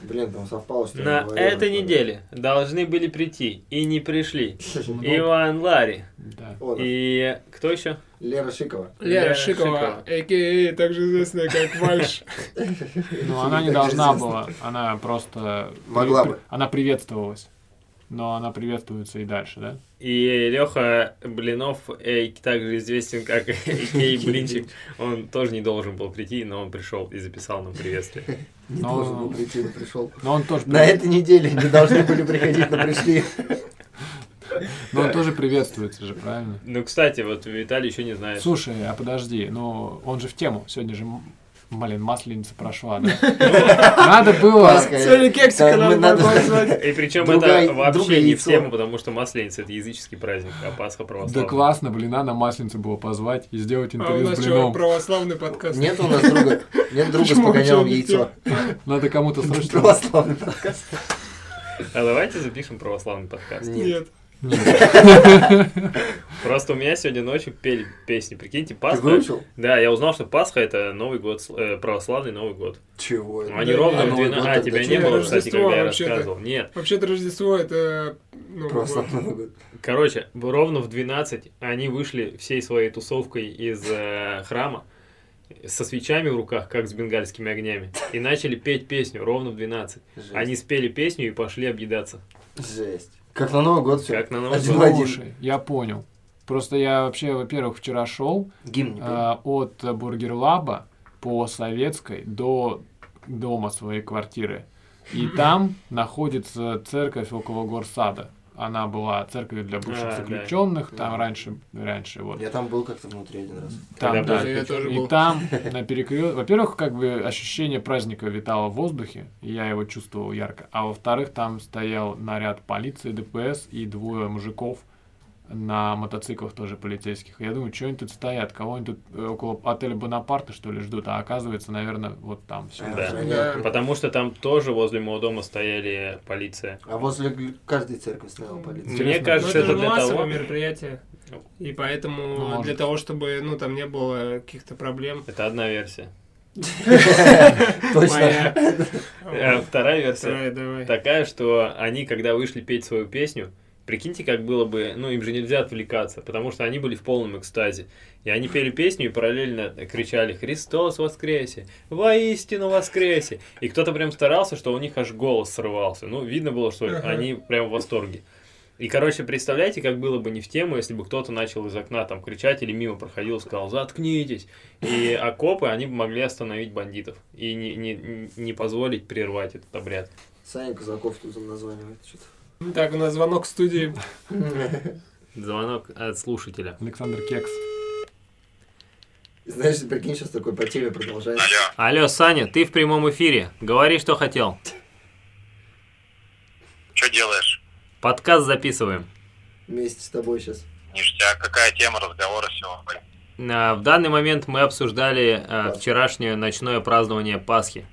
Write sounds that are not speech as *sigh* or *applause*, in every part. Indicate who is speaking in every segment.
Speaker 1: Блин, там совпало, что я
Speaker 2: На
Speaker 1: говорил,
Speaker 2: этой
Speaker 1: что-
Speaker 2: неделе должны были прийти и не пришли.
Speaker 3: Ну.
Speaker 2: Иван Лари
Speaker 3: Да.
Speaker 1: О, да.
Speaker 2: и кто еще?
Speaker 1: Лера Шикова.
Speaker 2: Лера
Speaker 4: Лера
Speaker 2: Шикова.
Speaker 4: Шикова, а.к.а. также
Speaker 1: *laughs*
Speaker 4: известная как Вальш.
Speaker 3: Ну, она не
Speaker 1: Так
Speaker 3: должна
Speaker 1: известно.
Speaker 3: была. Она просто...
Speaker 1: Могла бы.
Speaker 3: Она приветствовалась. Но она приветствуется и дальше, да?
Speaker 2: И Леха Блинов, э, также известен как *laughs* Кей Блинчик, он тоже не должен был прийти, но он пришел и записал нам приветствие.
Speaker 1: Не
Speaker 3: Но-
Speaker 1: должен был прийти, но пришел.
Speaker 3: Но он тоже,
Speaker 1: На этой неделе не должны были приходить, но пришли.
Speaker 3: но он тоже приветствуется же, правильно?
Speaker 2: Ну, кстати, вот Виталий еще не знает.
Speaker 3: Слушай, а подожди, ну он же в тему. Сегодня же, м, блин, масленица прошла,
Speaker 1: *laughs*
Speaker 3: да? Надо было...
Speaker 1: Пасха.
Speaker 4: Сегодня кексика
Speaker 1: Э, Там мы
Speaker 4: нам
Speaker 1: надо- *laughs*
Speaker 4: назвать.
Speaker 2: И причем
Speaker 1: Другая-
Speaker 2: это вообще
Speaker 1: другое
Speaker 2: не в
Speaker 1: яйцо.
Speaker 2: тему, потому что Масленица это языческий праздник, а Пасха
Speaker 3: Да
Speaker 2: православная.
Speaker 3: классно, блина на масленицу было позвать и сделать
Speaker 4: А у
Speaker 3: интервью с
Speaker 4: нас что,
Speaker 3: блином.
Speaker 4: православный подкаст?
Speaker 1: Нет у нас друга. Нет друга с
Speaker 4: Почему
Speaker 1: погонялом
Speaker 4: вообще не
Speaker 1: яйцо.
Speaker 3: Надо
Speaker 1: *laughs*
Speaker 3: кому-то срочно...
Speaker 1: Православный подкаст.
Speaker 2: А давайте запишем православный подкаст.
Speaker 1: Нет.
Speaker 4: Нет.
Speaker 2: Просто у меня сегодня ночью пели песни. Прикиньте,
Speaker 1: Ты
Speaker 2: Пасха.
Speaker 1: выучил?
Speaker 2: Да, я узнал, что Пасха это Новый год, сл- э, православный Новый год.
Speaker 1: Чего? это?
Speaker 2: Они
Speaker 4: Да,
Speaker 2: ровно
Speaker 4: а
Speaker 2: в
Speaker 1: Новый
Speaker 2: 12...
Speaker 1: год
Speaker 2: А,
Speaker 1: тогда
Speaker 2: тебя не
Speaker 1: чего?
Speaker 2: было, кстати,
Speaker 4: Рождество
Speaker 2: когда я
Speaker 4: вообще-то.
Speaker 2: рассказывал. Нет,
Speaker 4: Вообще-то Рождество это... ну,
Speaker 1: Православный Новый год.
Speaker 2: короче, ровно в 12 они вышли всей своей тусовкой из э, храма со свечами в руках, как с бенгальскими огнями, и начали петь песню ровно в 12.
Speaker 1: Жесть.
Speaker 2: Они спели песню и пошли объедаться.
Speaker 1: Жесть. Как на Новый год все.
Speaker 2: Как на Новый
Speaker 1: Один
Speaker 2: год.
Speaker 1: в один.
Speaker 3: Слушай, я понял. Просто я вообще, во-первых, вчера шел
Speaker 1: Гимн не пел.
Speaker 3: а, от Бургер Лаба по Советской до дома своей квартиры. И там находится церковь около Горсада. Она была церковью для бывших
Speaker 2: А, да.
Speaker 3: заключенных, там
Speaker 1: Да.
Speaker 3: раньше, раньше вот.
Speaker 1: Я там был как-то внутри один раз. *laughs*
Speaker 3: Там,
Speaker 2: Когда
Speaker 3: да,
Speaker 4: Я тоже
Speaker 3: и
Speaker 4: был.
Speaker 3: там на перекрестке, во-первых, как бы ощущение праздника витало в воздухе, и я его чувствовал ярко, а во-вторых, там стоял наряд полиции, ДПС и двое мужиков на мотоциклах тоже полицейских. Я думаю, что они тут стоят, кого они тут э, около отеля Бонапарта что ли ждут, а оказывается, наверное, вот там все.
Speaker 2: Да.
Speaker 1: Понятно.
Speaker 2: Потому что там тоже возле моего дома стояли полиция.
Speaker 1: А возле гл- каждой церкви стояла полиция.
Speaker 4: Интересно.
Speaker 2: Мне кажется,
Speaker 4: Ну,
Speaker 2: это
Speaker 4: же
Speaker 2: для
Speaker 4: массовое
Speaker 2: того...
Speaker 4: мероприятие. И
Speaker 3: Ну,
Speaker 4: поэтому
Speaker 3: может
Speaker 4: для
Speaker 3: быть.
Speaker 4: того, чтобы, ну, там не было каких-то проблем.
Speaker 2: Это одна версия.
Speaker 1: *laughs* Точно. *laughs*
Speaker 4: Моя.
Speaker 2: Э, Вторая версия
Speaker 4: Давай, давай.
Speaker 2: такая, что они, когда вышли петь свою песню, прикиньте, как было бы, ну, им же нельзя отвлекаться, потому что они были в полном экстазе. И они пели песню и параллельно кричали «Христос воскресе! Воистину воскресе!» И кто-то прям старался, что у них аж голос срывался. Ну, видно было, что
Speaker 4: Ага.
Speaker 2: они прям в восторге. И, короче, представляете, как было бы не в тему, если бы кто-то начал из окна там кричать или мимо проходил и сказал «Заткнитесь!» И окопы, они бы могли остановить бандитов и не, не, не позволить прервать этот обряд.
Speaker 1: Саня Казаков тут названивает что-то.
Speaker 4: Так, у нас звонок в студии.
Speaker 2: Звонок от слушателя.
Speaker 3: Александр Кекс.
Speaker 1: Знаешь, прикинь, сейчас такой по теме продолжает.
Speaker 5: Алло,
Speaker 2: Алло, Саня, ты в прямом эфире. Говори, что хотел.
Speaker 5: что делаешь?
Speaker 2: Подкаст записываем.
Speaker 1: Вместе с тобой сейчас.
Speaker 5: Ништяк, какая тема разговора сегодня?
Speaker 2: А, В данный момент мы обсуждали а, вчерашнее ночное празднование Пасхи.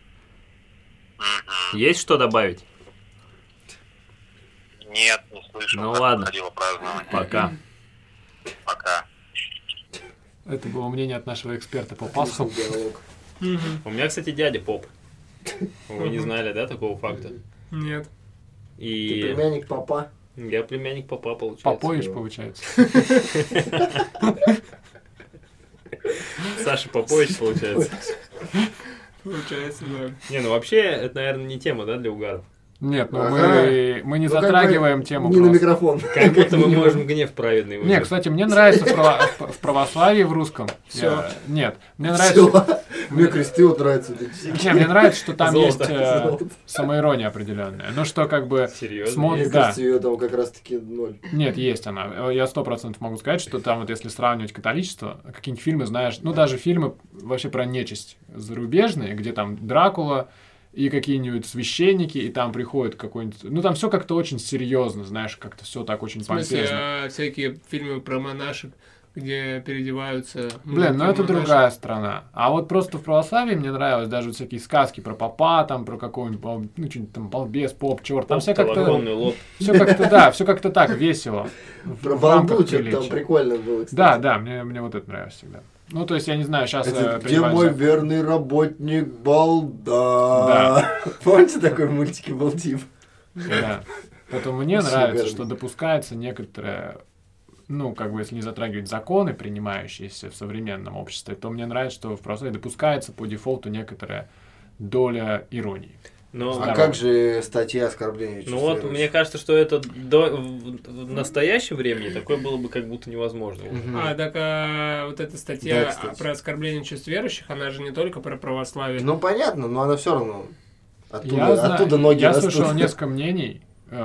Speaker 5: Мгм.
Speaker 2: Есть что добавить?
Speaker 5: Нет, не слышал.
Speaker 2: Ну
Speaker 5: как
Speaker 2: ладно.
Speaker 5: проходило празднование.
Speaker 2: Пока.
Speaker 5: Пока.
Speaker 3: Это было мнение от нашего эксперта по Пасхам.
Speaker 1: Отличный диалог.
Speaker 4: Мгм.
Speaker 2: У меня, кстати, дядя поп. Вы не знали, да, такого факта?
Speaker 4: Нет.
Speaker 1: Ты
Speaker 2: И
Speaker 1: племянник папа.
Speaker 2: я племянник попа, получается.
Speaker 3: Попович, получается.
Speaker 2: Саша Попович, получается.
Speaker 4: Получается, да.
Speaker 2: Не, ну вообще, это, наверное, не тема, да, для угаров.
Speaker 3: Нет, ну
Speaker 1: Ага.
Speaker 3: мы, мы не
Speaker 1: Ну, как бы
Speaker 3: затрагиваем тему
Speaker 1: Не на
Speaker 3: просто.
Speaker 1: микрофон.
Speaker 2: Как будто мы можем гнев праведный
Speaker 3: Не,
Speaker 2: вызвать.
Speaker 3: кстати, мне нравится в право- в в православии в русском.
Speaker 4: Всё.
Speaker 3: Я- Нет, мне нравится.
Speaker 1: Всё. Мне кресты вот нравятся. эти все.
Speaker 3: Не, мне нравится, что там
Speaker 2: Золото.
Speaker 3: есть э,
Speaker 1: Золото.
Speaker 3: самоирония определенная. Ну что, как бы.
Speaker 2: Серьезно?
Speaker 3: Смотри.
Speaker 1: Мне
Speaker 3: да.
Speaker 1: кажется, ее там как ну, раз таки ноль.
Speaker 3: Нет, есть она. Э, Я сто процентов могу сказать, что там, вот если сравнивать католичество, какие-нибудь фильмы, знаешь, ну даже фильмы вообще про нечисть зарубежные, где там Дракула и какие-нибудь священники, и там приходит какой-нибудь. Ну там все как-то очень серьезно, знаешь, как-то все так очень
Speaker 4: В смысле,
Speaker 3: помпезно.
Speaker 4: а, всякие фильмы про монашек, где переодеваются...
Speaker 3: Блин, ну это
Speaker 4: такие монашки.
Speaker 3: другая страна. А вот просто в православии мне нравилось даже вот всякие сказки про папа, там про какой-нибудь, бал- ну, что-нибудь там балбес, поп, черт, там все как-то,
Speaker 2: Толоконный лоб.
Speaker 3: все как-то, да, все как-то так весело. В
Speaker 1: Про *laughs*
Speaker 3: рамках
Speaker 1: бамбу что-то там
Speaker 3: приличия.
Speaker 1: прикольно было, кстати.
Speaker 3: Да, да, мне, мне вот это нравилось всегда. Ну, то есть, я не знаю, э, сейчас...
Speaker 1: Это где мой верный работник Балда? *laughs* Помните, такой в мультике был тип?
Speaker 3: Поэтому мне
Speaker 1: Спасибо,
Speaker 3: нравится,
Speaker 1: Эрни.
Speaker 3: что допускается некоторое... Ну, как бы, если не затрагивать законы, принимающиеся в современном обществе, то мне нравится, что в православии допускается по дефолту некоторая доля иронии.
Speaker 2: Но...
Speaker 1: А
Speaker 3: Здорово.
Speaker 1: как же статья оскорбления
Speaker 2: Ну вот,
Speaker 1: чувств
Speaker 2: мне
Speaker 1: верующих?
Speaker 2: кажется, что это до- в в настоящем времени такое было бы как будто невозможно.
Speaker 1: Мгм.
Speaker 4: А, так а, вот эта статья
Speaker 1: Да, кстати.
Speaker 4: про оскорбление чувств верующих, она же не только про православие.
Speaker 1: Ну понятно, но она все равно. Оттуда,
Speaker 3: я знаю-
Speaker 1: оттуда ноги
Speaker 3: я
Speaker 1: растут.
Speaker 3: слышал несколько мнений э,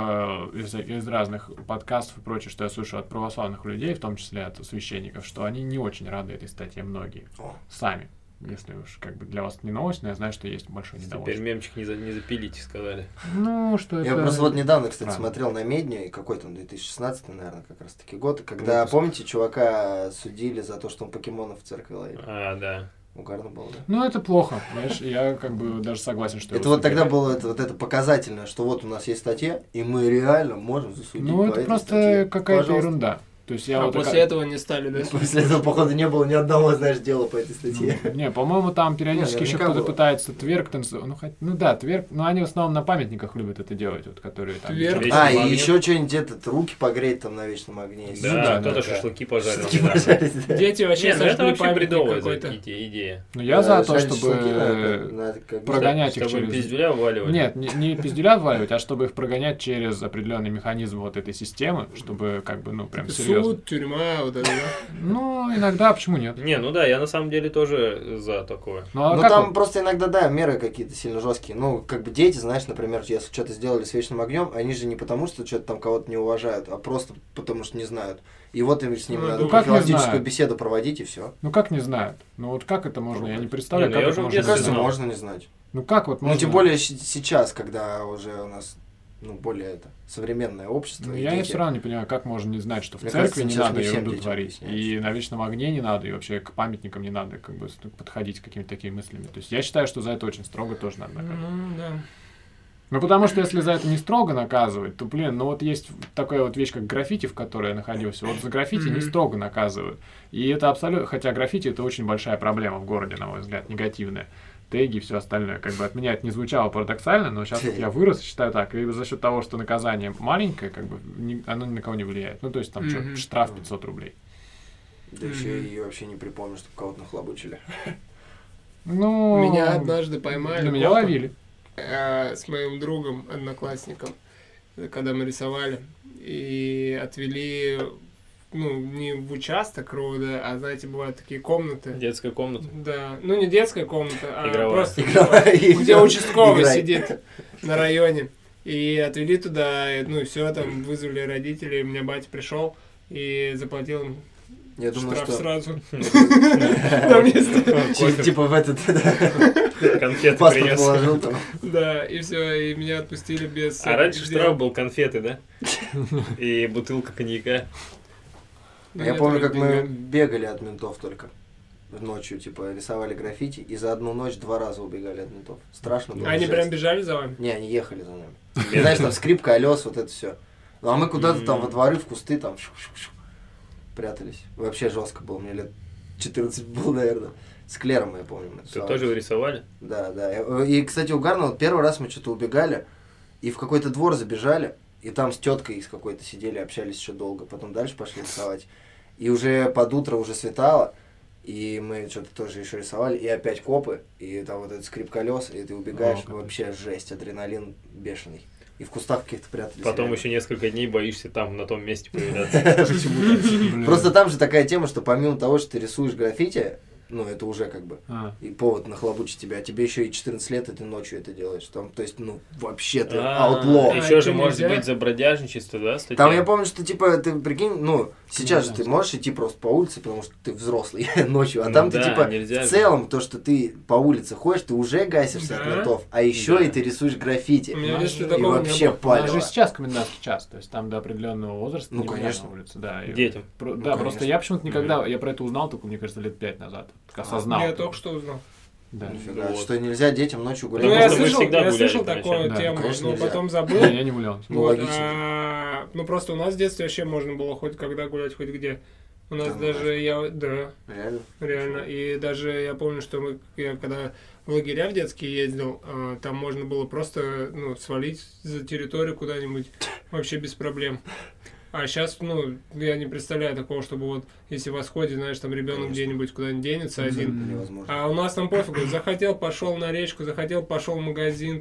Speaker 3: из, из разных подкастов и прочее, что я слышал от православных людей, в том числе от священников, что они не очень рады этой статье многие.
Speaker 1: О.
Speaker 3: Сами. Если уж как бы для вас это не новость, но я знаю, что есть большое
Speaker 2: Теперь
Speaker 3: недовольство.
Speaker 2: мемчик не, за- не запилите, сказали.
Speaker 3: Ну, что
Speaker 1: Я
Speaker 3: это...
Speaker 1: просто вот недавно,
Speaker 2: А.
Speaker 1: кстати,
Speaker 3: Правда.
Speaker 1: смотрел на Медню, и какой там 2016, наверное, как раз таки год, когда,
Speaker 3: Выпуск.
Speaker 1: помните, чувака судили за то, что он покемонов в церкви ловил.
Speaker 2: А, да.
Speaker 1: Угарно было, да?
Speaker 3: Ну, это плохо, понимаешь, я как бы даже согласен, что...
Speaker 1: Это
Speaker 3: его
Speaker 1: вот тогда
Speaker 3: судили.
Speaker 1: было это, вот это показательное, что вот у нас есть статья, и мы реально можем засудить.
Speaker 3: Ну,
Speaker 1: по
Speaker 3: это
Speaker 1: этой
Speaker 3: просто
Speaker 1: статье.
Speaker 3: какая-то
Speaker 1: Пожалуйста.
Speaker 3: ерунда. То есть я
Speaker 4: а
Speaker 3: вот...
Speaker 4: после
Speaker 3: такая-
Speaker 4: этого не стали, да?
Speaker 1: *laughs* После этого, походу, не было ни одного, знаешь, дела по этой статье.
Speaker 3: Ну, Не, по-моему, там периодически
Speaker 1: Не,
Speaker 3: еще
Speaker 1: наверняка
Speaker 3: кто-то
Speaker 1: было.
Speaker 3: пытается тверк танцевать. Ну, хоть- ну да, тверк, но они в основном на памятниках любят это делать, вот которые там.
Speaker 4: Тверк?
Speaker 2: Вечный
Speaker 1: А, и
Speaker 2: момент.
Speaker 1: еще что-нибудь этот, руки погреть там на вечном огне. если
Speaker 3: Ну
Speaker 2: Да,
Speaker 1: что.
Speaker 3: да,
Speaker 2: кто-то
Speaker 1: да, да.
Speaker 2: шашлыки пожарил.
Speaker 1: Шашлыки
Speaker 2: недавно.
Speaker 1: пожарить, да.
Speaker 4: *laughs* Дети вообще
Speaker 2: Не, ну это
Speaker 4: сожгли
Speaker 2: вообще
Speaker 4: памятник
Speaker 2: бредовая
Speaker 4: какой-то.
Speaker 2: за- иде- идея.
Speaker 3: Ну, я за
Speaker 1: Э, Да,
Speaker 3: то,
Speaker 1: жарить
Speaker 3: чтобы...
Speaker 1: шашлыки надо,
Speaker 3: э,
Speaker 1: надо как бы-
Speaker 3: прогонять. Гонять их
Speaker 2: чтобы
Speaker 3: через-
Speaker 2: пиздюля вываливали.
Speaker 3: Нет, не, не пиздюля вваливать, а чтобы их прогонять через определенный механизм вот этой системы, чтобы как бы, ну, прям серьезно.
Speaker 4: Типа Суд, тюрьма, вот это. да.
Speaker 3: Ну, иногда, почему нет?
Speaker 2: Не, ну да, я на самом деле тоже за такое.
Speaker 3: Ну, а
Speaker 1: Ну
Speaker 3: как
Speaker 1: там
Speaker 3: вот-
Speaker 1: просто иногда, да, меры какие-то сильно жесткие. Ну, как бы дети, знаешь, например, если что-то сделали с вечным огнем, они же не потому, что что-то там кого-то не уважают, а просто потому что не знают. И вот им с ними
Speaker 4: Ну,
Speaker 1: надо
Speaker 4: ну,
Speaker 3: как не
Speaker 1: профилактическую
Speaker 3: знают?
Speaker 1: беседу проводить, и все.
Speaker 3: ну, как не знают? Ну, вот как это можно? Я не представляю,
Speaker 2: Не, ну,
Speaker 3: как
Speaker 2: я уже
Speaker 3: это
Speaker 2: в
Speaker 3: можно
Speaker 1: Мне
Speaker 2: детстве
Speaker 3: сделать.
Speaker 1: кажется,
Speaker 2: знал.
Speaker 1: можно не знать.
Speaker 3: Ну, как вот можно?
Speaker 1: Ну, тем более щ- сейчас, когда уже у нас ну, более это современное общество.
Speaker 3: Ну,
Speaker 1: и
Speaker 3: я и
Speaker 1: дети.
Speaker 3: все равно не понимаю, как можно не знать, что в
Speaker 1: Мне
Speaker 3: церкви
Speaker 1: кажется,
Speaker 3: не
Speaker 1: сейчас
Speaker 3: надо
Speaker 1: не всем
Speaker 3: ерунду
Speaker 1: детям
Speaker 3: творить, и
Speaker 1: объясняется.
Speaker 3: на вечном огне не надо, и вообще к памятникам не надо как бы с- подходить к какими-то такими мыслями. То есть я считаю, что за это очень строго тоже надо наказывать.
Speaker 4: Ну, да.
Speaker 3: Ну, потому что если за это не строго наказывать, то, блин, ну вот есть такая вот вещь, как граффити, в которой я находился. Вот за граффити не
Speaker 4: Мгм.
Speaker 3: строго наказывают. И это абсолютно... Хотя граффити — это очень большая проблема в городе, на мой взгляд, негативная. Теги и все остальное. Как бы от меня это не звучало парадоксально, но сейчас вот я вырос, считаю так. И за счет того, что наказание маленькое, как бы ни- оно ни на кого не влияет. Ну, то есть там чё,
Speaker 4: Мгм.
Speaker 3: штраф 500 рублей.
Speaker 1: Да еще
Speaker 4: Мгм.
Speaker 1: и вообще не припомню, чтобы кого-то нахлобучили.
Speaker 3: Ну...
Speaker 4: Меня однажды поймали.
Speaker 3: Ну, меня
Speaker 4: копы, *laughs*
Speaker 3: ловили.
Speaker 4: э, с моим другом, одноклассником, э, когда мы рисовали, и отвели, ну, не в участок рода, а, знаете, бывают такие комнаты.
Speaker 2: Детская комната.
Speaker 4: Да, ну не детская комната, а
Speaker 2: Игровая.
Speaker 1: *laughs*
Speaker 4: просто где
Speaker 1: Где
Speaker 4: участковый сидит на районе. И отвели туда, и, ну и все, там вызвали родителей, у меня батя пришел и заплатил им
Speaker 1: Я думаю,
Speaker 4: штраф
Speaker 1: что
Speaker 4: сразу. *laughs*
Speaker 1: *laughs*
Speaker 4: На место.
Speaker 1: через, *laughs*
Speaker 2: Кофе,
Speaker 1: типа в этот да,
Speaker 2: конфеты
Speaker 1: *laughs* паспорт
Speaker 2: принес.
Speaker 1: положил там.
Speaker 4: Да, и все, и меня отпустили без...
Speaker 2: А раньше
Speaker 4: дела.
Speaker 2: штраф был конфеты, да? И бутылка коньяка.
Speaker 4: Ну,
Speaker 1: я
Speaker 4: нет,
Speaker 1: помню, как
Speaker 4: вроде
Speaker 1: мы
Speaker 4: деньгами.
Speaker 1: бегали от ментов только ночью, типа рисовали граффити, и за одну ночь два раза убегали от ментов. Страшно было.
Speaker 4: А Они
Speaker 1: жесть.
Speaker 4: прям бежали за вами?
Speaker 1: Не, они ехали за
Speaker 4: *laughs*
Speaker 1: нами. И, знаешь, там скрипка, колес, вот это все. Ну а мы куда-то там во дворы, в кусты там шу-шу-шу, прятались. Вообще жестко было, мне лет 14 было, наверное. С Клером, я помню. мы
Speaker 2: Ты
Speaker 1: рисовали.
Speaker 2: тоже рисовали?
Speaker 1: Да, да. Э, И, кстати, угарно, вот первый раз мы что-то убегали, и в какой-то двор забежали, и там с теткой с какой-то сидели, общались еще долго, потом дальше пошли рисовать. И уже под утро уже светало, и мы что-то тоже еще рисовали, и опять копы, и там вот этот скрип колес, и ты убегаешь,
Speaker 3: О, капец.
Speaker 1: вообще жесть, адреналин бешеный. И в кустах каких-то прятались.
Speaker 2: Потом
Speaker 1: реально.
Speaker 2: еще несколько дней боишься там на том месте
Speaker 1: *laughs*
Speaker 2: появляться.
Speaker 3: Блин.
Speaker 1: Просто там же такая тема, что помимо того, что ты рисуешь граффити, ну это уже как бы
Speaker 3: А.
Speaker 1: и повод нахлобучить тебя, а тебе еще и 14 лет, и ты ночью это делаешь. Там, то есть, ну, вообще ты аутло.
Speaker 4: А,
Speaker 2: Еще же
Speaker 4: это
Speaker 2: может
Speaker 4: нельзя?
Speaker 2: быть за бродяжничество, да, статья?
Speaker 1: Там я помню, что типа ты прикинь, ну, сейчас же
Speaker 3: Конечно.
Speaker 1: ты можешь идти просто по улице, потому что ты взрослый *laughs* ночью, а
Speaker 2: Ну
Speaker 1: там ты
Speaker 2: да,
Speaker 1: типа
Speaker 2: нельзя
Speaker 1: в
Speaker 2: же.
Speaker 1: целом то, что ты по улице ходишь, ты уже гасишься от
Speaker 4: Да.
Speaker 1: ментов, а еще
Speaker 2: Да.
Speaker 1: и ты рисуешь граффити.
Speaker 4: У меня в детстве
Speaker 1: И
Speaker 4: такого не
Speaker 1: вообще
Speaker 4: было.
Speaker 3: У нас
Speaker 1: палево.
Speaker 3: же сейчас комендантский час, то есть там до определенного возраста
Speaker 1: Ну,
Speaker 3: нельзя
Speaker 1: конечно.
Speaker 3: на улице, да. и-
Speaker 2: Детям.
Speaker 3: Про-
Speaker 1: Ну,
Speaker 3: да,
Speaker 1: конечно. А,
Speaker 3: просто я почему-то никогда, я про это узнал только, мне кажется, лет пять назад. Только
Speaker 1: ну,
Speaker 3: осознал.
Speaker 4: Я
Speaker 3: это.
Speaker 4: только что узнал.
Speaker 3: Да.
Speaker 1: Нифига,
Speaker 2: Вот.
Speaker 1: Что нельзя детям ночью гулять.
Speaker 4: Ну, я
Speaker 2: что мы
Speaker 4: слышал,
Speaker 2: всегда
Speaker 4: я
Speaker 2: гуляли
Speaker 4: слышал
Speaker 2: по ночам.
Speaker 4: такую
Speaker 3: Да,
Speaker 4: тему,
Speaker 1: конечно,
Speaker 4: но
Speaker 1: нельзя.
Speaker 4: потом
Speaker 3: Да,
Speaker 4: забыл.
Speaker 3: я не гулял.
Speaker 1: Ну,
Speaker 4: Вот,
Speaker 1: логично.
Speaker 4: а, Ну, просто у нас в детстве вообще можно было хоть когда гулять, хоть где. У нас
Speaker 1: Да ну
Speaker 4: даже я, да,
Speaker 1: Реально?
Speaker 4: реально. И даже я помню, что мы, я когда в лагеря в детские ездил, а, там можно было просто ну, свалить за территорию куда-нибудь вообще без проблем. А сейчас, ну, я не представляю такого, чтобы вот, если в восходе, знаешь, там ребенок
Speaker 1: Конечно.
Speaker 4: где-нибудь куда-нибудь денется один,
Speaker 1: Невозможно.
Speaker 4: а у нас
Speaker 2: *coughs*
Speaker 4: там пофигу, захотел, пошел на речку, захотел, пошел в магазин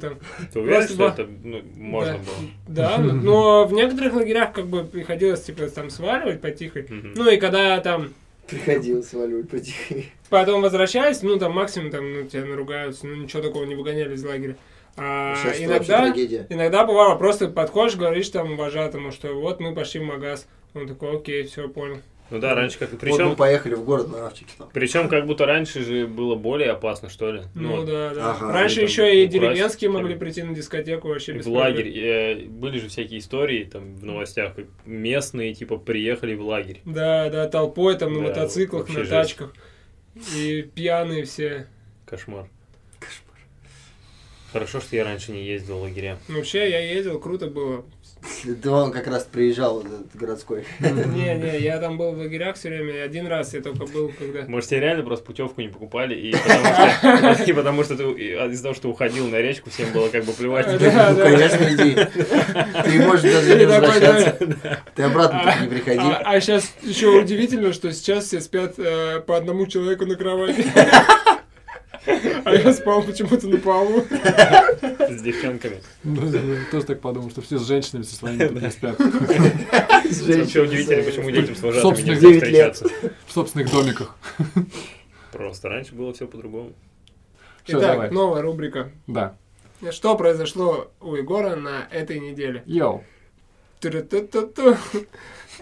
Speaker 2: *laughs*
Speaker 4: там.
Speaker 2: Ты уверен,
Speaker 4: Просто
Speaker 2: что
Speaker 4: ба-
Speaker 2: это ну, можно
Speaker 4: да,
Speaker 2: было?
Speaker 4: Да, но- но в некоторых лагерях как бы приходилось типа там сваливать потихо.
Speaker 2: Мгм.
Speaker 4: Ну и когда там
Speaker 1: Приходилось валюль потихоньку.
Speaker 4: потом возвращались, ну там максимум там ну, тебя наругаются, ну ничего такого не выгоняли из лагеря. А
Speaker 1: Сейчас это вообще
Speaker 4: иногда,
Speaker 1: трагедия.
Speaker 4: иногда бывало, просто подходишь, говоришь там вожатому, что вот мы пошли в магаз. Он такой, окей, все, понял.
Speaker 2: Ну да, раньше как
Speaker 1: Вот мы
Speaker 2: причем
Speaker 1: поехали в город на Авчике там.
Speaker 2: причем как будто раньше же было более опасно что ли.
Speaker 4: Ну,
Speaker 2: вот.
Speaker 4: да, да.
Speaker 1: Ага.
Speaker 4: Раньше
Speaker 2: Там
Speaker 4: еще и
Speaker 2: украсть,
Speaker 4: деревенские
Speaker 2: там.
Speaker 4: могли прийти на дискотеку вообще без
Speaker 2: В
Speaker 4: проблем.
Speaker 2: лагерь. э, Были же всякие истории там в новостях, как местные типа приехали в лагерь.
Speaker 4: Да, да, толпой там на
Speaker 2: Да,
Speaker 4: мотоциклах,
Speaker 2: вообще
Speaker 4: на
Speaker 2: жесть.
Speaker 4: тачках. И пьяные все.
Speaker 2: Кошмар. Хорошо, что я раньше не ездил в лагеря.
Speaker 4: Ну, Вообще, я ездил, круто было.
Speaker 1: Да он как раз приезжал, вот этот городской.
Speaker 4: Не, не, я там был в лагерях все время. и Один раз я только был, когда...
Speaker 2: Может, тебе реально просто путевку не покупали, и потому что, и потому что ты и- из-за того, что уходил на речку, всем было как бы плевать.
Speaker 4: *laughs* Да,
Speaker 1: Ну,
Speaker 4: да.
Speaker 1: конечно, иди. Ты можешь даже не
Speaker 4: *laughs* Я такой,
Speaker 1: возвращаться. Ты обратно тут не
Speaker 4: А,
Speaker 1: приходи.
Speaker 4: а сейчас еще удивительно, что сейчас все спят э, по одному человеку
Speaker 1: *laughs*
Speaker 4: на кровати. А я спал почему-то на полу.
Speaker 2: С девчонками.
Speaker 3: Ну, да, я тоже так подумал, что все с женщинами со своими тут не спят.
Speaker 2: Вообще удивительно, почему детям с вожатыми
Speaker 3: Собственно,
Speaker 2: нельзя
Speaker 1: 9 лет.
Speaker 2: встречаться.
Speaker 3: В собственных домиках.
Speaker 2: Просто раньше было все по-другому.
Speaker 3: Всё,
Speaker 4: Итак,
Speaker 3: давай.
Speaker 4: новая рубрика.
Speaker 3: Да.
Speaker 4: Что произошло у Егора на этой неделе?
Speaker 3: Йоу.
Speaker 4: Ту-ру-ту-ту-ту. *laughs*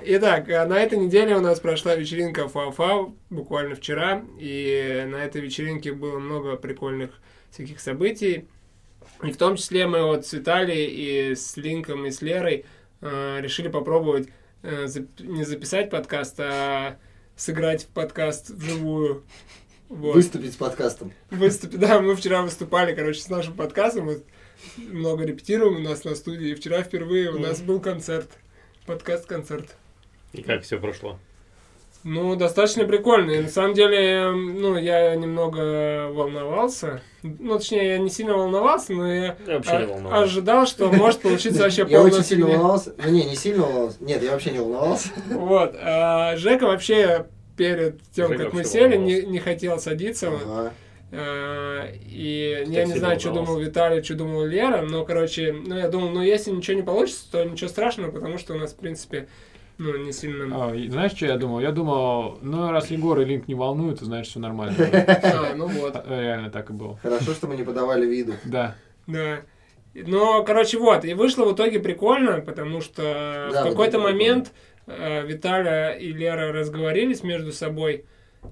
Speaker 4: Итак, а на этой неделе у нас прошла вечеринка Фау-Фау, буквально вчера, и на этой вечеринке было много прикольных всяких событий. И в том числе мы вот с Виталией и с Линком и с Лерой э, решили попробовать э, зап- не записать подкаст, а сыграть в подкаст вживую. Вот.
Speaker 1: Выступить с подкастом.
Speaker 4: Выступ- Да, мы вчера выступали, короче, с нашим подкастом. Мы много репетируем у нас на студии. И вчера впервые у нас был концерт. Подкаст-концерт.
Speaker 2: И как все прошло.
Speaker 4: Ну, достаточно прикольно. И на самом деле, эм, ну, я немного волновался. Ну, точнее, я не сильно волновался, но я
Speaker 2: Я вообще не
Speaker 4: о-
Speaker 2: волновался.
Speaker 4: ожидал, что может получиться вообще
Speaker 2: *laughs*
Speaker 1: Я
Speaker 4: полная
Speaker 1: очень сильно
Speaker 4: фигня.
Speaker 1: волновался. Ну не, не сильно волновался. Нет, я вообще не волновался.
Speaker 4: Вот. А Жека вообще перед тем,
Speaker 2: Жека
Speaker 4: как мы
Speaker 2: вообще
Speaker 4: сели, не,
Speaker 2: волновался.
Speaker 4: не хотел садиться.
Speaker 1: Ага.
Speaker 4: Э, И
Speaker 2: Кто
Speaker 4: я не
Speaker 2: сильно
Speaker 4: знаю, что
Speaker 2: волновался?
Speaker 4: думал Виталий, что думал Лера, но, короче, ну, я думал, ну, если ничего не получится, то ничего страшного, потому что у нас, в принципе, ну, не сильно...
Speaker 3: А, и Знаешь, что я думал? Я думал, ну, раз Егор и Линк не волнуются, значит, все нормально.
Speaker 1: *laughs*
Speaker 4: А, ну вот,
Speaker 3: А, Реально так и было.
Speaker 1: Хорошо, что мы не подавали виду.
Speaker 3: Да.
Speaker 4: да. Но, короче, вот, и вышло в итоге прикольно, потому что
Speaker 1: Да,
Speaker 4: в
Speaker 1: вот
Speaker 4: какой-то
Speaker 1: это
Speaker 4: момент э, Виталия и Лера разговорились между собой,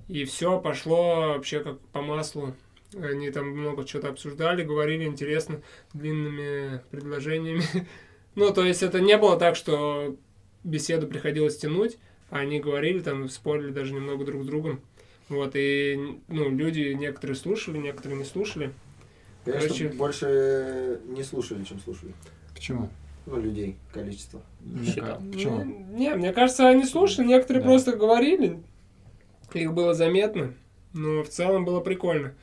Speaker 4: и все пошло вообще как по маслу. Они там много чего-то обсуждали, говорили интересно, длинными предложениями. *laughs* Ну, то есть это не было так, что беседу приходилось тянуть, а они говорили там, спорили даже немного друг с другом. Вот, и, ну, люди некоторые слушали, некоторые не слушали.
Speaker 1: Конечно,
Speaker 4: Короче.
Speaker 1: больше не слушали, чем слушали.
Speaker 3: Почему?
Speaker 1: Ну, людей, количество.
Speaker 3: Мне
Speaker 2: Считал.
Speaker 3: ка- Почему?
Speaker 4: Ну, Не, мне кажется, они слушали, некоторые
Speaker 3: Да.
Speaker 4: просто говорили. Их было заметно, но в целом было прикольно.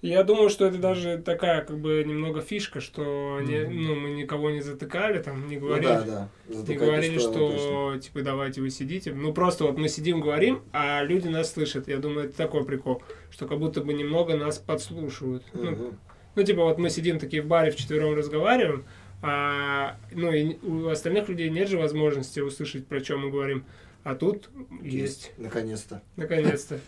Speaker 4: И Я думаю, что это даже такая, как бы, немного фишка, что не-
Speaker 3: Мгм.
Speaker 4: ну, мы никого не затыкали, там, не
Speaker 1: Ну
Speaker 4: говорили.
Speaker 1: да, да.
Speaker 4: Не
Speaker 1: Затыкать
Speaker 4: говорили,
Speaker 1: стоило точно.
Speaker 4: что, типа, давайте вы сидите. Ну, просто вот мы сидим, говорим, а люди нас слышат. Я думаю, это такой прикол, что как будто бы немного нас подслушивают. Ну,
Speaker 1: Мгм.
Speaker 4: ну, типа, вот мы сидим такие в баре вчетвером разговариваем, а, ну, и у остальных людей нет же возможности услышать, про чем мы говорим. А тут есть,
Speaker 1: Наконец-то.
Speaker 4: наконец-то.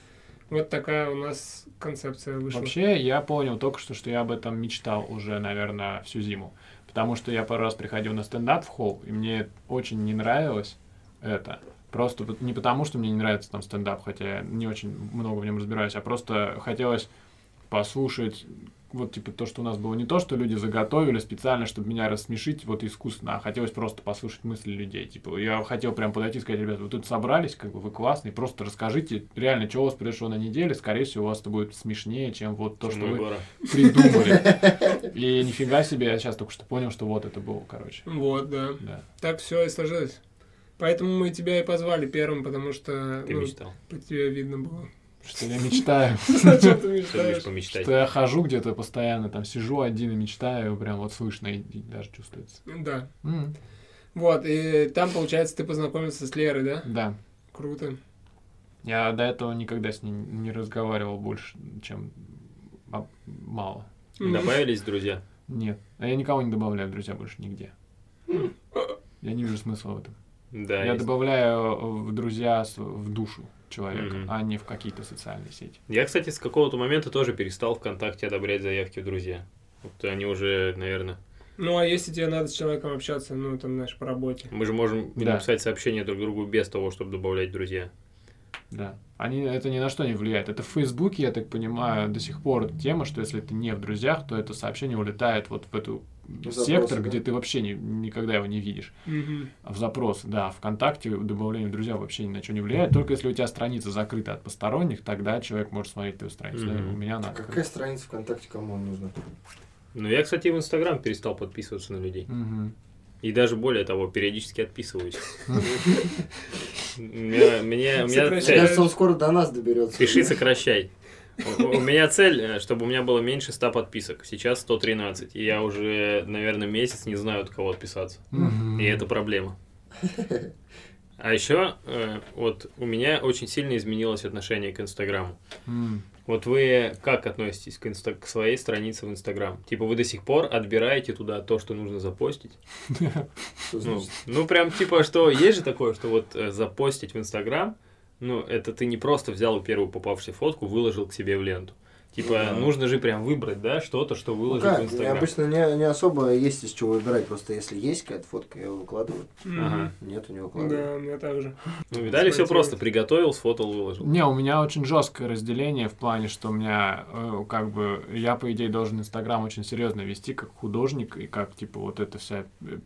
Speaker 4: Вот такая у нас концепция вышла.
Speaker 3: Вообще, я понял только что, что я об этом мечтал уже, наверное, всю зиму. Потому что я пару раз приходил на стендап в холл, и мне очень не нравилось это. Просто вот не потому, что мне не нравится там стендап, хотя я не очень много в нем разбираюсь, а просто хотелось послушать вот типа то, что у нас было не то, что люди заготовили специально, чтобы меня рассмешить, вот искусно, а хотелось просто послушать мысли людей. Типа, я хотел прям подойти и сказать, ребята, вы тут собрались, как бы вы классные, просто расскажите реально, что у вас произошло на неделе, скорее всего, у вас это будет смешнее, чем вот то, что
Speaker 2: Почему
Speaker 3: вы
Speaker 2: Егора?
Speaker 3: придумали. И нифига себе, я сейчас только что понял, что вот это было, короче.
Speaker 4: Вот, да.
Speaker 3: Да.
Speaker 4: Так все и сложилось. Поэтому мы тебя и позвали первым, потому что
Speaker 2: Ты
Speaker 4: ну,
Speaker 2: мечтал.
Speaker 4: по тебе видно было.
Speaker 3: Что я мечтаю.
Speaker 4: О чем *laughs* ты
Speaker 2: Что ты будешь
Speaker 4: мечтаешь?
Speaker 2: помечтать?
Speaker 3: Что я хожу где-то постоянно, там сижу один и мечтаю, прям вот слышно и и даже чувствуется.
Speaker 4: Да.
Speaker 3: М,
Speaker 4: Вот, и там, получается, ты познакомился с Лерой, да?
Speaker 3: Да.
Speaker 4: Круто.
Speaker 3: Я до этого никогда с ней не разговаривал больше, чем а, мало.
Speaker 2: Добавились друзья?
Speaker 3: Нет. А я никого не добавляю, в друзья, больше нигде. Я не вижу смысла в этом.
Speaker 2: Да.
Speaker 3: Я
Speaker 2: есть.
Speaker 3: добавляю в друзья с- в душу человека,
Speaker 2: Мгм.
Speaker 3: а не в какие-то социальные сети.
Speaker 2: Я, кстати, с какого-то момента тоже перестал ВКонтакте одобрять заявки в друзья. Вот они уже, наверное...
Speaker 4: Ну, а если тебе надо с человеком общаться, ну, там, знаешь, по работе.
Speaker 2: Мы же можем
Speaker 3: Да.
Speaker 2: написать сообщения друг другу без того, чтобы добавлять в друзья.
Speaker 3: Да. Они, это ни на что не влияет. Это в Фейсбуке, я так понимаю, до сих пор тема, что если ты не в друзьях, то это сообщение улетает вот в эту
Speaker 1: запросы,
Speaker 3: сектор,
Speaker 1: да?
Speaker 3: где ты вообще ни- никогда его не видишь. А
Speaker 4: Мгм.
Speaker 3: В запрос, да, ВКонтакте добавление в друзья вообще ни на что не влияет. Только если у тебя страница закрыта от посторонних, тогда человек может смотреть твою страницу. Да,
Speaker 2: Мгм.
Speaker 3: у меня она
Speaker 1: А
Speaker 3: открыта.
Speaker 1: какая страница ВКонтакте кому она нужна?
Speaker 2: Но Ну, я, кстати, в Инстаграм перестал подписываться на людей.
Speaker 3: Мгм.
Speaker 2: И даже более того, периодически отписываюсь. Меня- меня- у меня
Speaker 4: Сокращаешь.
Speaker 1: Мне
Speaker 2: цель-
Speaker 1: кажется, он скоро до нас доберется.
Speaker 2: Пиши, сокращай. У- У меня цель, э, чтобы у меня было меньше 100 подписок. Сейчас 113. И я уже, наверное, месяц не знаю, от кого отписаться.
Speaker 3: Мгм.
Speaker 2: И это проблема. А еще э, вот у меня очень сильно изменилось отношение к Инстаграму.
Speaker 3: М.
Speaker 2: Вот вы как относитесь к, инста- к своей странице в Инстаграм? Типа вы до сих пор отбираете туда то, что нужно запостить?
Speaker 1: Что
Speaker 2: Ну,
Speaker 1: значит?
Speaker 2: ну, прям типа, что есть же такое, что вот э, запостить в Инстаграм, ну, это ты не просто взял первую попавшую фотку, выложил к себе в ленту. Типа,
Speaker 1: Ну да.
Speaker 2: нужно же прям выбрать, да, что-то, что
Speaker 1: Ну
Speaker 2: выложить
Speaker 1: как,
Speaker 2: в
Speaker 1: мне
Speaker 2: Инстаграм.
Speaker 1: обычно не, не особо есть из чего выбирать, просто если есть какая-то фотка, я ее выкладываю.
Speaker 2: Ага.
Speaker 1: Нет, не выкладываю.
Speaker 4: Да, у меня так же.
Speaker 2: Ну, видали, все
Speaker 4: Смотрите.
Speaker 2: просто приготовил, сфотал, выложил.
Speaker 3: Не, у меня очень жесткое разделение в плане, что у меня э, как бы я по идее должен Инстаграм очень серьезно вести как художник и как типа вот эта вся э,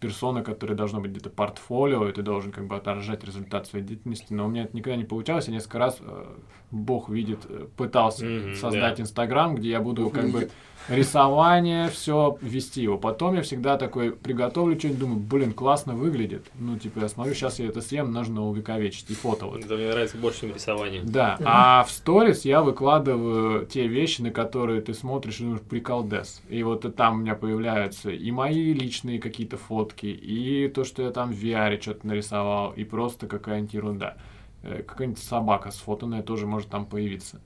Speaker 3: персона, которая должна быть где-то портфолио, и ты должен как бы отражать результат своей деятельности. Но у меня это никогда не получалось. Я несколько раз э, Бог видит э, пытался
Speaker 2: Мгм,
Speaker 3: создать
Speaker 2: да.
Speaker 3: Инстаграм, где я буду
Speaker 1: Бог
Speaker 3: как бы
Speaker 1: видит.
Speaker 3: рисование, все вести его. Потом я всегда такой приготовлю что-нибудь, думаю, блин, классно выглядит. Ну, типа, я смотрю, сейчас я это съем, нужно увековечить. И фото вот.
Speaker 2: Это мне нравится больше, чем рисование.
Speaker 3: Да, а в сторис я выкладываю те вещи, на которые ты смотришь и думаешь, приколдес. И вот и там у меня появляются и мои личные какие-то фотки, и то, что я там в VR что-то нарисовал, и просто какая-нибудь ерунда. Э, Какая-нибудь собака сфотанная тоже может там появиться.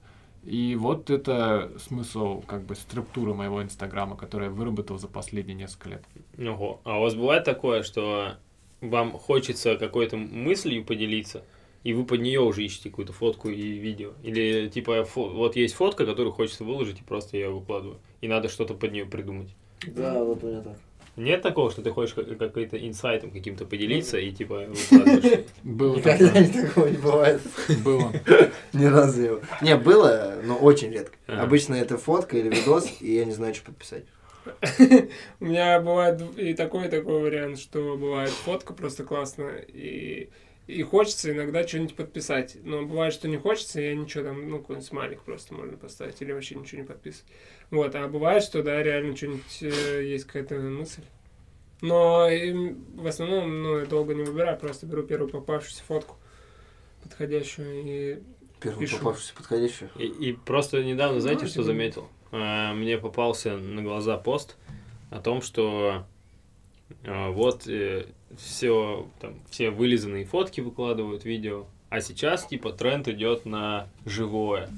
Speaker 3: И вот это смысл, как бы, структура моего инстаграма, которую я выработал за последние несколько лет.
Speaker 2: Ого. А у вас бывает такое, что вам хочется какой-то мыслью поделиться, и вы под нее уже ищете какую-то фотку и видео? Или типа фо- вот есть фотка, которую хочется выложить, и просто я ее выкладываю. И надо что-то под нее придумать.
Speaker 1: Да, вот у меня так.
Speaker 2: Нет такого, что ты хочешь как- какой-то инсайтом каким-то поделиться и типа выкладываешь.
Speaker 3: Было
Speaker 1: Никогда
Speaker 3: такое,
Speaker 1: не Ну, *laughs* такого не бывает.
Speaker 3: было.
Speaker 1: Ни разу его. Не, было, но очень редко.
Speaker 2: Ага.
Speaker 1: Обычно это фотка или видос, и я не знаю, что подписать.
Speaker 4: У меня бывает и такой, и такой вариант, что бывает фотка просто классно, и, и хочется иногда что-нибудь подписать. Но бывает, что не хочется, и я ничего там, ну, какой-нибудь смайлик просто можно поставить, или вообще ничего не подписывать. Вот, а бывает, что, да, реально что-нибудь э, есть какая-то мысль. Но им в основном, ну, я долго не выбираю, просто беру первую попавшуюся фотку подходящую и...
Speaker 1: Первую
Speaker 4: Пишу.
Speaker 1: попавшуюся подходящую.
Speaker 2: И, и просто недавно, знаете,
Speaker 4: Ну,
Speaker 2: что
Speaker 4: типа-
Speaker 2: заметил? А, Мне попался на глаза пост о том, что а, вот все, там, все вылизанные фотки выкладывают видео, а сейчас, типа, тренд идет на живое.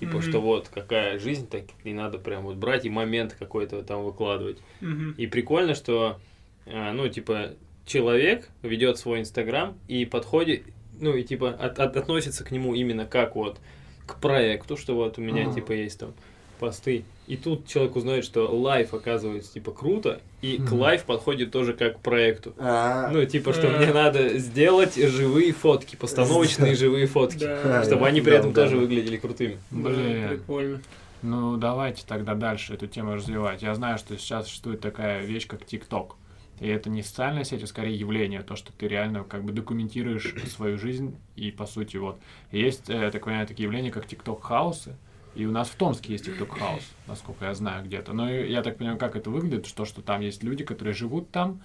Speaker 2: Типа,
Speaker 4: Мгм.
Speaker 2: что вот какая жизнь, так и надо прям вот брать и момент какой-то там выкладывать.
Speaker 4: Мгм.
Speaker 2: И прикольно, что, э, ну, типа, человек ведет свой Инстаграм и подходит, ну, и, типа, от- от- относится к нему именно как вот к проекту, что вот у меня,
Speaker 1: Ага.
Speaker 2: типа, есть там посты. И тут человек узнает, что лайф оказывается, типа, круто, и к
Speaker 3: Мгм.
Speaker 2: лайф подходит тоже как к проекту.
Speaker 1: А,
Speaker 2: Ну, типа, что
Speaker 4: А.
Speaker 2: мне надо сделать живые фотки, постановочные живые фотки,
Speaker 4: Да,
Speaker 2: чтобы они при
Speaker 1: Да,
Speaker 2: этом
Speaker 1: да,
Speaker 2: тоже
Speaker 1: да.
Speaker 2: выглядели крутыми.
Speaker 4: да,
Speaker 3: Блин.
Speaker 4: прикольно.
Speaker 3: Ну, давайте тогда дальше эту тему развивать. Я знаю, что сейчас существует такая вещь, как ТикТок. И это не социальная сеть, а скорее явление, то, что ты реально как бы документируешь *clears throat* свою жизнь, и по сути вот. Есть, э, я так понимаю, такие явления, как ТикТок-хаусы, и у нас в Томске есть ТикТок-хаус, насколько я знаю где-то. Но и я так понимаю, как это выглядит, что, что там есть люди, которые живут там,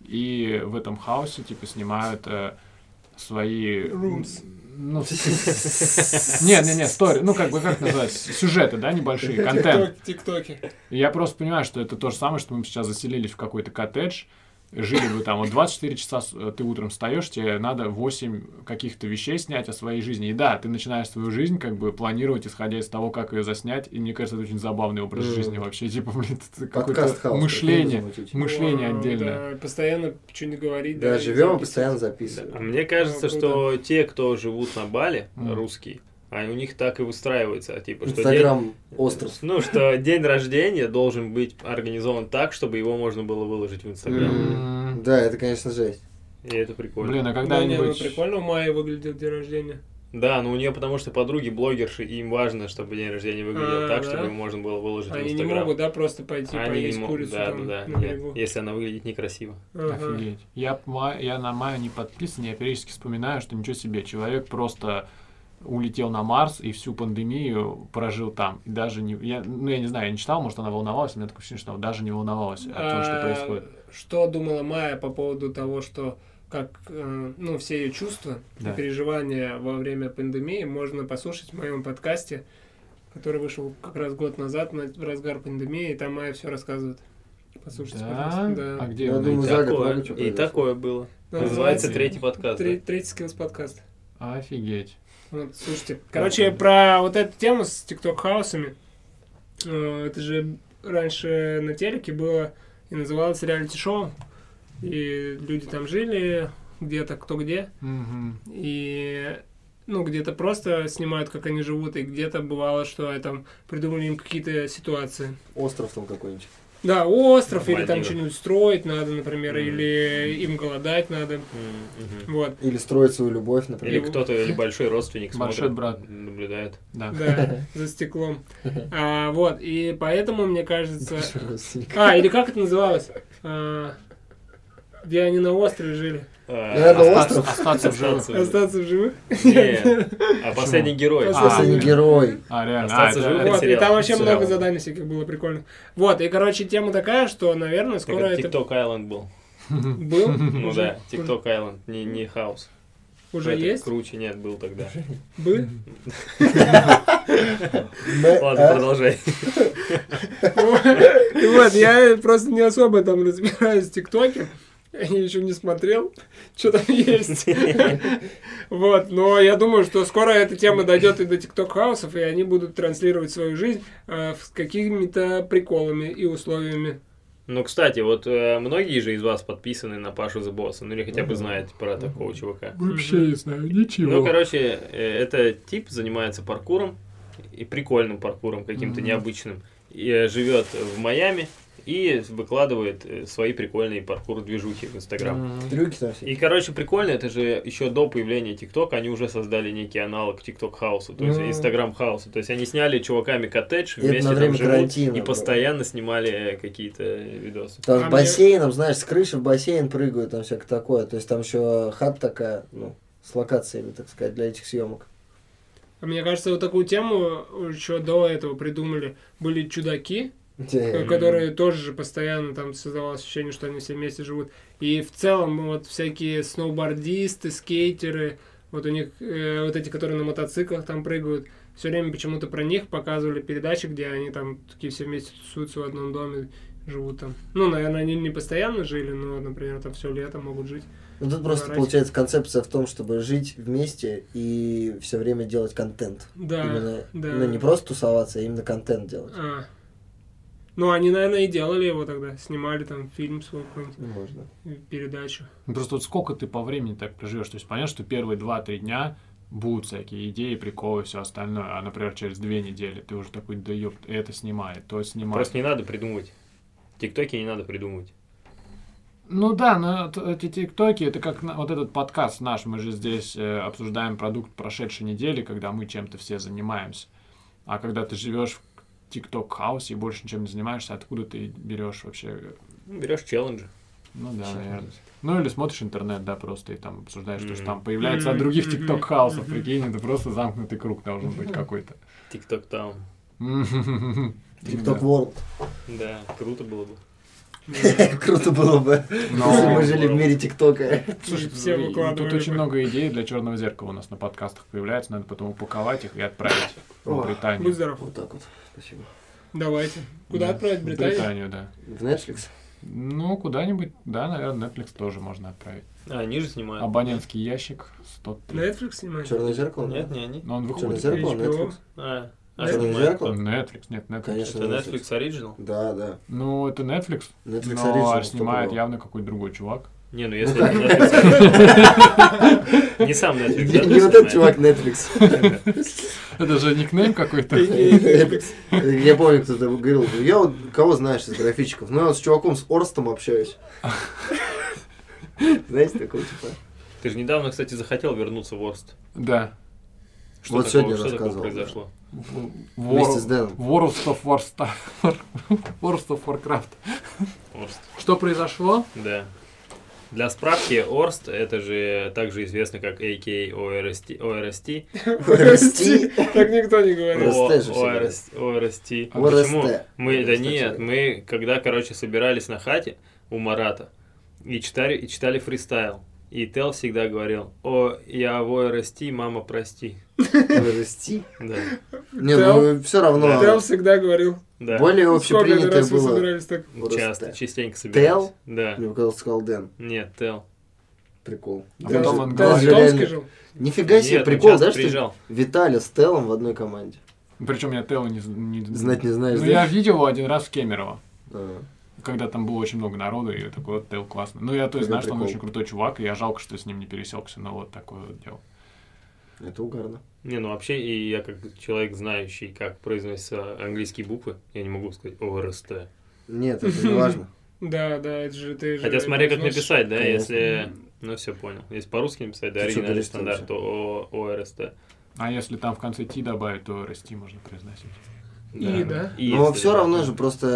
Speaker 3: и в этом хаосе, типа, снимают э, свои...
Speaker 4: Rooms.
Speaker 3: Ну, нет, нет, нет, стори. Ну, как бы, как называется? Сюжеты, да, небольшие, контент.
Speaker 4: Тикток- Тиктоки.
Speaker 3: И Я просто понимаю, что это то же самое, что мы бы сейчас заселились в какой-то коттедж, жили бы там, вот 24 часа с- э, ты утром встаешь, тебе надо 8 каких-то вещей снять о своей жизни. И да, ты начинаешь свою жизнь как бы планировать, исходя из того, как ее заснять. И мне кажется, это очень забавный образ
Speaker 1: Мгм.
Speaker 3: жизни вообще. Типа, блин,
Speaker 1: *laughs*
Speaker 3: это
Speaker 1: Подкаст
Speaker 3: какое-то
Speaker 1: хаос,
Speaker 3: мышление.
Speaker 1: какой замутить.
Speaker 3: Мышление
Speaker 4: Вау,
Speaker 3: отдельное.
Speaker 4: да, Постоянно что-нибудь говорить.
Speaker 1: Да,
Speaker 4: и
Speaker 1: живем и
Speaker 4: записывать.
Speaker 1: постоянно
Speaker 2: Да,
Speaker 1: записываем.
Speaker 2: А Мне кажется,
Speaker 4: Ну,
Speaker 2: что те, кто живут на Бали,
Speaker 3: Мгм.
Speaker 2: русские, а у них так и выстраивается, типа, что день-
Speaker 1: Инстаграм остров.
Speaker 2: Ну, что день рождения должен быть организован так, чтобы его можно было выложить в Инстаграм.
Speaker 3: М,
Speaker 1: Да, это, конечно, жесть.
Speaker 2: И это прикольно.
Speaker 3: Блин, а
Speaker 4: Да, не, ну
Speaker 3: когда-нибудь...
Speaker 4: прикольно в мае выглядел день рождения.
Speaker 2: Да, но у нее потому что подруги блогерши, и им важно, чтобы день рождения выглядел
Speaker 4: А,
Speaker 2: так,
Speaker 4: да.
Speaker 2: чтобы его можно было выложить в
Speaker 4: Они не
Speaker 2: Инстаграм.
Speaker 4: могут, да, просто пойти
Speaker 2: Они не
Speaker 4: поесть
Speaker 2: могут,
Speaker 4: курицу
Speaker 2: да,
Speaker 4: там
Speaker 2: да, да,
Speaker 4: на
Speaker 2: нет,
Speaker 4: берегу.
Speaker 2: если она выглядит некрасиво.
Speaker 4: Ага.
Speaker 3: Офигеть. Я, п- ма- я на маю не подписан, я периодически вспоминаю, что ничего себе, человек просто улетел на Марс и всю пандемию прожил там. И даже не... Я, ну, я не знаю, я не читал, может, она волновалась, у меня такое ощущение, что она даже не волновалась о том, что
Speaker 4: А,
Speaker 3: происходит.
Speaker 4: Что думала Майя по поводу того, что как, э, ну, все ее чувства
Speaker 3: Да.
Speaker 4: и переживания во время пандемии можно послушать в моем подкасте, который вышел как раз год назад, на, в разгар пандемии, и там Майя все рассказывает. Послушайте,
Speaker 3: Да?
Speaker 4: пожалуйста. Да.
Speaker 3: А где
Speaker 1: Я
Speaker 3: его
Speaker 1: думаю,
Speaker 3: найти?
Speaker 1: за год
Speaker 2: Такое,
Speaker 1: много чего
Speaker 2: и
Speaker 1: произошло.
Speaker 2: такое было.
Speaker 4: Да,
Speaker 2: Называется
Speaker 4: называется
Speaker 2: третий подкаст.
Speaker 4: Тре-
Speaker 2: да?
Speaker 4: Третий скиллс подкаст.
Speaker 3: Офигеть.
Speaker 4: Вот, Ну, слушайте. Короче, про вот эту тему с тикток-хаусами. Э, Это же раньше на телеке было и называлось реалити-шоу. И люди там жили, где-то кто где.
Speaker 3: Мгм.
Speaker 4: И ну, где-то просто снимают, как они живут, и где-то бывало, что э, там придумали им какие-то ситуации.
Speaker 1: Остров там какой-нибудь.
Speaker 4: Да, остров, или там
Speaker 2: Мальдивы.
Speaker 4: что-нибудь строить надо, например,
Speaker 2: Мгм.
Speaker 4: или им голодать надо.
Speaker 2: М, мгм.
Speaker 1: *laughs*
Speaker 4: Вот,
Speaker 1: Или строить свою любовь,
Speaker 2: Или
Speaker 1: например.
Speaker 2: кто-то,
Speaker 4: *laughs*
Speaker 2: или большой родственник
Speaker 3: Большой
Speaker 2: смотрит,
Speaker 3: брат.
Speaker 2: наблюдает.
Speaker 3: Да.
Speaker 4: да, за стеклом. А, вот, и поэтому, мне
Speaker 1: *laughs*
Speaker 4: кажется,
Speaker 1: Родственник.
Speaker 4: А, или как это называлось? А, Где они на острове жили.
Speaker 2: А,
Speaker 1: Наверное,
Speaker 2: оста-
Speaker 1: остров.
Speaker 3: Остаться в живых.
Speaker 4: Остаться в живых. *laughs*
Speaker 2: Нет. А последний герой.
Speaker 4: Остался
Speaker 1: Если не
Speaker 3: блин.
Speaker 1: герой.
Speaker 3: А, реально. А,
Speaker 2: Остаться
Speaker 3: это-
Speaker 2: в живых.
Speaker 3: это-
Speaker 4: Вот, и там вообще
Speaker 2: Сериал.
Speaker 4: много заданий всяких было прикольно. Вот, и, короче, тема такая, что, наверное,
Speaker 2: Так
Speaker 4: скоро
Speaker 2: это
Speaker 4: это
Speaker 2: TikTok Island был.
Speaker 4: был.
Speaker 2: *laughs* Ну да,
Speaker 4: уже-
Speaker 2: TikTok Island, не, не хаос.
Speaker 4: Уже
Speaker 2: Это
Speaker 4: есть?
Speaker 2: Круче нет, был тогда.
Speaker 4: Был?
Speaker 1: Б-
Speaker 2: Ладно,
Speaker 1: а?
Speaker 2: продолжай.
Speaker 4: И Вот, я просто не особо там разбираюсь в ТикТоке. Я еще не смотрел, что там есть.
Speaker 2: *laughs*
Speaker 4: Вот, но я думаю, что скоро эта тема дойдет и до ТикТок-хаусов, и они будут транслировать свою жизнь э, с какими-то приколами и условиями.
Speaker 2: Ну, кстати, вот э, многие же из вас подписаны на Пашу за босса, ну или хотя бы знаете про такого чувака.
Speaker 3: Вообще не знаю, ничего.
Speaker 2: Ну, короче, э, это тип занимается паркуром и прикольным паркуром каким-то
Speaker 3: Мгм.
Speaker 2: необычным. И э, живет в Майами и выкладывает э, свои прикольные паркур-движухи в Инстаграм.
Speaker 3: М.
Speaker 1: Трюки там все.
Speaker 2: И, короче, прикольно, это же еще до появления ТикТока они уже создали некий аналог ТикТок хаусу, то есть
Speaker 1: Ну.
Speaker 2: Инстаграм хаусу. То есть они сняли чуваками коттедж,
Speaker 1: И это
Speaker 2: вместе
Speaker 1: на
Speaker 2: там
Speaker 1: время
Speaker 2: живут
Speaker 1: карантина
Speaker 2: и
Speaker 1: было.
Speaker 2: постоянно снимали э, какие-то видосы.
Speaker 1: Там
Speaker 4: А мне-
Speaker 1: с бассейном, знаешь, с крыши в бассейн прыгают, там всякое такое. То есть там еще хат такая, ну, с локациями, так сказать, для этих съемок.
Speaker 4: А Мне кажется, вот такую тему еще до этого придумали. Были чудаки,
Speaker 1: Где-
Speaker 4: э, которые тоже же постоянно там создавалось ощущение, что они все вместе живут. И в целом вот всякие сноубордисты, скейтеры, вот у них э, вот эти, которые на мотоциклах там прыгают, все время почему-то про них показывали передачи, где они там такие все вместе тусуются в одном доме, живут там. Ну, наверное, они не постоянно жили, но, например, там все лето могут жить.
Speaker 1: Ну, тут просто
Speaker 4: Мразь.
Speaker 1: получается концепция в том, чтобы жить вместе и все время делать контент.
Speaker 4: Да,
Speaker 1: именно,
Speaker 4: да.
Speaker 1: ну, не просто тусоваться, а именно контент делать.
Speaker 4: А. Ну, они, наверное, и делали его тогда, снимали там фильм свой какой-нибудь,
Speaker 1: Ну, Можно.
Speaker 3: *laughs*
Speaker 4: передачу.
Speaker 3: Ну, Просто вот сколько ты по времени так проживешь? То есть понятно, что первые 2-3 дня будут всякие идеи, приколы, все остальное. А, например, через две недели ты уже такой, да ёпт, это снимает, то снимает.
Speaker 2: Просто не надо придумывать. Тиктоки не надо придумывать.
Speaker 3: Ну да, но т- эти тиктоки, это как на- вот этот подкаст наш, мы же здесь э, обсуждаем продукт прошедшей недели, когда мы чем-то все занимаемся. А когда ты живешь в тикток-хаусе и больше ничем не занимаешься, откуда ты берешь вообще?
Speaker 2: Ну, берешь челленджи.
Speaker 3: Ну да, наверное. Ну или смотришь интернет, да, просто и там обсуждаешь то, что
Speaker 2: Мгм.
Speaker 3: там появляется от других
Speaker 4: Мгм,
Speaker 3: тикток-хаусов,
Speaker 4: мгм.
Speaker 3: прикинь, это просто замкнутый круг должен быть
Speaker 4: *laughs*
Speaker 3: какой-то.
Speaker 2: Тикток таун.
Speaker 3: Мгм.
Speaker 1: TikTok World. *laughs*
Speaker 2: Да, круто было бы.
Speaker 1: Круто было бы,
Speaker 3: Но-
Speaker 1: если мы жили в мире ТикТока.
Speaker 4: *laughs* Слушай, все
Speaker 3: ну, и- и
Speaker 4: выкладывали
Speaker 3: Тут
Speaker 4: бы.
Speaker 3: очень много идей для черного зеркала у нас на подкастах появляется. Надо потом упаковать их и отправить в
Speaker 1: Ох,
Speaker 4: Будь
Speaker 3: Британию.
Speaker 4: здоров.
Speaker 1: Вот так вот. Спасибо.
Speaker 4: Давайте. Куда
Speaker 3: Да,
Speaker 4: отправить
Speaker 3: в
Speaker 4: Британию?
Speaker 3: Британию, да.
Speaker 1: В Netflix?
Speaker 3: Ну, куда-нибудь, да, наверное, Netflix тоже можно отправить.
Speaker 2: А, они же снимают.
Speaker 3: Абонентский ящик 103.
Speaker 4: Netflix снимать? *laughs*
Speaker 1: Черное зеркало?
Speaker 2: Нет,
Speaker 1: да?
Speaker 2: не они.
Speaker 3: Но он
Speaker 1: Черное
Speaker 3: выходит.
Speaker 1: зеркало,
Speaker 4: HBO.
Speaker 1: Netflix.
Speaker 2: А, а
Speaker 4: Netflix?
Speaker 2: снимают
Speaker 1: Зеркало?
Speaker 2: кто?
Speaker 3: Netflix, нет, Netflix.
Speaker 1: Конечно,
Speaker 2: Это Netflix Original?
Speaker 1: Да, да.
Speaker 3: Ну, это Netflix,
Speaker 1: Netflix
Speaker 3: но
Speaker 1: Original
Speaker 3: снимает
Speaker 1: стопудово.
Speaker 3: явно какой-то другой чувак. *laughs*
Speaker 2: Не, ну если это
Speaker 1: *laughs*
Speaker 2: Netflix Original. Не сам Netflix.
Speaker 1: Не не
Speaker 2: да, кто
Speaker 1: вот этот
Speaker 2: снимает?
Speaker 1: чувак Netflix.
Speaker 3: Это же никнейм какой-то.
Speaker 4: Netflix.
Speaker 1: *laughs* Я помню, кто-то говорил, я вот кого знаешь из графичиков? Ну, я вот с чуваком с Орстом общаюсь. Знаете, такого типа.
Speaker 2: Ты же недавно, кстати, захотел вернуться в Орст.
Speaker 3: Да.
Speaker 2: Что
Speaker 1: Вот
Speaker 2: такого-
Speaker 1: сегодня
Speaker 2: что такого
Speaker 1: рассказывал, да.
Speaker 2: произошло?
Speaker 3: В-
Speaker 1: Вместе
Speaker 3: War
Speaker 1: с
Speaker 3: *laughs*
Speaker 1: Дэном.
Speaker 3: World of Warsta- *laughs* World of Warcraft.
Speaker 2: Орст.
Speaker 3: Что произошло?
Speaker 2: Да. Для справки, Орст это же также известно как AKA ORST, ORST,
Speaker 1: Прости.
Speaker 4: Так никто не говорит.
Speaker 1: О, ORST же все
Speaker 2: ORST, ORST.
Speaker 1: А ORST.
Speaker 2: Почему? Мы, да
Speaker 1: ORST
Speaker 2: нет,
Speaker 1: человек.
Speaker 2: мы когда, короче, собирались на хате у Марата и читали, и читали фристайл. И Тел всегда говорил, о, я в ORST, мама, прости.
Speaker 1: Прости.
Speaker 2: Да,
Speaker 1: Не,
Speaker 4: Тел-
Speaker 1: ну все равно.
Speaker 4: Тел всегда говорил.
Speaker 2: да.
Speaker 1: Более
Speaker 4: Сколько это
Speaker 1: общепринятое
Speaker 4: раз вы
Speaker 1: было.
Speaker 4: собирались так?
Speaker 1: ORST.
Speaker 2: Часто, частенько собирались.
Speaker 1: Тел?
Speaker 2: Да.
Speaker 1: Мне показалось, сказал Дэн.
Speaker 2: Нет, Тел.
Speaker 1: Прикол.
Speaker 3: А
Speaker 1: Дэн
Speaker 3: потом
Speaker 1: же-
Speaker 3: он
Speaker 1: Дэн
Speaker 4: Тел
Speaker 3: говорит. ну
Speaker 1: же
Speaker 4: в Томске
Speaker 1: реально-
Speaker 4: жил.
Speaker 1: Нифига себе,
Speaker 2: Нет, он
Speaker 1: прикол,
Speaker 2: часто
Speaker 1: да, что
Speaker 2: приезжал.
Speaker 1: Виталя с Телом в одной команде.
Speaker 3: Причем я Тео не, з- не-
Speaker 1: Знать не знаешь,
Speaker 3: Ну,
Speaker 1: да?
Speaker 3: я видел его один раз в Кемерово,
Speaker 1: А,
Speaker 3: когда там было очень много народу, и такой вот Тео классно. Ну, я то
Speaker 1: Прикол,
Speaker 3: есть знаю, что он
Speaker 1: прикол.
Speaker 3: очень крутой чувак, и я жалко, что с ним не пересекся, но вот такое вот дело.
Speaker 1: Это угарно.
Speaker 2: Не, ну вообще, и я как человек, знающий, как произносятся английские буквы, я не могу сказать ОРСТ.
Speaker 1: Нет, это не важно.
Speaker 4: Да, да, это же ты же...
Speaker 2: Хотя смотри, как
Speaker 4: произносишь.
Speaker 2: написать, да,
Speaker 1: Конечно.
Speaker 2: если... Ну, все понял. Если по-русски написать, да,
Speaker 1: Ты чё
Speaker 2: оригинальный
Speaker 1: дуришь там
Speaker 2: стандарт,
Speaker 1: же?
Speaker 2: то О- ОРСТ.
Speaker 3: А если там в конце Ти добавить, то расти можно произносить.
Speaker 4: И, да.
Speaker 2: И
Speaker 1: Но
Speaker 2: если,
Speaker 1: все
Speaker 2: да,
Speaker 1: равно
Speaker 2: да.
Speaker 1: же просто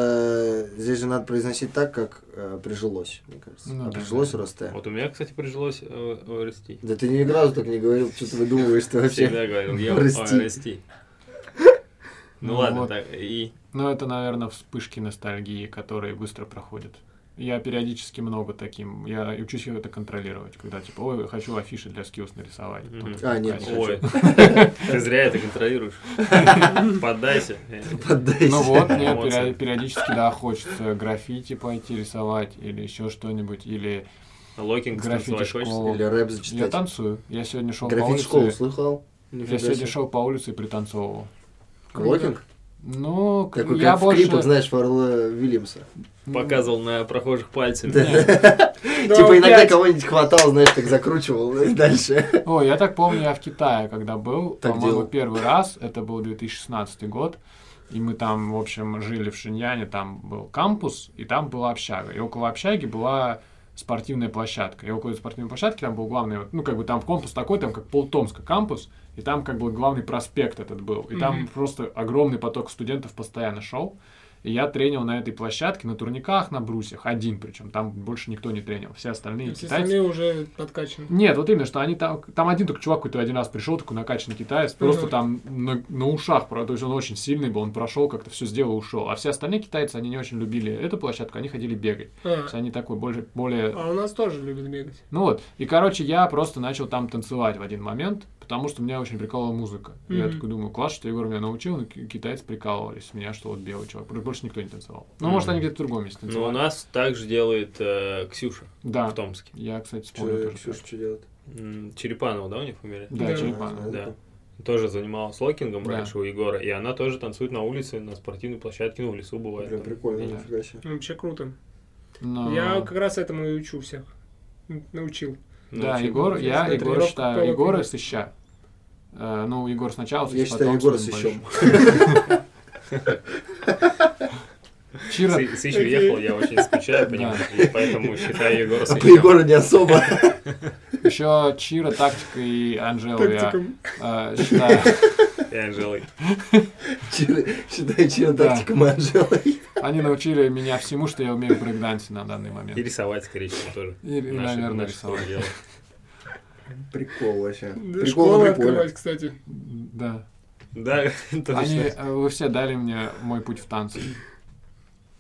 Speaker 1: э, здесь же надо произносить так, как э, прижилось, мне кажется.
Speaker 3: Ну
Speaker 1: А
Speaker 3: да,
Speaker 1: прижилось
Speaker 3: да.
Speaker 1: Росте.
Speaker 2: Вот у меня, кстати, прижилось э, ОРСТ.
Speaker 1: Да ты ни разу так не говорил, что ты выдумываешь что вообще.
Speaker 2: Всегда говорил, я
Speaker 1: ORST.
Speaker 2: ОРСТ. Ну
Speaker 3: Ну
Speaker 2: ладно,
Speaker 3: вот.
Speaker 2: так, и...
Speaker 3: Но это, наверное, вспышки ностальгии, которые быстро проходят. Я периодически много таким, я учусь это контролировать, когда типа, ой, хочу афиши для скиллс нарисовать.
Speaker 2: Мгм.
Speaker 3: Тут
Speaker 1: А, нет,
Speaker 3: такая
Speaker 2: Ой, *laughs* ты зря это контролируешь. Поддайся.
Speaker 1: Поддайся.
Speaker 3: Ну вот, мне
Speaker 2: Эмоции.
Speaker 3: период- периодически, да, хочется граффити пойти рисовать или еще что-нибудь, или
Speaker 2: Локинг
Speaker 3: Граффити
Speaker 2: станцевать хочется?
Speaker 1: *laughs*
Speaker 3: школа.
Speaker 1: Или рэп
Speaker 3: я
Speaker 1: зачитать.
Speaker 3: танцую. Я сегодня шел по
Speaker 1: Граффит-школу
Speaker 3: улице.
Speaker 1: слыхал?
Speaker 3: Я
Speaker 1: Нифига
Speaker 3: сегодня
Speaker 1: себе.
Speaker 3: шел по улице и пританцовывал.
Speaker 1: Локинг?
Speaker 3: Ну, к-
Speaker 1: Такой,
Speaker 3: я
Speaker 1: как в
Speaker 3: больше...
Speaker 1: клипах, знаешь, Фарла Вильямса.
Speaker 3: М,
Speaker 2: Показывал на прохожих пальцами.
Speaker 4: Да,
Speaker 3: ну,
Speaker 1: Типа иногда
Speaker 4: опять.
Speaker 1: кого-нибудь хватал, знаешь, так закручивал и дальше.
Speaker 3: О, я так помню, я в Китае, когда был,
Speaker 1: Так
Speaker 3: по-моему,
Speaker 1: делал.
Speaker 3: первый раз, это был 2016 год, и мы там, в общем, жили в Шиньяне, там был кампус, и там была общага, и около общаги была спортивная площадка, и около спортивной площадки там был главный, вот, ну, как бы там компас такой, там как полтомска кампус, и там как бы главный проспект этот был, и там
Speaker 4: Мгм.
Speaker 3: просто огромный поток студентов постоянно шел, и я тренил на этой площадке, на турниках, на брусьях, один причем, там больше никто не тренил, все остальные
Speaker 4: Все
Speaker 3: китайцы.
Speaker 4: остальные уже подкачаны.
Speaker 3: Нет, вот именно, что они там, там один только чувак какой-то один раз пришел, такой накачанный китаец, просто
Speaker 4: Мгм.
Speaker 3: там на, на ушах, про- то есть он очень сильный был, он прошел, как-то все сделал, и ушел. А все остальные китайцы, они не очень любили эту площадку, они ходили бегать. То
Speaker 4: А,
Speaker 3: есть они такой более, более...
Speaker 4: а у нас тоже любят бегать.
Speaker 3: Ну вот, и короче, я просто начал там танцевать в один момент, потому что меня очень прикалывала музыка. И Я
Speaker 4: Мгм.
Speaker 3: такой думаю, класс, что Егор меня научил, но ки- китайцы прикалывались с меня, что вот белый чувак. Больше никто не танцевал. Ну, может,
Speaker 2: Мгм.
Speaker 3: они где-то в другом месте
Speaker 2: Ну, у
Speaker 3: танцевали.
Speaker 2: нас так же делает э, Ксюша в
Speaker 3: Да,
Speaker 2: Томске.
Speaker 3: я, кстати, вспомнил тоже.
Speaker 1: Ксюша, что делать?
Speaker 2: М, Черепанова, да, у них фамилия?
Speaker 3: Да,
Speaker 4: Да.
Speaker 3: черепанов.
Speaker 2: Ну, Да. Тоже занималась локингом
Speaker 3: Да.
Speaker 2: раньше у Егора, и она тоже танцует на улице, на спортивной площадке, ну, в лесу бывает.
Speaker 1: Прям
Speaker 2: там.
Speaker 1: прикольно,
Speaker 3: Да.
Speaker 1: нифига себе.
Speaker 4: Ну, Вообще круто.
Speaker 3: Но-
Speaker 4: Я как раз этому и учу всех. М, Научил.
Speaker 2: Ну,
Speaker 3: да,
Speaker 2: вообще,
Speaker 3: Егор, я
Speaker 4: интересная
Speaker 3: Егора
Speaker 4: тренировка по
Speaker 3: считаю,
Speaker 4: локоть.
Speaker 3: Егора сыща. Э, ну, Егор сначала,
Speaker 1: Я
Speaker 3: сыщ,
Speaker 1: считаю
Speaker 3: потом
Speaker 1: Егора
Speaker 3: сын
Speaker 1: сыщем.
Speaker 3: большой. Чира,
Speaker 2: Сы- Сыч уехал, я очень
Speaker 3: *laughs*
Speaker 2: скучаю по нему,
Speaker 3: Да.
Speaker 2: и поэтому считаю Егора
Speaker 1: А по
Speaker 2: Сычем.
Speaker 1: Егору не особо. *laughs*
Speaker 3: еще Чира, Тактика и Анжела я
Speaker 4: Тактикам.
Speaker 3: э, считаю.
Speaker 2: и Анжелой.
Speaker 1: Чир- Считаю, чья
Speaker 3: Да.
Speaker 1: тактика мы Анжелой.
Speaker 3: Они научили меня всему, что я умею в брейкдансе на данный
Speaker 2: И
Speaker 3: момент.
Speaker 2: рисовать, скорее всего, тоже.
Speaker 3: И,
Speaker 2: Наши-
Speaker 3: наверное,
Speaker 2: наши тоже
Speaker 3: рисовать.
Speaker 2: дело.
Speaker 1: Прикол вообще.
Speaker 4: Да,
Speaker 1: Прикол
Speaker 4: Школы
Speaker 1: на приколе.
Speaker 4: открывать, кстати.
Speaker 3: Да.
Speaker 2: Да, *laughs*
Speaker 3: Они,
Speaker 2: точно.
Speaker 3: э, вы все дали мне мой путь в танцы.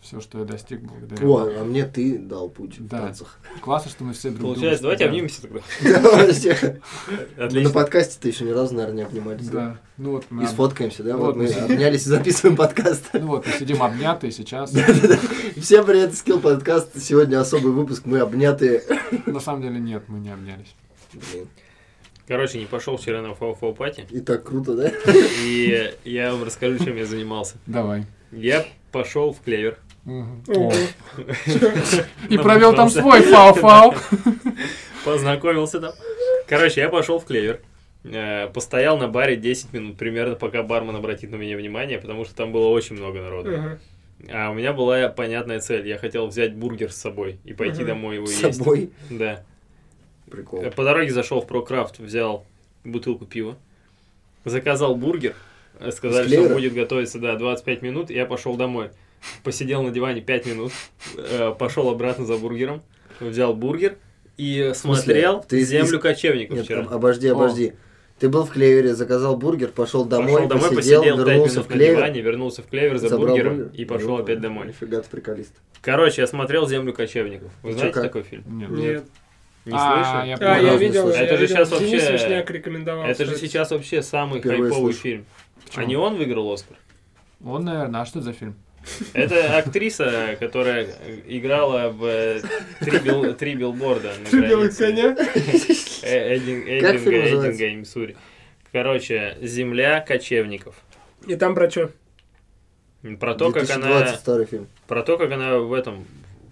Speaker 3: все, что я достиг благодаря
Speaker 1: О,
Speaker 3: вам.
Speaker 1: а мне ты дал путь в
Speaker 3: Да.
Speaker 1: танцах. *laughs*
Speaker 3: Классно, что мы все друг друга
Speaker 2: Получается, давайте
Speaker 3: вспоминаем.
Speaker 2: обнимемся тогда.
Speaker 1: Давай всех.
Speaker 3: Ну,
Speaker 1: Ну, На
Speaker 2: Отлично.
Speaker 1: подкасте-то еще ни разу, наверное, не обнимались.
Speaker 3: Да, ну вот мы,
Speaker 1: И
Speaker 3: об-
Speaker 1: сфоткаемся, да?
Speaker 3: Вот
Speaker 1: Вот мы
Speaker 3: мы-
Speaker 1: обнялись и записываем подкаст. *laughs*
Speaker 3: ну вот, мы сидим обнятые сейчас.
Speaker 1: Всем привет, скилл подкаст. Сегодня особый выпуск. Мы обняты.
Speaker 3: На самом деле нет, мы не обнялись.
Speaker 1: Блин,
Speaker 2: Короче, не пошел вчера на фау пати.
Speaker 1: И так круто, да?
Speaker 2: И я вам расскажу, чем я занимался.
Speaker 3: Давай.
Speaker 2: Я пошел в клевер.
Speaker 3: Мгм.
Speaker 4: Ого.
Speaker 3: И провел там
Speaker 2: Набухался. *laughs*
Speaker 3: свой фау-фау.
Speaker 2: Познакомился там. Короче, я пошел в клевер. Э, Постоял на баре 10 минут примерно, пока бармен обратит на меня внимание, потому что там было очень много народу.
Speaker 4: Ага.
Speaker 2: А у меня была понятная цель. Я хотел взять бургер с собой и пойти
Speaker 4: Мгм.
Speaker 2: домой его
Speaker 1: С
Speaker 2: есть.
Speaker 1: собой.
Speaker 2: Да.
Speaker 1: Прикол.
Speaker 2: Э, По дороге зашел в Прокрафт, взял бутылку пива, заказал бургер, э, сказали,
Speaker 1: Из
Speaker 2: что он
Speaker 1: клевера?
Speaker 2: будет готовиться, да, 25 минут, я пошел домой. Посидел на диване 5 минут, э, пошел обратно за бургером, взял бургер и
Speaker 1: смысле?
Speaker 2: смотрел
Speaker 1: Ты из-
Speaker 2: «Землю
Speaker 1: из-
Speaker 2: кочевников»
Speaker 1: Нет,
Speaker 2: вчера.
Speaker 1: об- обожди,
Speaker 3: О.
Speaker 1: обожди. Ты был в клевере, заказал бургер, пошел домой,
Speaker 2: пошел домой,
Speaker 1: посидел,
Speaker 2: посидел, 5
Speaker 1: вернулся
Speaker 2: минут
Speaker 1: в
Speaker 2: на
Speaker 1: клевер,
Speaker 2: диване, вернулся в клевер за
Speaker 1: забрал
Speaker 2: бургером
Speaker 1: бургер.
Speaker 2: и пошел
Speaker 1: Ну,
Speaker 2: опять домой.
Speaker 1: Нифига ты приколист.
Speaker 2: Короче, я смотрел «Землю кочевников». Вы
Speaker 1: Ну, чё,
Speaker 2: знаете
Speaker 1: как?
Speaker 2: такой фильм?
Speaker 3: Нет.
Speaker 4: Нет.
Speaker 2: Не
Speaker 3: А,
Speaker 2: слышали?
Speaker 3: я
Speaker 4: А,
Speaker 1: ни
Speaker 4: я
Speaker 1: разу не
Speaker 4: видел,
Speaker 1: слышал.
Speaker 4: я
Speaker 2: Это же
Speaker 4: видел.
Speaker 2: сейчас
Speaker 4: Денис
Speaker 2: вообще-
Speaker 4: Вишняк рекомендовал.
Speaker 2: Это же
Speaker 4: кстати.
Speaker 2: сейчас вообще самый
Speaker 1: Впервые
Speaker 2: хайповый
Speaker 1: слышу.
Speaker 2: фильм.
Speaker 3: Почему?
Speaker 2: А не он выиграл «Оскар»?
Speaker 3: Он, наверное, а что это за фильм?
Speaker 2: Это актриса, которая играла в э, три, бил- три билборда на
Speaker 4: Три белых
Speaker 1: *laughs*
Speaker 2: границе.
Speaker 4: коня.
Speaker 2: Э, Эдин-
Speaker 1: Как
Speaker 2: Эдинга,
Speaker 1: фильм называется?
Speaker 2: Эдинга и Миссури. Короче, «Земля кочевников».
Speaker 4: И там про что?
Speaker 2: Про А то, как она,
Speaker 1: 2020 старый фильм.
Speaker 2: про то, как она в этом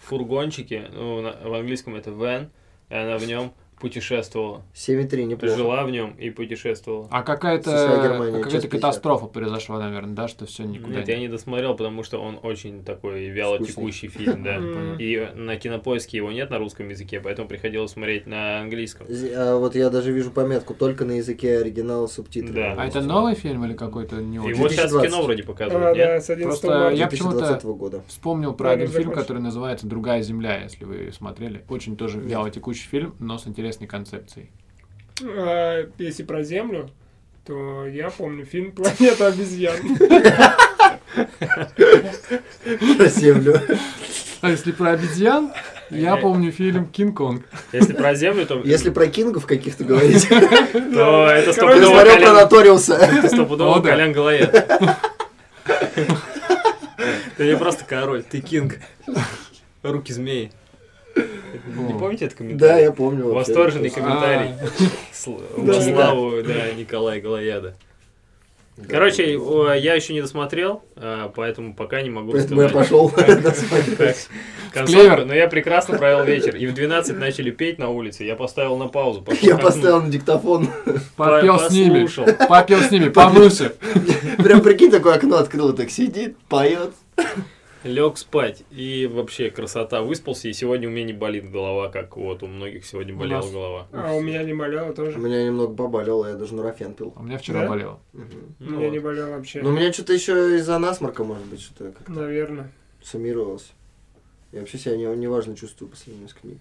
Speaker 2: фургончике, ну, на- в английском это van, и она в нем путешествовала.
Speaker 1: 7,3, неплохо.
Speaker 2: Жила в нем и путешествовала.
Speaker 1: США,
Speaker 3: А какая-то
Speaker 1: Германия,
Speaker 3: какая-то
Speaker 1: час пятьдесят.
Speaker 3: катастрофа произошла, наверное, да, что все никуда
Speaker 2: Нет, я не досмотрел, потому что он очень такой вяло текущий фильм, да.
Speaker 4: М.
Speaker 2: И на кинопоиске его нет на русском языке, поэтому приходилось смотреть на английском.
Speaker 1: Зи- а вот я даже вижу пометку, только на языке оригинала субтитры.
Speaker 2: Да.
Speaker 3: А это новый фильм или какой-то не
Speaker 2: Его
Speaker 3: очень?
Speaker 1: 2020.
Speaker 2: сейчас в кино вроде
Speaker 4: А,
Speaker 2: показывают, нет?
Speaker 4: да, с 11
Speaker 3: Просто
Speaker 4: марта.
Speaker 3: я
Speaker 1: 2020 года. *laughs*
Speaker 3: Вспомнил про
Speaker 4: Да,
Speaker 3: один
Speaker 4: не
Speaker 3: фильм,
Speaker 4: закончил.
Speaker 3: который называется «Другая земля», если вы её смотрели. Очень тоже
Speaker 1: Нет.
Speaker 3: вяло текущий фильм, но с интересной концепцией.
Speaker 4: А, если про Землю, то я помню фильм «Планета обезьян».
Speaker 1: Про
Speaker 2: *laughs*
Speaker 1: землю.
Speaker 3: А если про обезьян, я помню фильм «Кинг-Конг».
Speaker 2: Если про
Speaker 1: *laughs*
Speaker 2: землю, то...
Speaker 1: Если про кингов каких-то говорить,
Speaker 2: *laughs* То это
Speaker 1: я
Speaker 4: Короче,
Speaker 2: стопудово
Speaker 1: смотрел про
Speaker 2: Колян,
Speaker 1: Наториуса.
Speaker 2: *laughs* это стопудово
Speaker 3: О, да.
Speaker 2: Колян Галоян.
Speaker 1: *laughs*
Speaker 2: Ты не просто король,
Speaker 1: *laughs*
Speaker 2: ты кинг. Руки змеи. Не
Speaker 3: О.
Speaker 2: помните этот комментарий?
Speaker 1: Да, я помню. вообще. *laughs*
Speaker 2: Восторженный комментарий.
Speaker 3: А,
Speaker 2: Сл-
Speaker 4: Да.
Speaker 2: Во славу, да, Николая Галояда.
Speaker 1: Да.
Speaker 2: Короче, о, я еще не досмотрел, а, поэтому пока не могу
Speaker 1: Поэтому я
Speaker 2: сказать. *laughs*
Speaker 1: пошел на
Speaker 2: Так, концовка,
Speaker 3: Клевер.
Speaker 2: но я прекрасно провел вечер. И в 12 начали петь на улице. Я поставил на паузу. пошел
Speaker 1: Я
Speaker 2: ко сну.
Speaker 1: поставил на диктофон. *laughs*
Speaker 2: *laughs*
Speaker 3: Попел
Speaker 2: По-
Speaker 3: с ними,
Speaker 2: послушал.
Speaker 3: попел с ними, помылся.
Speaker 1: Прям прикинь, такое окно открыл, так сидит, поет.
Speaker 2: Лег спать. И вообще красота. Выспался. И сегодня у меня не болит голова, как вот у многих сегодня
Speaker 3: У
Speaker 2: болела
Speaker 3: нас.
Speaker 2: голова.
Speaker 4: А у меня не болело тоже.
Speaker 1: Меня немного поболело, я даже нурофен пил.
Speaker 3: У меня вчера
Speaker 4: Да?
Speaker 3: болело.
Speaker 1: Мгм.
Speaker 4: У
Speaker 2: Ну
Speaker 4: меня
Speaker 2: вот.
Speaker 4: не болело вообще.
Speaker 1: Но у меня что-то еще из-за насморка, может быть, что-то как
Speaker 4: Наверное.
Speaker 1: суммировалось. Я вообще себя не- неважно чувствую последние несколько дней.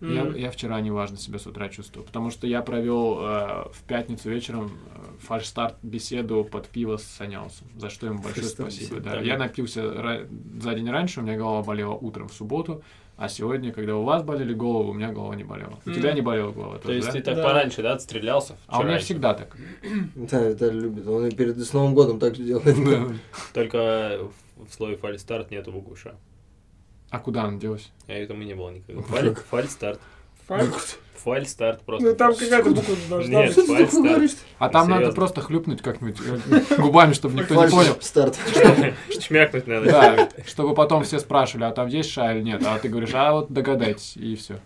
Speaker 3: Я,
Speaker 4: М.
Speaker 3: я вчера неважно себя с утра чувствую, потому что я провел э, в пятницу вечером э, фальстарт беседу под пиво с Санялсом, за что ему большое
Speaker 1: Фальстарт
Speaker 3: спасибо.
Speaker 1: беседа.
Speaker 3: Да. Я напился ра- за день раньше, у меня голова болела утром в субботу, а сегодня, когда у вас болели головы, у меня голова не болела. У
Speaker 4: М.
Speaker 3: тебя не болела голова
Speaker 2: То
Speaker 3: тоже,
Speaker 2: есть
Speaker 3: да?
Speaker 2: ты так
Speaker 4: Да.
Speaker 2: пораньше, да, отстрелялся?
Speaker 3: А у
Speaker 2: вчера
Speaker 3: меня
Speaker 2: еще?
Speaker 3: всегда
Speaker 2: *laughs*
Speaker 3: так.
Speaker 1: Да, Виталий любит. Он и перед с Новым годом так же делает.
Speaker 2: Только в слове фальстарт нету буквы «ш».
Speaker 3: А куда она делась?
Speaker 2: А этому не было никогда. Фаль- Фальстарт.
Speaker 1: Ну,
Speaker 4: Факт.
Speaker 2: Фальстарт просто.
Speaker 4: Ну там какая-то буква должна
Speaker 2: Нет,
Speaker 4: быть.
Speaker 2: фальстарт.
Speaker 3: А там надо
Speaker 2: Серьезно?
Speaker 3: просто хлюпнуть как-нибудь э, губами, чтобы никто не
Speaker 1: Фальш-
Speaker 3: понял.
Speaker 1: Старт.
Speaker 2: *laughs* Шмякнуть надо.
Speaker 3: Да, чтобы потом все спрашивали, а там есть ша или нет, а ты говоришь, а вот догадайтесь, и все.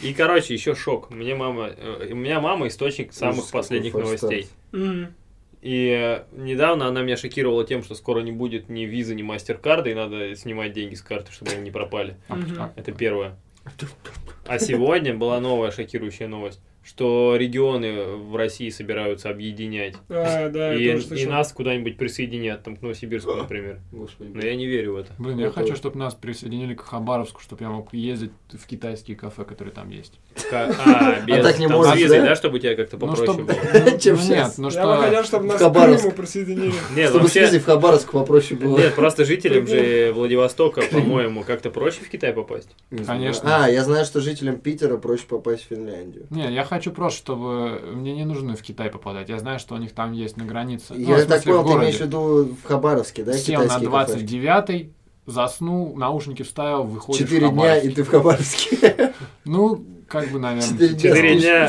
Speaker 2: И, короче, еще шок. Мне мама, э, у меня мама источник самых
Speaker 1: Ужас, какой
Speaker 2: последних
Speaker 1: фальстарт.
Speaker 2: новостей.
Speaker 4: М.
Speaker 2: И э, недавно она меня шокировала тем, что скоро не будет ни визы, ни мастер-карда, и надо снимать деньги с карты, чтобы они не пропали.
Speaker 3: А,
Speaker 4: Мгм.
Speaker 3: а,
Speaker 2: Это первое. А сегодня была новая шокирующая новость, что регионы в России собираются объединять.
Speaker 4: А, да,
Speaker 2: и,
Speaker 4: я тоже
Speaker 2: и
Speaker 4: слышал.
Speaker 2: нас куда-нибудь присоединят, там, к Новосибирску, например.
Speaker 1: Господи.
Speaker 2: Но я не верю
Speaker 1: *laughs*
Speaker 2: в это.
Speaker 3: Блин, Ну, я
Speaker 1: Вот
Speaker 3: хочу,
Speaker 1: вот.
Speaker 3: чтобы нас присоединили к Хабаровску, чтобы я мог ездить в китайские кафе, которые там есть.
Speaker 2: Ка- А, без
Speaker 1: так не
Speaker 2: там, с
Speaker 1: можно,
Speaker 2: визой,
Speaker 1: да?
Speaker 2: да, чтобы у тебя как-то
Speaker 3: Ну,
Speaker 2: попроще
Speaker 3: чтоб-
Speaker 2: было?
Speaker 3: *laughs* ну,
Speaker 1: Чем
Speaker 3: ну, Нет,
Speaker 1: щас?
Speaker 3: ну
Speaker 4: Я бы хотел,
Speaker 3: что...
Speaker 4: чтобы
Speaker 1: В
Speaker 4: нас к
Speaker 1: Хабаровск.
Speaker 4: Крыму присоединили.
Speaker 2: Нет,
Speaker 1: Чтобы с визой
Speaker 2: ну вообще...
Speaker 1: в Хабаровск попроще было.
Speaker 2: Нет, просто жителям же Владивостока, по-моему, как-то проще в Китай попасть.
Speaker 1: Не знаю.
Speaker 3: конечно.
Speaker 1: А, я знаю, что жителям Питера проще попасть в Финляндию.
Speaker 3: Не, я хочу просто, чтобы мне не нужно в Китай попадать. Я знаю, что у них там есть на границе. Ну, в
Speaker 1: я
Speaker 3: смысле,
Speaker 1: так
Speaker 3: в
Speaker 1: понял, ты
Speaker 3: городе.
Speaker 1: имеешь в виду в Хабаровске, да?
Speaker 3: Сел на
Speaker 1: китайские кафе?
Speaker 3: 29-й, заснул, наушники вставил, выходишь
Speaker 1: Четыре
Speaker 3: в
Speaker 1: дня,
Speaker 3: Хабаровск.
Speaker 1: и ты в
Speaker 3: *laughs*
Speaker 1: Хабаровске.
Speaker 3: Ну, как бы, наверное.
Speaker 1: Четыре дня.
Speaker 2: Четыре
Speaker 1: слышу,
Speaker 2: дня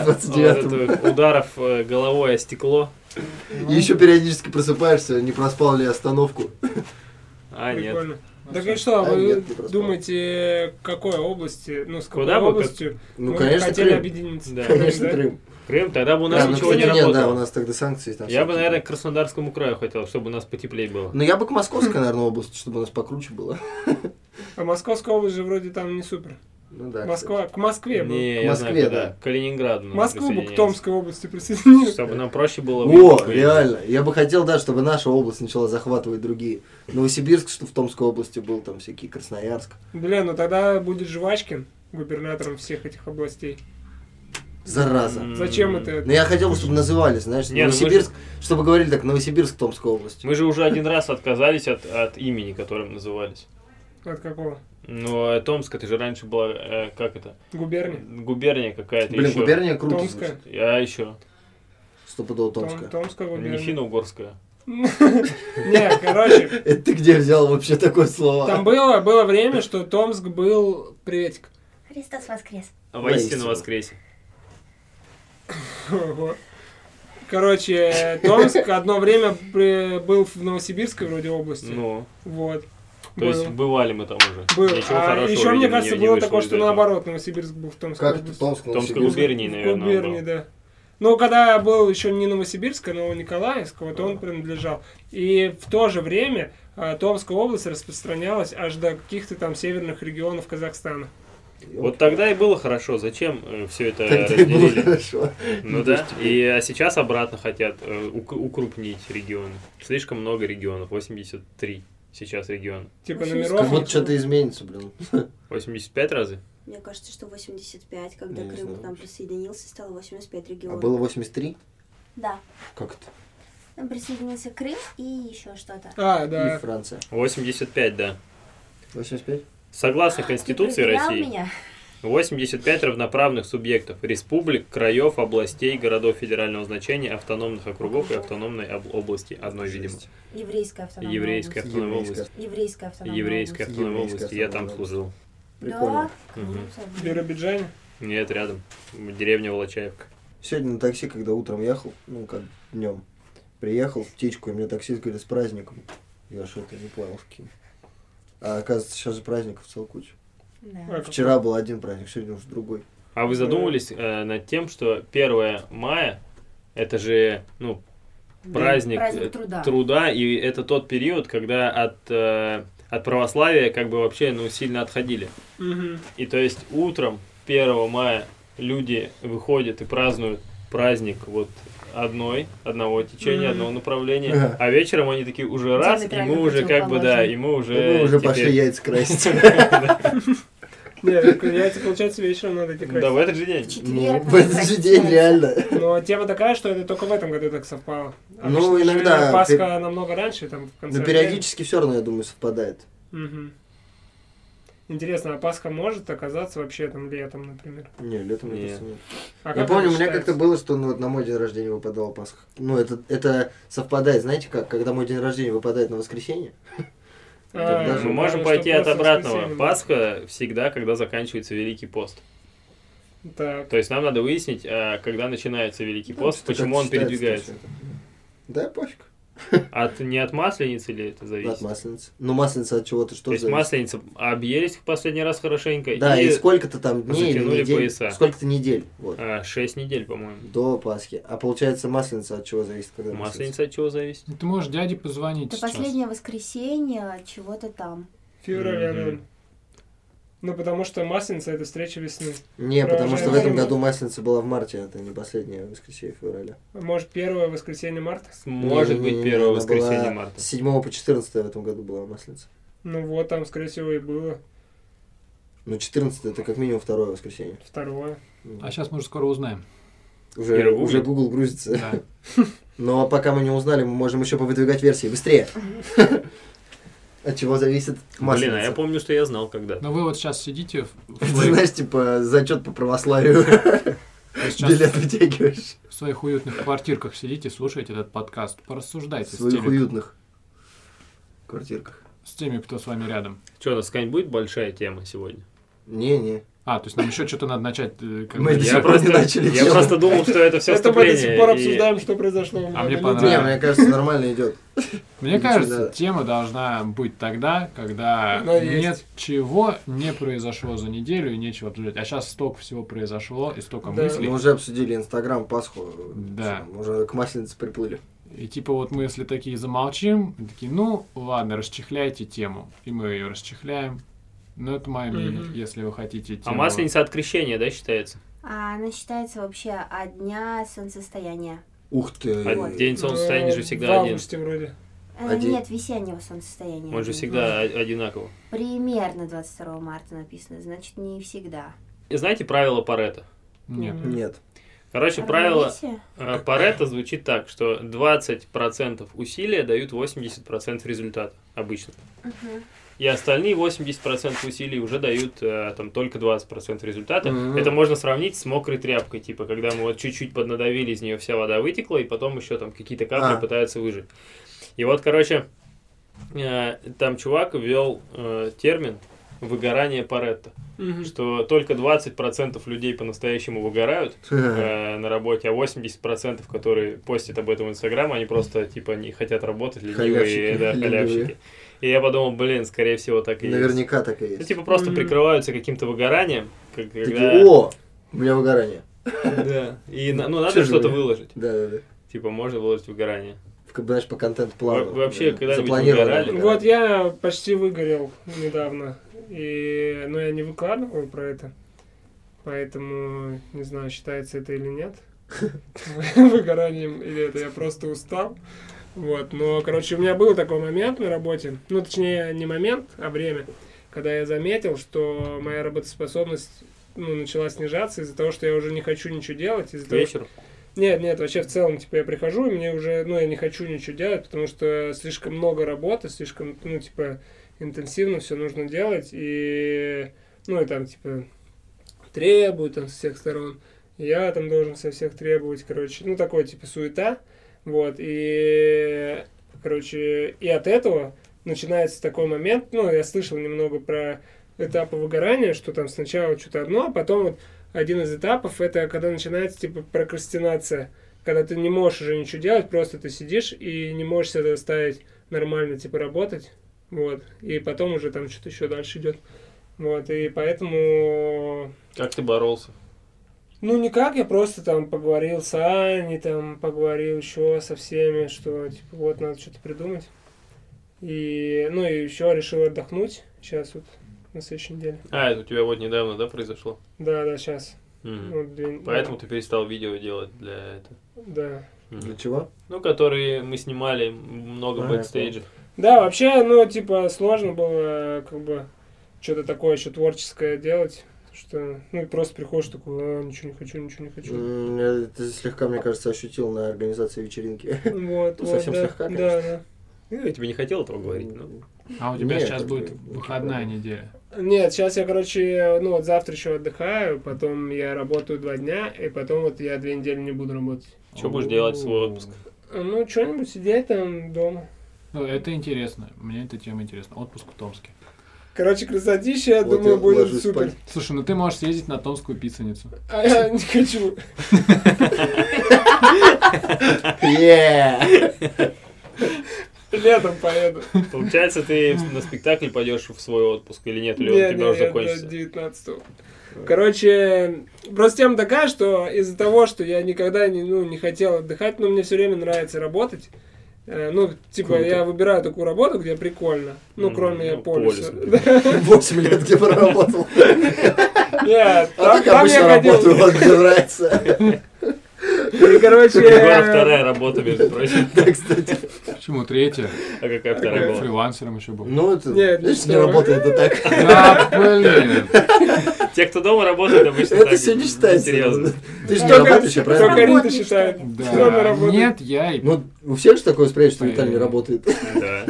Speaker 1: в
Speaker 2: вот
Speaker 1: 29-м.
Speaker 2: этого ударов э, головой о стекло.
Speaker 1: И еще периодически просыпаешься, не проспал ли остановку.
Speaker 2: А, нет.
Speaker 4: Прикольно. Так и что,
Speaker 1: А,
Speaker 4: вы
Speaker 1: нет, не проспал.
Speaker 4: думаете, какой области, ну, с какой
Speaker 2: Куда бы,
Speaker 4: областью
Speaker 1: Ну,
Speaker 4: вы
Speaker 1: конечно,
Speaker 4: хотели
Speaker 1: Крым.
Speaker 4: объединиться?
Speaker 2: Да.
Speaker 1: Конечно,
Speaker 4: Да?
Speaker 1: Крым.
Speaker 2: Крым, тогда бы у нас
Speaker 1: Да, ну,
Speaker 2: ничего не
Speaker 1: кстати, нет, Да, у
Speaker 2: работало.
Speaker 1: нас тогда санкции там.
Speaker 2: Я бы,
Speaker 1: всякие.
Speaker 2: наверное, к Краснодарскому краю хотел, чтобы у нас потеплее было.
Speaker 1: Ну, я бы к Московской, наверное, области, чтобы у нас покруче
Speaker 2: *laughs*
Speaker 1: было.
Speaker 4: А Московская область же вроде там не супер.
Speaker 1: Ну да.
Speaker 4: Москва, к Москве бы.
Speaker 2: Не,
Speaker 1: К
Speaker 2: я
Speaker 1: Москве,
Speaker 2: знаю, куда.
Speaker 1: да.
Speaker 2: К Калининграду. надо
Speaker 4: Москву бы к
Speaker 2: присоединяться.
Speaker 4: Томской области присоединили.
Speaker 2: Чтобы нам проще было...
Speaker 1: кстати.
Speaker 2: выехать
Speaker 1: О,
Speaker 2: куда-нибудь.
Speaker 1: реально. Я бы хотел, да, чтобы наша область начала захватывать другие. Новосибирск, что в Томской области был, там всякие Красноярск.
Speaker 4: Бля, ну тогда будет Жвачкин губернатором всех этих областей.
Speaker 1: Зараза.
Speaker 2: М.
Speaker 4: Зачем это?
Speaker 1: Но я хотел бы, чтобы называли, знаешь,
Speaker 2: Не, ну мы же-
Speaker 1: Новосибирск, чтобы говорили так, Новосибирск, Томская область.
Speaker 2: Мы же уже один раз отказались от, от имени, которым назывались.
Speaker 4: От какого?
Speaker 2: Но э, Томск, это же раньше была, э, как это,
Speaker 4: Губерния?
Speaker 2: губерния какая-то
Speaker 1: Блин,
Speaker 2: еще.
Speaker 1: губерния круто звучит.
Speaker 4: Томская?
Speaker 2: А еще?
Speaker 1: Стопудово
Speaker 4: Том-
Speaker 1: Томская.
Speaker 4: Томская
Speaker 2: Не
Speaker 4: губерния.
Speaker 2: Финно-Угорская.
Speaker 4: *laughs* Не, короче,
Speaker 1: Это ты где взял вообще такое слово?
Speaker 4: там было, было время, что Томск был... Приветик.
Speaker 6: Христос воскрес.
Speaker 2: А
Speaker 1: Воистину.
Speaker 2: Воистину воскресе.
Speaker 4: Ого. Короче, Томск одно время при- был в Новосибирской вроде области.
Speaker 2: Ну,
Speaker 4: Вот.
Speaker 2: то есть
Speaker 4: Был.
Speaker 2: бывали мы там уже.
Speaker 4: Был.
Speaker 2: Ничего
Speaker 4: а
Speaker 2: хорошего,
Speaker 4: еще, мне
Speaker 2: видимо,
Speaker 4: кажется,
Speaker 2: не- не
Speaker 4: было
Speaker 2: вышло
Speaker 4: такое,
Speaker 2: из
Speaker 4: что
Speaker 2: этого.
Speaker 4: наоборот, Новосибирск был в Томской
Speaker 1: Как это
Speaker 4: области.
Speaker 1: Томск,
Speaker 2: Томской
Speaker 1: Новосибирск?
Speaker 2: губернии. Губернии, наверное, он был.
Speaker 4: Губернии, да. Ну, когда был еще не Новосибирск, а Новониколаевск, вот он
Speaker 2: Ага.
Speaker 4: принадлежал. И в то же время а, Томская область распространялась аж до каких-то там северных регионов Казахстана.
Speaker 2: Вот тогда и было хорошо. Зачем все это
Speaker 1: Тогда и было
Speaker 2: разделили?
Speaker 1: хорошо.
Speaker 2: Ну
Speaker 4: *laughs*
Speaker 1: Ну,
Speaker 2: да.
Speaker 1: то есть
Speaker 2: И а сейчас обратно хотят э, ук- укрупнить регионы. Слишком много регионов. 83 сейчас регион.
Speaker 4: Типа
Speaker 6: Вообще
Speaker 1: Как
Speaker 4: номеров.
Speaker 1: будто что-то изменится, блин.
Speaker 2: 85 разве?
Speaker 6: Мне кажется, что 85, когда
Speaker 1: Я не
Speaker 6: Крым
Speaker 1: знаю
Speaker 6: к нам
Speaker 1: вообще.
Speaker 6: присоединился, стало 85
Speaker 1: А
Speaker 6: регионов.
Speaker 1: было 83?
Speaker 6: Да.
Speaker 1: Как это?
Speaker 6: Там присоединился Крым и еще что-то.
Speaker 4: А,
Speaker 1: И
Speaker 4: да.
Speaker 1: Франция.
Speaker 2: 85, да.
Speaker 1: 85?
Speaker 2: Согласно
Speaker 6: Ты
Speaker 2: Конституции
Speaker 6: проверял
Speaker 2: России,
Speaker 6: меня?
Speaker 2: 85 равноправных субъектов, республик, краев, областей, городов федерального значения, автономных округов и автономной об- области одной, Ну, видимо.
Speaker 1: Жесть.
Speaker 6: Еврейская автономная
Speaker 2: Еврейская
Speaker 6: область.
Speaker 2: автономная
Speaker 1: Еврейская.
Speaker 2: область.
Speaker 6: Еврейская автономная
Speaker 2: Еврейская
Speaker 6: область.
Speaker 2: автономная
Speaker 1: Еврейская
Speaker 2: область. Я там
Speaker 1: автономная
Speaker 2: служил.
Speaker 1: Прикольно.
Speaker 6: Да, ну,
Speaker 2: Мгм.
Speaker 6: круто,
Speaker 4: В
Speaker 6: блин.
Speaker 4: Биробиджане.
Speaker 2: Нет, рядом. Деревня Волочаевка.
Speaker 1: Сегодня на такси, когда утром ехал, ну как днем, приехал в птичку, и мне таксист говорит, с праздником. Я что-то не понял, с кем. А оказывается, сейчас же праздников целая куча.
Speaker 6: Да.
Speaker 4: А,
Speaker 1: Вчера был один праздник, сегодня уже другой.
Speaker 2: А вы задумывались э, над тем, что 1 мая это же ну, праздник,
Speaker 6: Праздник
Speaker 2: э,
Speaker 6: труда.
Speaker 2: труда, и это тот период, когда от, э, от православия как бы вообще ну, сильно отходили.
Speaker 4: Мгм.
Speaker 2: И то есть утром 1 мая люди выходят и празднуют праздник вот одной, одного течения,
Speaker 4: Мгм.
Speaker 2: одного направления,
Speaker 1: Ага.
Speaker 2: а вечером они такие уже раз, и
Speaker 6: Диаметрально
Speaker 2: мы уже как бы, да,
Speaker 6: противоположные.
Speaker 2: и мы уже...
Speaker 1: Ну, Мы уже
Speaker 2: Э, теперь-
Speaker 1: пошли яйца красить.
Speaker 4: Не, так яйца, получается, вечером надо эти
Speaker 2: Да, в
Speaker 4: красить.
Speaker 2: этот же день.
Speaker 6: В
Speaker 1: *laughs*
Speaker 6: четверг
Speaker 1: Ну, в
Speaker 6: надо
Speaker 1: этот же
Speaker 6: красить
Speaker 1: день
Speaker 6: яйца.
Speaker 1: реально.
Speaker 4: Но Ну, а тема такая, что это только в этом году так совпало.
Speaker 1: Ну,
Speaker 4: Обычно же
Speaker 1: иногда
Speaker 4: Пасха
Speaker 1: пер-
Speaker 4: намного раньше, там, в конце
Speaker 1: Но
Speaker 4: апреля.
Speaker 1: периодически все равно, я думаю, совпадает.
Speaker 4: Мгм. Интересно, а Пасха может оказаться вообще там летом, например?
Speaker 1: Не, летом, мне
Speaker 2: Не.
Speaker 1: кажется, нет.
Speaker 4: А
Speaker 1: Я
Speaker 4: как
Speaker 1: помню, у
Speaker 4: это
Speaker 1: меня
Speaker 4: считается?
Speaker 1: как-то было, что ну, вот на мой день рождения выпадала Пасха. Ну, это, это совпадает, знаете как, когда мой день рождения выпадает на воскресенье,
Speaker 4: А,
Speaker 1: даже
Speaker 2: Мы можем
Speaker 4: да,
Speaker 2: пойти
Speaker 4: что
Speaker 2: от
Speaker 4: просто
Speaker 2: обратного.
Speaker 4: воскресенье.
Speaker 2: Пасха всегда, когда заканчивается Великий пост.
Speaker 4: Так.
Speaker 2: То есть нам надо выяснить, а, когда начинается Великий
Speaker 1: Ну,
Speaker 2: пост,
Speaker 1: что как-то
Speaker 2: почему он
Speaker 1: считается,
Speaker 2: передвигается.
Speaker 1: что это. Да, пофиг.
Speaker 2: От, не от масленицы ли это зависит?
Speaker 1: От масленицы. Ну, масленица от чего-то что
Speaker 2: То есть
Speaker 1: зависит?
Speaker 2: масленица объелись в последний раз хорошенько.
Speaker 1: Да, и,
Speaker 2: и,
Speaker 1: сколько-то там дней или
Speaker 2: затянули
Speaker 1: недель.
Speaker 2: пояса.
Speaker 1: Сколько-то недель, вот.
Speaker 2: а, шесть недель, по-моему.
Speaker 1: До Пасхи. А получается масленица от чего зависит? Когда
Speaker 2: Масленица от чего зависит?
Speaker 3: Ну, Ты можешь дяде позвонить
Speaker 6: Это
Speaker 3: сейчас.
Speaker 6: последнее воскресенье чего-то там.
Speaker 4: Февраля,
Speaker 2: Мгм.
Speaker 4: наверное. Ну, потому что Масленица — это встреча весны.
Speaker 1: Не, потому что в
Speaker 4: Продолжаем.
Speaker 1: этом году Масленица была в марте, а это не последнее воскресенье февраля.
Speaker 4: Может, первое воскресенье марта?
Speaker 2: Может быть,
Speaker 1: Не-не-не,
Speaker 2: первое
Speaker 1: она
Speaker 2: воскресенье
Speaker 1: была
Speaker 2: марта.
Speaker 1: С 7 по 14 в этом году была Масленица.
Speaker 4: Ну вот, там, скорее всего, и было
Speaker 1: Ну, 14 это как минимум второе воскресенье.
Speaker 4: второе.
Speaker 3: А сейчас мы уже
Speaker 1: *laughs*
Speaker 3: скоро узнаем.
Speaker 1: Уже,
Speaker 2: Ира гуглит.
Speaker 1: уже Google грузится.
Speaker 3: Да.
Speaker 1: Но пока мы не узнали, мы можем еще повыдвигать версии. Быстрее! *laughs* От чего зависит
Speaker 2: Блин, а я
Speaker 1: масленица.
Speaker 2: помню, что я знал когда-то.
Speaker 3: Но вы вот сейчас сидите, в-
Speaker 1: *laughs*
Speaker 3: в
Speaker 1: Ты
Speaker 3: своих-
Speaker 1: знаешь, типа, зачет по православию.
Speaker 2: *laughs*
Speaker 3: вы сейчас
Speaker 1: Билет вытягиваешь.
Speaker 3: в своих уютных квартирках сидите, слушаете этот подкаст,
Speaker 1: В
Speaker 3: порассуждайте с
Speaker 1: своих
Speaker 3: теми,
Speaker 1: уютных квартирках.
Speaker 3: с теми, кто с вами рядом.
Speaker 2: Че, у нас какая-нибудь будет большая тема
Speaker 4: *laughs*
Speaker 2: сегодня?
Speaker 1: Не-не.
Speaker 3: А, то есть нам еще что-то надо начать. э, как
Speaker 1: Мы
Speaker 3: бы-
Speaker 1: до
Speaker 2: Я
Speaker 1: сегодня
Speaker 2: просто,
Speaker 1: начали
Speaker 2: я
Speaker 1: тему.
Speaker 2: просто думал, что это все
Speaker 4: Это мы до сих пор
Speaker 2: вступление.
Speaker 4: обсуждаем, что произошло. в
Speaker 3: А
Speaker 4: моей
Speaker 3: мне
Speaker 4: жизни.
Speaker 1: Не,
Speaker 3: понравилось.
Speaker 1: мне кажется, нормально
Speaker 2: *laughs*
Speaker 1: идет.
Speaker 3: Мне
Speaker 1: Ничего
Speaker 3: кажется,
Speaker 1: надо.
Speaker 3: тема должна быть тогда, когда
Speaker 4: Она есть.
Speaker 3: ничего не произошло за неделю и нечего обсуждать. А сейчас столько всего произошло и столько
Speaker 4: Да.
Speaker 1: Мы
Speaker 3: мыслей.
Speaker 1: уже обсудили Инстаграм, Пасху.
Speaker 3: Да.
Speaker 1: Всё, мы Уже к масленице приплыли.
Speaker 3: И типа вот мы если такие замолчим, и такие, ну ладно, расчехляйте тему. И мы ее расчехляем. Но это мое мнение,
Speaker 4: Мгм.
Speaker 3: если вы хотите
Speaker 2: А
Speaker 3: тему.
Speaker 2: масленица от крещения, да, считается?
Speaker 6: А она считается вообще от дня солнцестояния.
Speaker 1: Ух ты.
Speaker 2: А день солнцестояния же всегда
Speaker 4: э, В
Speaker 2: один.
Speaker 4: августе вроде.
Speaker 6: Э,
Speaker 1: Один.
Speaker 6: Нет, весеннего солнцестояния.
Speaker 2: Он же всегда о- одинаково.
Speaker 6: Примерно 22 марта написано, значит, не всегда.
Speaker 2: И знаете правило Парета?
Speaker 3: Нет.
Speaker 2: *laughs*
Speaker 1: Нет.
Speaker 2: Короче, правило
Speaker 6: Знаете?
Speaker 2: э, Парета звучит так, что 20% усилия дают 80% результата обычно.
Speaker 6: Мгм.
Speaker 2: И остальные 80% усилий уже дают э, там только 20% результата.
Speaker 1: Мгм.
Speaker 2: Это можно сравнить с мокрой тряпкой, типа, когда мы вот чуть-чуть поднадавили, из нее вся вода вытекла, и потом еще там какие-то капли
Speaker 1: А.
Speaker 2: пытаются выжить. И вот, короче, э, там чувак ввел э, термин выгорание Паретта, что только 20% людей по-настоящему выгорают э, на работе, а 80%, которые постят об этом в Инстаграм, они просто, типа, не хотят работать, ленивые,
Speaker 1: Халявщики. *laughs*
Speaker 2: да,
Speaker 1: Ленивые.
Speaker 2: халявщики. И я подумал, блин, скорее всего, так и есть.
Speaker 1: Наверняка так и
Speaker 2: Ну,
Speaker 1: есть.
Speaker 2: типа просто
Speaker 4: Мгм.
Speaker 2: прикрываются каким-то выгоранием, как-
Speaker 1: Такие,
Speaker 2: когда...
Speaker 1: о, у меня выгорание.
Speaker 2: Да. И на- ну,
Speaker 1: Чё
Speaker 2: надо
Speaker 1: же
Speaker 2: что-то
Speaker 1: вы?
Speaker 2: выложить.
Speaker 1: Да-да-да.
Speaker 2: Типа, можно выложить выгорание.
Speaker 1: В каб- Знаешь, по контент-плану. Э,
Speaker 2: Вы- вы вообще
Speaker 1: Да.
Speaker 2: когда-нибудь
Speaker 1: Запланированное
Speaker 2: выгорали?
Speaker 1: выгорание.
Speaker 4: Вот я почти выгорел недавно. И... Но я не выкладывал про это. Поэтому не знаю, считается это или нет. *laughs* Выгоранием или это я просто устал. Вот, но, короче, у меня был такой момент на работе, ну, точнее, не момент, а время, когда я заметил, что моя работоспособность, ну, начала снижаться из-за того, что я уже не хочу ничего делать, из-за
Speaker 2: К
Speaker 4: того,
Speaker 2: вечеру.
Speaker 4: Нет, нет, вообще в целом, типа, я прихожу, и мне уже, ну, я не хочу ничего делать, потому что слишком много работы, слишком, ну, типа, интенсивно все нужно делать, и, ну, и там, типа, требуют там со всех сторон, я там должен со всех требовать, короче, ну, такой, типа, суета, вот, и, короче, и от этого начинается такой момент, ну, я слышал немного про этапы выгорания, что там сначала что-то одно, а потом вот один из этапов это когда начинается типа прокрастинация, когда ты не можешь уже ничего делать, просто ты сидишь и не можешь себя заставить нормально типа работать, вот, и потом уже там что-то еще дальше идет, вот, и поэтому
Speaker 2: Как ты боролся?
Speaker 4: ну, никак, я просто там поговорил с Аней, там поговорил еще со всеми, что, типа, вот, надо что-то придумать. И, ну, и еще решил отдохнуть сейчас вот на следующей неделе.
Speaker 2: А, это у тебя вот недавно, да, произошло?
Speaker 4: Да, да, сейчас.
Speaker 2: Мгм.
Speaker 4: Ну,
Speaker 2: Поэтому
Speaker 4: Поэтому?
Speaker 2: ты перестал видео делать для этого.
Speaker 4: Да.
Speaker 2: Мгм.
Speaker 1: Для чего?
Speaker 2: Ну, которые мы снимали много
Speaker 1: А, я
Speaker 2: бэкстейджа.
Speaker 4: Да, вообще, ну, типа, сложно было, э, как бы, что-то такое еще творческое делать. Что, ну, и просто приходишь такой, «А, ничего не хочу, ничего не хочу.
Speaker 1: М, э, Ты слегка, мне кажется, ощутил на организации вечеринки.
Speaker 4: Вот,
Speaker 1: Ну,
Speaker 4: вот,
Speaker 1: совсем
Speaker 4: да,
Speaker 1: слегка,
Speaker 4: да, да.
Speaker 2: Ну, я тебе не хотел этого говорить, ну.
Speaker 3: А у тебя
Speaker 1: Нет,
Speaker 3: сейчас
Speaker 1: это
Speaker 3: будет
Speaker 1: не- не
Speaker 3: выходная
Speaker 1: проблема.
Speaker 3: неделя.
Speaker 4: Нет, сейчас я, короче, ну вот завтра еще отдыхаю, потом я работаю два дня, и потом вот я две недели не буду работать.
Speaker 2: Что будешь делать в свой
Speaker 3: О.
Speaker 2: отпуск?
Speaker 4: Ну, что-нибудь сидеть там дома.
Speaker 3: Ну, это интересно. Мне эта тема интересна. Отпуск в Томске.
Speaker 4: Короче, красотища,
Speaker 1: *laughs*
Speaker 4: я
Speaker 1: Вот
Speaker 4: думаю,
Speaker 1: я
Speaker 4: будет
Speaker 1: ложусь
Speaker 4: супер.
Speaker 1: спать.
Speaker 3: Слушай, ну ты можешь съездить на Томскую пицценицу.
Speaker 4: А я не хочу. *laughs*
Speaker 1: Е!
Speaker 4: Летом поеду.
Speaker 2: Получается, ты на спектакль пойдешь в свой отпуск или нет? Или
Speaker 4: Не,
Speaker 2: он у тебя
Speaker 4: не,
Speaker 2: уже
Speaker 4: я
Speaker 2: закончится?
Speaker 4: до 19 Короче, просто тема такая, что из-за того, что я никогда не, ну, не хотел отдыхать, но мне все время нравится работать, Э, Ну, типа,
Speaker 3: Круто.
Speaker 4: я выбираю такую работу, где прикольно. Ну,
Speaker 2: М,
Speaker 4: кроме
Speaker 2: ну,
Speaker 1: *laughs*
Speaker 4: полиса.
Speaker 2: полис.
Speaker 1: 8 лет где проработал.
Speaker 4: Нет,
Speaker 1: А
Speaker 4: там
Speaker 1: так
Speaker 4: там
Speaker 1: обычно
Speaker 4: я
Speaker 1: работаю,
Speaker 4: ходил.
Speaker 1: вот мне нравится.
Speaker 4: *laughs*
Speaker 1: *laughs*
Speaker 4: И, короче,
Speaker 2: Была вторая работа, между прочим.
Speaker 1: Да, кстати.
Speaker 3: Почему третья?
Speaker 2: А какая вторая была?
Speaker 3: Фрилансером еще был.
Speaker 1: Ну, это,
Speaker 4: Нет,
Speaker 1: видишь,
Speaker 4: не
Speaker 1: не
Speaker 4: знаю.
Speaker 1: работает,
Speaker 4: *laughs*
Speaker 1: это так.
Speaker 3: Да, блин.
Speaker 2: Те, кто дома работает, обычно
Speaker 1: Это
Speaker 2: так,
Speaker 1: все не считается.
Speaker 2: Серьезно.
Speaker 1: Ты же не
Speaker 4: Только-
Speaker 1: работаешь, я
Speaker 4: Только
Speaker 1: правильно?
Speaker 4: Рита
Speaker 6: Работник,
Speaker 4: считает.
Speaker 6: что ли?
Speaker 4: Дома
Speaker 3: Да.
Speaker 4: работает.
Speaker 3: Нет, я и...
Speaker 1: Ну, у всех же такое спрячь, что Виталий не
Speaker 4: *laughs*
Speaker 1: работает.
Speaker 2: Да.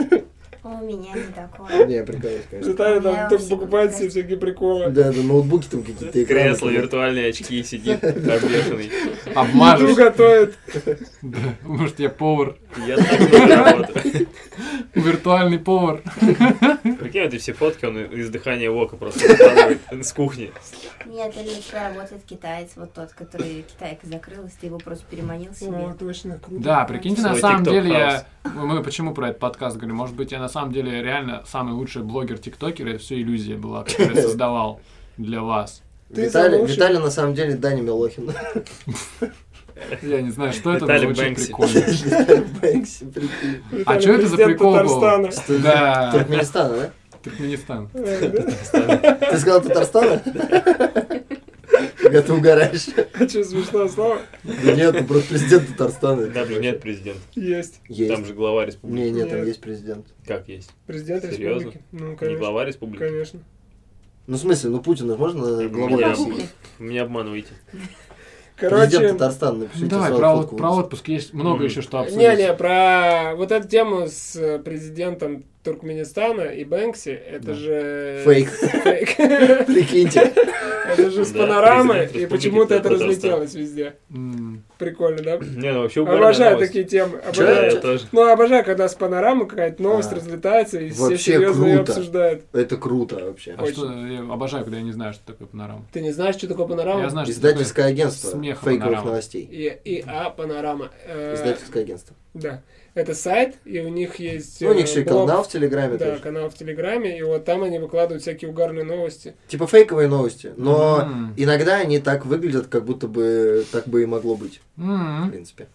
Speaker 6: У меня не такое.
Speaker 1: Не, прикалываюсь,
Speaker 4: *laughs*
Speaker 1: конечно.
Speaker 4: Виталий
Speaker 6: У меня
Speaker 4: там только
Speaker 6: всегда
Speaker 4: покупает
Speaker 6: так.
Speaker 4: себе всякие приколы.
Speaker 1: Да, да, ноутбуки там какие-то экраны.
Speaker 2: Кресло,
Speaker 1: там.
Speaker 2: виртуальные очки сидит, обвешанный.
Speaker 4: Еду
Speaker 3: Обмажешь.
Speaker 4: готовит.
Speaker 3: Да. Может, я повар.
Speaker 2: Я так не работаю.
Speaker 3: Виртуальный повар.
Speaker 2: Какие вот эти все фотки, он из дыхания вока просто выкладывает с кухни.
Speaker 6: Нет, наверняка работает китаец, вот тот, который Китайка закрылась, ты его просто переманил
Speaker 4: О,
Speaker 6: себе.
Speaker 4: точно, круто.
Speaker 3: Да, прикиньте, на
Speaker 2: Свой
Speaker 3: самом
Speaker 2: TikTok
Speaker 3: деле
Speaker 2: хаус.
Speaker 3: я... Мы почему про этот подкаст говорим? Может быть, я на самом деле реально самый лучший блогер-тиктокер, это все иллюзия была, которую я создавал для вас.
Speaker 4: Ты
Speaker 1: Виталий,
Speaker 4: заглушишь.
Speaker 1: Виталий на самом деле Даня Милохин. *laughs*
Speaker 3: Я не знаю, что это, но
Speaker 2: Виталик
Speaker 3: звучит
Speaker 2: Бэнкси.
Speaker 3: прикольно.
Speaker 1: *laughs* Бэнкси, прикинь.
Speaker 4: Виталий,
Speaker 3: чё это за
Speaker 4: президент
Speaker 3: прикол был?
Speaker 4: Татарстана.
Speaker 1: Что,
Speaker 4: А.
Speaker 3: Да.
Speaker 1: Туркменистана,
Speaker 3: Туркменистан.
Speaker 4: Э, да? *laughs*
Speaker 1: да? Ты сказал Татарстана? Когда ты угораешь.
Speaker 4: А что, смешное слово?
Speaker 1: Да нет, ну просто президент Татарстана.
Speaker 2: Да, блин, нет президента.
Speaker 4: Есть.
Speaker 2: Там
Speaker 1: Есть.
Speaker 2: же глава республики.
Speaker 1: Не, нет, там
Speaker 4: Нет.
Speaker 1: есть президент.
Speaker 2: Как есть?
Speaker 4: Президент
Speaker 2: Серьезно?
Speaker 4: республики. Ну,
Speaker 2: Не
Speaker 4: конечно.
Speaker 2: глава республики.
Speaker 4: Конечно.
Speaker 1: Ну, в смысле, ну Путина можно главой
Speaker 2: Меня
Speaker 1: России?
Speaker 2: Меня обманываете.
Speaker 1: Президент
Speaker 4: Короче,
Speaker 1: Татарстана, напишите.
Speaker 3: Давай,
Speaker 1: сразу
Speaker 3: про,
Speaker 1: фотку
Speaker 3: от- про
Speaker 1: выложу.
Speaker 3: отпуск есть много
Speaker 2: Мгм.
Speaker 3: еще что обсудить.
Speaker 4: Не-не, про вот эту тему с э, президентом Туркменистана и Бэнкси, это
Speaker 3: Да.
Speaker 4: же...
Speaker 1: Фейк. *laughs*
Speaker 4: Фейк.
Speaker 1: Прикиньте.
Speaker 4: Это же с
Speaker 2: Да,
Speaker 4: панорамы,
Speaker 2: президент
Speaker 4: и
Speaker 2: республики
Speaker 4: почему-то это
Speaker 2: Татарстан.
Speaker 4: разлетелось везде.
Speaker 3: М,
Speaker 4: Прикольно, да?
Speaker 2: Не, ну вообще угарная
Speaker 4: Обожаю
Speaker 2: новость.
Speaker 4: такие темы.
Speaker 1: Чё?
Speaker 2: Да,
Speaker 4: Обожаю.
Speaker 2: я тоже.
Speaker 4: Ну, обожаю, когда с панорамы какая-то новость
Speaker 1: А.
Speaker 4: разлетается, и все
Speaker 1: Вообще
Speaker 4: серьезно ее
Speaker 1: круто.
Speaker 4: обсуждают.
Speaker 1: Ну, Это круто вообще.
Speaker 3: А что, я обожаю, когда я не знаю, что такое панорама.
Speaker 4: Ты не знаешь, что такое панорама?
Speaker 3: Я знаю, что такое...
Speaker 1: Издательское агентство
Speaker 3: смех
Speaker 1: фейковых
Speaker 3: панорама.
Speaker 1: новостей.
Speaker 4: И, и А панорама. Э,
Speaker 1: Издательское агентство.
Speaker 4: Да. Это сайт, и у них есть...
Speaker 1: Ну, у них
Speaker 4: э,
Speaker 1: еще и
Speaker 4: блог.
Speaker 1: канал в Телеграме
Speaker 4: Да,
Speaker 1: тоже.
Speaker 4: канал в Телеграме, и вот там они выкладывают всякие угарные новости.
Speaker 1: Типа фейковые новости, но
Speaker 3: М.
Speaker 1: иногда они так выглядят, как будто бы так бы и могло быть, в
Speaker 3: М,
Speaker 1: принципе.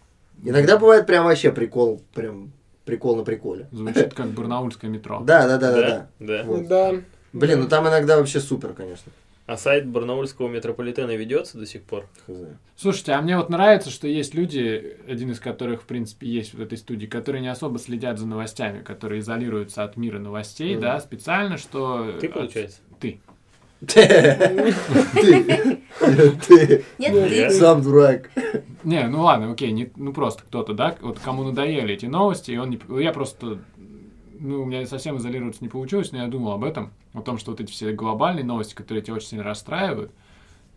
Speaker 1: Иногда бывает прям вообще прикол, прям прикол на приколе.
Speaker 3: Звучит как барнаульское метро.
Speaker 1: Да, да, да, да, да.
Speaker 2: Да.
Speaker 1: Вот.
Speaker 4: Да.
Speaker 1: Блин, ну там иногда вообще супер, конечно.
Speaker 2: А сайт Барнаульского метрополитена ведется до сих пор?
Speaker 1: Хз.
Speaker 3: Слушайте, а мне вот нравится, что есть люди, один из которых, в принципе, есть в этой студии, которые не особо следят за новостями, которые изолируются от мира новостей,
Speaker 1: Мгм.
Speaker 3: да, специально, что...
Speaker 2: Ты,
Speaker 3: от-
Speaker 2: получается?
Speaker 3: Ты.
Speaker 1: Ты, ты
Speaker 6: Нет,
Speaker 2: Ну, я-
Speaker 6: ты.
Speaker 1: сам дурак.
Speaker 3: Не, ну ладно, окей, не, ну просто кто-то, да, вот кому надоели эти новости, и он не... п- Я просто... Ну, у меня совсем изолироваться не получилось, но я думал об этом, о том, что вот эти все глобальные новости, которые тебя очень сильно расстраивают,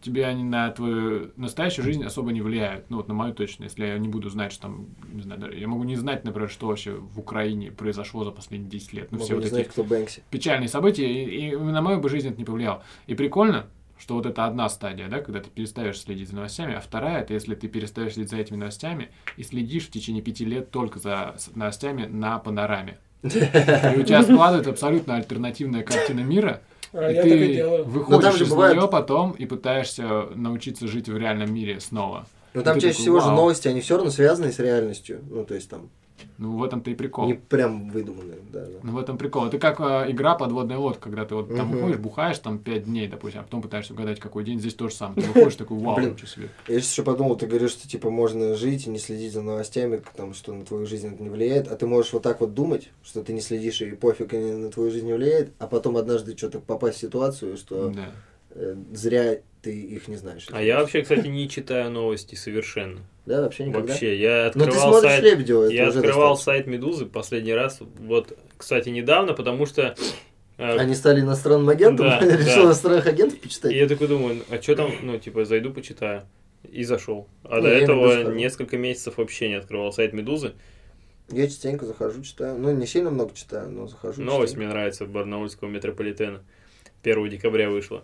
Speaker 3: тебе они на твою настоящую жизнь особо не влияют. Ну, вот на мою точно, если я не буду знать, что там... Не знаю, да, я могу не знать, например, что вообще в Украине произошло за последние 10 лет. Ну, все
Speaker 1: Могу
Speaker 3: вот
Speaker 1: не
Speaker 3: эти
Speaker 1: знать, кто Бэнкси.
Speaker 3: печальные события, и, и на мою бы жизнь это не повлияло. И прикольно, что вот это одна стадия, да, когда ты перестаешь следить за новостями, а вторая это если ты перестаешь следить за этими новостями и следишь в течение пяти лет только за с- новостями на панораме. И
Speaker 4: *laughs*
Speaker 3: у тебя складывается абсолютно альтернативная картина мира,
Speaker 4: А,
Speaker 3: и
Speaker 4: я
Speaker 3: ты
Speaker 4: так и делаю.
Speaker 3: выходишь
Speaker 1: там же
Speaker 3: из
Speaker 1: бывает-
Speaker 3: нее потом и пытаешься научиться жить в реальном мире снова.
Speaker 1: Но Ну,
Speaker 3: И
Speaker 1: там
Speaker 3: ты
Speaker 1: чаще
Speaker 3: такой,
Speaker 1: всего же
Speaker 3: «Вау».
Speaker 1: новости, они все равно связаны с реальностью. Ну, то есть там
Speaker 3: Ну, в этом-то и прикол.
Speaker 1: не прям выдуманные, да, да.
Speaker 3: Ну, в этом прикол. Это как э, игра подводная лодка, когда ты вот там
Speaker 1: Мгм.
Speaker 3: выходишь, бухаешь там 5 дней, допустим, а потом пытаешься угадать, какой день. Здесь то же самое. Ты выходишь такой, вау,
Speaker 1: Блин.
Speaker 3: ничего себе.
Speaker 1: Я сейчас еще подумал, ты говоришь, что типа можно жить и не следить за новостями, потому что на твою жизнь это не влияет, а ты можешь вот так вот думать, что ты не следишь и пофиг, и на твою жизнь не влияет, а потом однажды что-то попасть в ситуацию, что
Speaker 3: Да.
Speaker 1: э, зря ты их не знаешь.
Speaker 2: А я вообще, кобще, кстати, не читаю новости совершенно.
Speaker 1: Да, вообще никогда.
Speaker 2: Вообще, я
Speaker 1: Но Ну, ты
Speaker 2: открывал
Speaker 1: смотришь
Speaker 2: сайт...
Speaker 1: Лебедева, это
Speaker 2: Я
Speaker 1: уже
Speaker 2: открывал
Speaker 1: достаточно.
Speaker 2: сайт Медузы последний раз, вот, кстати, недавно, потому что... э,
Speaker 1: Они стали иностранным агентом, *laughs*
Speaker 2: Да,
Speaker 1: решил
Speaker 2: да.
Speaker 1: иностранных агентов
Speaker 2: И
Speaker 1: почитать.
Speaker 2: я такой думаю, а что там, ну, типа, зайду, почитаю. И зашел. А
Speaker 1: Не,
Speaker 2: до
Speaker 1: я «Медузу»
Speaker 2: этого
Speaker 1: хожу.
Speaker 2: несколько месяцев вообще не открывал сайт Медузы.
Speaker 1: Я частенько захожу, читаю. Ну, не сильно много читаю, но захожу.
Speaker 2: Новость
Speaker 1: частенько.
Speaker 2: мне нравится Барнаульского метрополитена. 1 декабря вышла.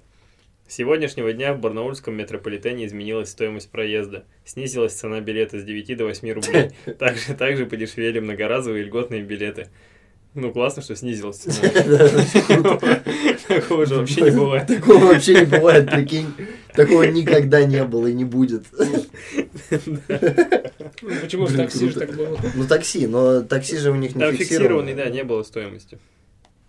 Speaker 2: С сегодняшнего дня в Барнаульском метрополитене изменилась стоимость проезда. Снизилась цена билета с 9 до 8 рублей. Также, также подешевели многоразовые льготные билеты. Ну, классно, что снизилась цена. Такого же
Speaker 1: *laughs*
Speaker 2: вообще не бывает. *laughs*
Speaker 1: Такого вообще не бывает, прикинь. Такого никогда не было и не будет.
Speaker 4: Ну, Почему в
Speaker 1: Блин,
Speaker 4: такси же
Speaker 1: круто.
Speaker 4: так было?
Speaker 1: Ну, такси, но такси же у них не
Speaker 2: Там
Speaker 1: фиксированное.
Speaker 2: фиксированной, да, не было стоимости.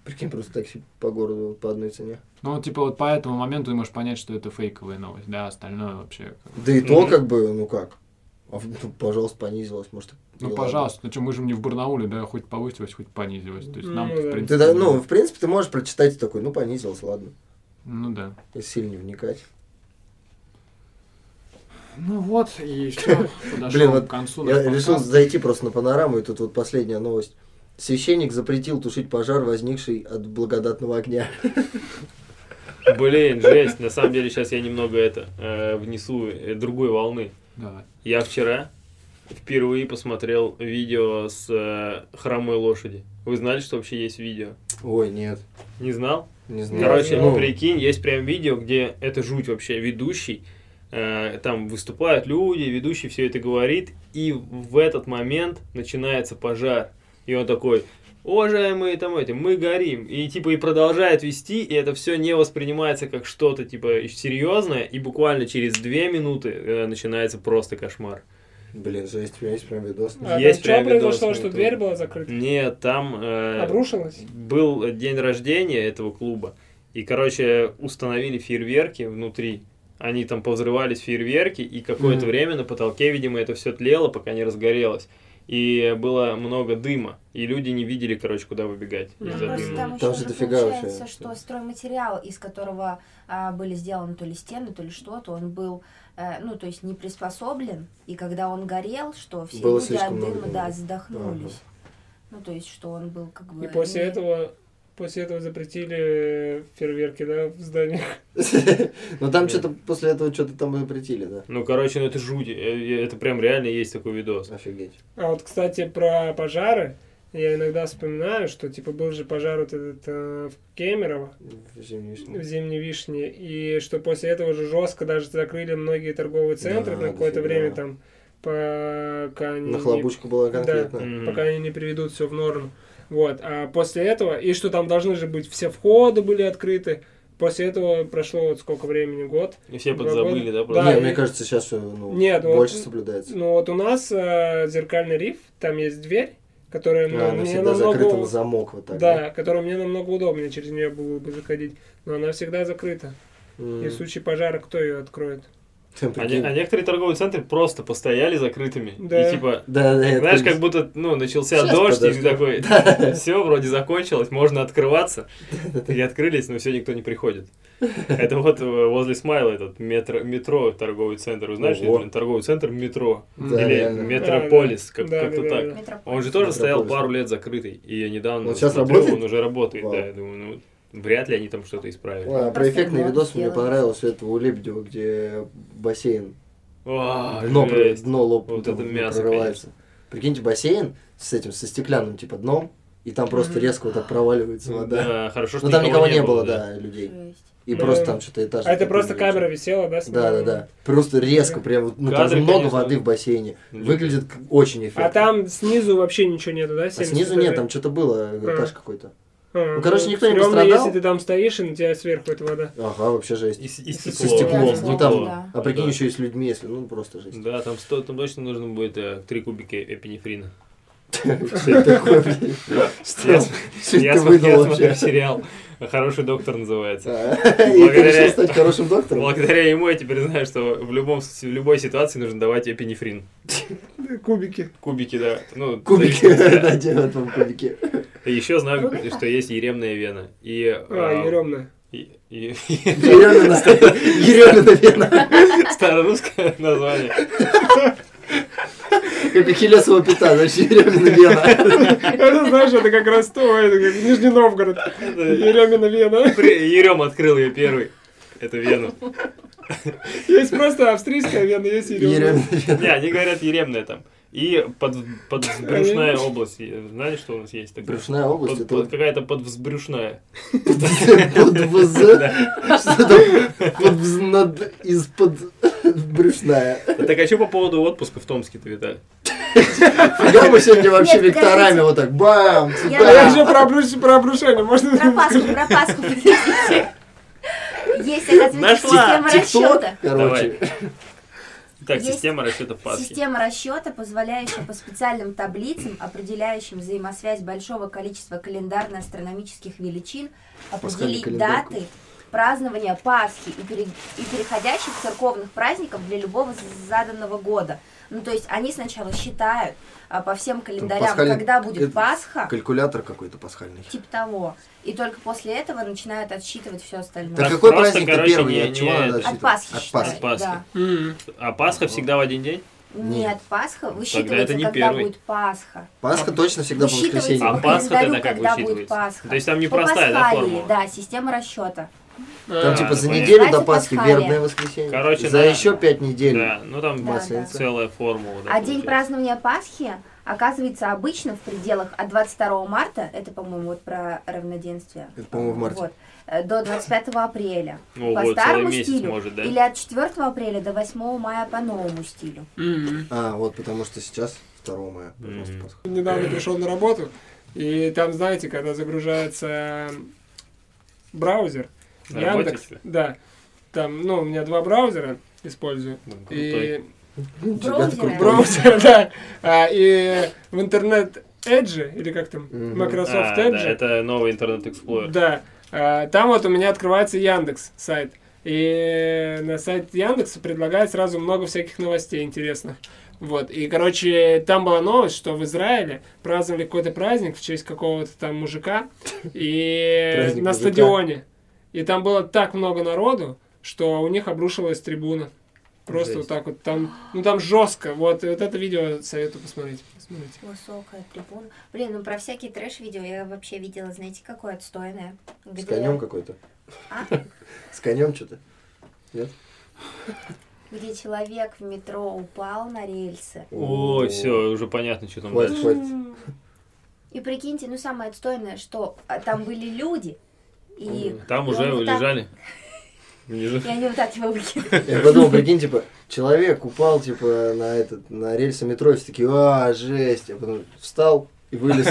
Speaker 1: Прикинь, просто такси по городу по одной цене.
Speaker 3: Ну, вот, типа, вот по этому моменту ты можешь понять, что это фейковая новость, да, остальное вообще... как-
Speaker 1: Да и то,
Speaker 2: Мгм.
Speaker 1: как бы, ну как. А в- ну, пожалуйста, понизилось, может. и
Speaker 3: Ну,
Speaker 1: ладно.
Speaker 3: пожалуйста, ну что, мы же не в Барнауле, да, хоть повысилось, хоть понизилось. То есть
Speaker 4: Ну,
Speaker 3: нам
Speaker 4: да.
Speaker 3: в принципе...
Speaker 1: Ты, да, ну, в принципе, ты можешь прочитать и такой, ну, понизилось, ладно.
Speaker 3: Ну да.
Speaker 1: Если сильно не вникать.
Speaker 3: Ну вот, и *laughs* все,
Speaker 1: Блин,
Speaker 3: подошел
Speaker 1: вот
Speaker 3: к концу
Speaker 1: Я
Speaker 3: наш
Speaker 1: решил
Speaker 3: подкаст.
Speaker 1: зайти просто на панораму, и тут вот последняя новость. Священник запретил тушить пожар, возникший от благодатного огня.
Speaker 2: Блин, жесть. На самом деле сейчас я немного это э, внесу э, другой волны.
Speaker 3: Давай.
Speaker 2: Я вчера впервые посмотрел видео с э, хромой лошади. Вы знали, что вообще есть видео?
Speaker 1: Ой, нет.
Speaker 2: Не знал?
Speaker 1: Не знаю.
Speaker 2: Короче,
Speaker 1: Ну,
Speaker 2: ну, прикинь, есть прям видео, где это жуть вообще ведущий. э, Там выступают люди, ведущий все это говорит, и в этот момент начинается пожар. И он такой, уважаемые там эти, мы горим. И типа и продолжает вести, и это все не воспринимается как что-то типа серьезное, и буквально через две минуты э, начинается просто кошмар.
Speaker 1: Блин, жесть, у меня есть прям *laughs* видос.
Speaker 4: А там
Speaker 2: Есть
Speaker 4: что
Speaker 2: прям видос
Speaker 4: произошло,
Speaker 2: на
Speaker 4: что
Speaker 2: Ютубе.
Speaker 4: дверь была закрыта?
Speaker 2: Нет, там... э,
Speaker 4: Обрушилась?
Speaker 2: был день рождения этого клуба, и, короче, установили фейерверки внутри. Они там повзрывались фейерверки, и какое-то
Speaker 1: Мгм.
Speaker 2: время на потолке, видимо, это все тлело, пока не разгорелось. И было много дыма, и люди не видели, короче, куда выбегать
Speaker 4: Ну,
Speaker 2: из-за
Speaker 6: Просто
Speaker 2: дыма.
Speaker 6: там
Speaker 1: Там
Speaker 6: еще
Speaker 1: же
Speaker 6: же
Speaker 1: дофига вообще.
Speaker 6: получается, что стройматериал, из которого а, были сделаны то ли стены, то ли что-то, он был, э, ну, то есть не приспособлен, и когда он горел, что все
Speaker 1: Было
Speaker 6: люди
Speaker 1: слишком
Speaker 6: от
Speaker 1: много
Speaker 6: дыма,
Speaker 1: дыма.
Speaker 6: да, задохнулись. Ну, то есть, что он был как бы...
Speaker 4: И после
Speaker 6: не-
Speaker 4: этого... После этого запретили фейерверки, да, в зданиях.
Speaker 1: Ну там
Speaker 2: Да.
Speaker 1: что-то после этого что-то там запретили, да.
Speaker 2: Ну, короче, ну это жуть, э, э, это прям реально есть такой видос.
Speaker 1: Офигеть.
Speaker 4: А вот, кстати, про пожары. Я иногда вспоминаю, что, типа, был же пожар вот этот э, в Кемерово,
Speaker 1: В зимнюю вишню.
Speaker 4: в Зимней Вишне, и что после этого же жестко даже закрыли многие торговые центры
Speaker 1: Да,
Speaker 4: на какое-то
Speaker 1: дофига.
Speaker 4: время там, пока они
Speaker 1: На
Speaker 4: не-
Speaker 1: хлобучку было конкретно.
Speaker 2: М.
Speaker 4: пока они не приведут все в норму. Вот, а после этого, и что там должны же быть все входы были открыты, после этого прошло вот сколько времени, год.
Speaker 2: И все
Speaker 4: Два
Speaker 2: подзабыли,
Speaker 4: года.
Speaker 2: да,
Speaker 4: Да,
Speaker 2: просто?
Speaker 1: Не,
Speaker 4: и-
Speaker 1: мне кажется, сейчас ну,
Speaker 4: Нет, ну,
Speaker 1: больше
Speaker 4: вот-
Speaker 1: соблюдается.
Speaker 4: Ну вот у нас э, зеркальный риф, там есть дверь, которая ну,
Speaker 1: А, она
Speaker 4: мне
Speaker 1: всегда закрыта
Speaker 4: намного
Speaker 1: на замок вот так.
Speaker 4: Да, которая мне намного удобнее через нее было бы заходить. Но она всегда закрыта.
Speaker 1: М.
Speaker 4: И в случае пожара кто ее откроет?
Speaker 1: Там,
Speaker 2: А, не-
Speaker 1: прикинь.
Speaker 2: а некоторые торговые центры просто постояли закрытыми.
Speaker 4: Да.
Speaker 2: И типа,
Speaker 1: Да, да, я
Speaker 2: Знаешь,
Speaker 1: такой-
Speaker 2: как будто, ну, начался
Speaker 1: Сейчас
Speaker 2: дождь, и
Speaker 1: подожду.
Speaker 2: ты такой,
Speaker 1: *laughs*
Speaker 2: *laughs* все, вроде закончилось, можно открываться. И открылись, но все, никто не приходит. Это вот э, возле Смайла этот метро, метро торговый центр, вы знаете,
Speaker 1: Ого.
Speaker 2: блин, торговый центр метро.
Speaker 1: Да,
Speaker 2: Или
Speaker 1: реально.
Speaker 2: Метрополис, как-
Speaker 4: Да,
Speaker 2: как-то
Speaker 4: да, да,
Speaker 2: так.
Speaker 4: да.
Speaker 6: Метрополь.
Speaker 2: Он же тоже
Speaker 1: Метрополис,
Speaker 2: стоял
Speaker 1: да.
Speaker 2: пару лет закрытый, и я недавно
Speaker 1: Он сейчас
Speaker 2: смотрел,
Speaker 1: работает?
Speaker 2: он уже работает,
Speaker 1: Вау.
Speaker 2: да, я думаю, ну, вряд ли они там что-то исправили.
Speaker 1: Ладно, про
Speaker 6: Просто
Speaker 1: эффектный
Speaker 6: ремонт
Speaker 1: видос мне
Speaker 6: сделали.
Speaker 1: понравился у этого у Лебедева, где бассейн,
Speaker 2: О,
Speaker 1: дно, про-
Speaker 2: А, жесть.
Speaker 1: дно лоб
Speaker 2: Вот
Speaker 1: там
Speaker 2: это мясо,
Speaker 1: прорывается. Прикиньте, бассейн с этим, со стеклянным типа дном, и там просто
Speaker 4: Мгм.
Speaker 1: резко вот так проваливается вода.
Speaker 2: Да, хорошо, что
Speaker 1: Ну там никого не было, да, людей.
Speaker 6: Жесть.
Speaker 1: И
Speaker 4: Да.
Speaker 1: просто там что-то этаж.
Speaker 4: А это
Speaker 1: такой
Speaker 4: просто
Speaker 1: увеличен.
Speaker 4: камера висела, да?
Speaker 1: Да, да,
Speaker 4: снимала?
Speaker 1: да. Просто резко, прям вот, ну, там же
Speaker 2: Кадры,
Speaker 1: много
Speaker 2: конечно.
Speaker 1: воды в бассейне.
Speaker 2: Ну,
Speaker 1: Выглядит к- очень эффектно.
Speaker 4: А там снизу вообще ничего нету, да?
Speaker 1: А
Speaker 4: 70
Speaker 1: снизу
Speaker 4: этажей?
Speaker 1: нет, там что-то было, этаж какой-то.
Speaker 4: А,
Speaker 1: ну, короче, никто не
Speaker 4: стрёмно,
Speaker 1: пострадал.
Speaker 4: если ты там стоишь, и на тебя сверху эта вода.
Speaker 1: Ага, вообще жесть.
Speaker 2: И, с- и
Speaker 4: Со
Speaker 1: Со
Speaker 2: стекло.
Speaker 1: стеклом.
Speaker 6: Да,
Speaker 1: Ну
Speaker 6: да.
Speaker 1: там, а
Speaker 2: Да.
Speaker 1: прикинь, еще и с людьми, если, ну просто жесть.
Speaker 2: Да, там, сто, там точно нужно будет э, три кубика эпинефрина.
Speaker 1: Что это такое, *laughs* блин? Что
Speaker 2: Я
Speaker 1: что
Speaker 2: я
Speaker 1: это ты
Speaker 2: смотрю, я
Speaker 1: выдал
Speaker 2: смотрю
Speaker 1: вообще?
Speaker 2: сериал «Хороший доктор» называется.
Speaker 1: Да. И *laughs* ты
Speaker 2: Благодаря-
Speaker 1: решил стать хорошим доктором?
Speaker 2: Благодаря ему я теперь знаю, что в, любом, с- в любой ситуации нужно давать эпинефрин.
Speaker 4: Кубики.
Speaker 2: Кубики, да. Ну,
Speaker 1: Кубики, да, *laughs*
Speaker 2: зависит,
Speaker 1: делают вам кубики.
Speaker 2: да. Еще знаю, что есть еремная вена. И,
Speaker 4: А,
Speaker 2: э,
Speaker 4: еремная.
Speaker 2: и- и- *laughs*
Speaker 1: Ерёмина. Ерёмина вена.
Speaker 2: Старорусское название.
Speaker 1: Как у Хелесова пята, значит, Ерёмина вена.
Speaker 4: Это, знаешь, это как Ростова, это как Нижний Новгород. Еремина вена.
Speaker 2: Ерем открыл ее первый. Эту вену.
Speaker 4: Есть просто австрийская вена, есть еремная.
Speaker 1: Ерёмина вена.
Speaker 2: Не, они говорят еремная там. И под, подвзбрюшная область. Знаете, что у нас есть такое?
Speaker 1: Брюшная область,
Speaker 2: Под-
Speaker 1: это
Speaker 2: под-
Speaker 1: вот
Speaker 2: Какая-то подвзбрюшная.
Speaker 1: под ВЗ. Что там? Под вз- над- Из-под брюшная.
Speaker 2: Так а что по поводу отпуска в Томске-то, Виталий?
Speaker 1: Фига мы сегодня вообще
Speaker 6: Нет,
Speaker 1: векторами
Speaker 6: подождите.
Speaker 1: вот так. Бам!
Speaker 6: Я-
Speaker 4: А я же
Speaker 1: бам.
Speaker 4: про, обруш- про обрушение, можно...
Speaker 6: Про Пасху, про Пасху, подождите. Есть, оказывается,
Speaker 2: Нашла.
Speaker 6: система
Speaker 1: Тик-ток,
Speaker 6: расчета.
Speaker 1: короче.
Speaker 2: Итак,
Speaker 6: Есть
Speaker 2: система расчета Пасхи.
Speaker 6: Система расчета, позволяющая по специальным таблицам, определяющим взаимосвязь большого количества календарно-астрономических величин, определить
Speaker 1: календарь-ка.
Speaker 6: даты празднования Пасхи и, пере- и переходящих церковных праздников для любого з- заданного года. Ну, то есть они сначала считают а, по всем календарям,
Speaker 1: пасхальный-
Speaker 6: когда будет
Speaker 1: это-
Speaker 6: Пасха,
Speaker 1: Калькулятор какой-то пасхальный.
Speaker 6: типа того. И только после этого начинают отсчитывать все остальное.
Speaker 1: Так
Speaker 2: Так
Speaker 1: какой
Speaker 2: просто,
Speaker 1: праздник-то
Speaker 2: короче,
Speaker 1: первый?
Speaker 2: не-
Speaker 1: От чего
Speaker 2: не-
Speaker 1: надо
Speaker 2: От
Speaker 6: От
Speaker 1: считывать?
Speaker 6: Пасхи
Speaker 1: От
Speaker 6: считают,
Speaker 1: Пасхи.
Speaker 2: От Пасхи.
Speaker 6: да.
Speaker 4: Мгм.
Speaker 2: А Пасха всегда в один день?
Speaker 1: Нет.
Speaker 6: Нет, Пасха
Speaker 2: это
Speaker 6: высчитывается,
Speaker 2: не
Speaker 6: когда
Speaker 2: первый.
Speaker 6: будет Пасха.
Speaker 1: Пасха точно всегда по
Speaker 6: Высчитывается
Speaker 1: воскресенье.
Speaker 2: А
Speaker 6: по
Speaker 2: Пасха
Speaker 6: календарю,
Speaker 2: тогда как
Speaker 6: когда будет
Speaker 2: высчитывается?
Speaker 6: Пасха.
Speaker 2: То есть там
Speaker 6: По
Speaker 2: непростая, да,
Speaker 6: Пасхалии,
Speaker 2: формула?
Speaker 6: да, система расчета.
Speaker 1: Там
Speaker 2: А,
Speaker 1: типа за
Speaker 2: понятно.
Speaker 1: неделю до
Speaker 6: Пасха,
Speaker 1: Пасхи
Speaker 6: Пасхалия.
Speaker 1: верное воскресенье.
Speaker 2: Короче,
Speaker 1: за
Speaker 2: да.
Speaker 1: еще пять недель.
Speaker 2: Да, ну там
Speaker 6: Да,
Speaker 2: ц-
Speaker 6: да.
Speaker 2: целая формула. да,
Speaker 6: А день
Speaker 2: получается.
Speaker 6: празднования Пасхи оказывается обычно в пределах от 22 марта, это, по-моему, вот про равноденствие.
Speaker 1: Это, по-моему, в марте.
Speaker 6: Вот, э, до 25 апреля.
Speaker 2: О,
Speaker 6: по
Speaker 2: вот, целый
Speaker 6: старому
Speaker 2: месяц
Speaker 6: стилю.
Speaker 2: может, да?
Speaker 6: Или от 4 апреля до 8 мая по новому стилю.
Speaker 4: Мгм.
Speaker 1: А, вот потому что сейчас 2 мая. Просто
Speaker 2: Мгм.
Speaker 1: Пасха.
Speaker 4: Недавно
Speaker 2: Э.
Speaker 4: пришел на работу, и там, знаете, когда загружается браузер,
Speaker 2: На работе
Speaker 4: Яндекс,
Speaker 2: тебе?
Speaker 4: да, там, ну, у меня два браузера использую,
Speaker 2: Блин, крутой.
Speaker 4: и *laughs*
Speaker 1: Тебя такой
Speaker 6: Браузеры.
Speaker 1: браузер.
Speaker 4: браузер, да, а, и в интернет Edge, или как там,
Speaker 1: Мгм.
Speaker 4: Microsoft
Speaker 2: А, да,
Speaker 4: Edge,
Speaker 2: это новый интернет Explorer.
Speaker 4: Да. А, Там вот у меня открывается Яндекс сайт. И на сайт Яндекса предлагает сразу много всяких новостей интересных. Вот. И, короче, там была новость, что в Израиле праздновали какой-то праздник в честь какого-то там мужика. И
Speaker 1: Праздник
Speaker 4: на
Speaker 1: мужика.
Speaker 4: стадионе. И там было так много народу, что у них обрушилась трибуна. Просто
Speaker 2: Жесть.
Speaker 4: вот так вот там, ну там жестко. Вот, вот это видео советую посмотреть. Посмотрите.
Speaker 6: Высокая трибуна. Блин, ну про всякие трэш-видео я вообще видела, знаете, какое отстойное.
Speaker 1: С
Speaker 6: Где-
Speaker 1: конем какой-то.
Speaker 6: А?
Speaker 1: С конем что-то. Нет?
Speaker 6: где человек в метро упал на рельсы.
Speaker 2: Ой, все, уже понятно, что там
Speaker 1: Хватит,
Speaker 2: дальше.
Speaker 1: хватит.
Speaker 6: И прикиньте, ну самое отстойное, что а, там были люди, и,
Speaker 2: Там
Speaker 6: и
Speaker 2: уже
Speaker 6: он вот так- *laughs*
Speaker 2: лежали. Лежа-
Speaker 6: и они вот так его выкинули.
Speaker 1: Я подумал, прикинь, типа, человек упал, типа, на этот, на рельсы метро, и все такие, а, жесть. А потом встал и вылез.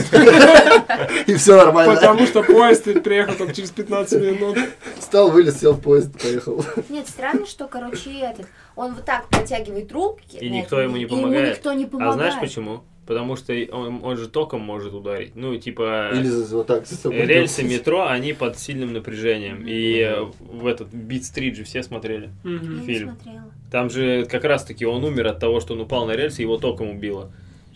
Speaker 1: И все нормально.
Speaker 4: Потому что поезд приехал только через 15 минут.
Speaker 1: Встал, вылез, сел в поезд, поехал.
Speaker 6: Нет, странно, что, короче, этот, он вот так протягивает руки.
Speaker 2: И
Speaker 6: на
Speaker 2: никто
Speaker 6: это,
Speaker 2: ему не
Speaker 6: и
Speaker 2: помогает.
Speaker 6: никто не
Speaker 2: А
Speaker 6: помогает.
Speaker 2: знаешь почему? Потому что и он, он же током может ударить. Ну, типа,
Speaker 1: Или за- вот так за собой.
Speaker 2: рельсы метро, они под сильным напряжением. И э, в этот бит-стрит же все смотрели.
Speaker 6: Я
Speaker 4: Мгм.
Speaker 6: не
Speaker 2: фильм?
Speaker 6: смотрела.
Speaker 2: Там же как раз-таки он умер от того, что он упал на рельсы, его током убило.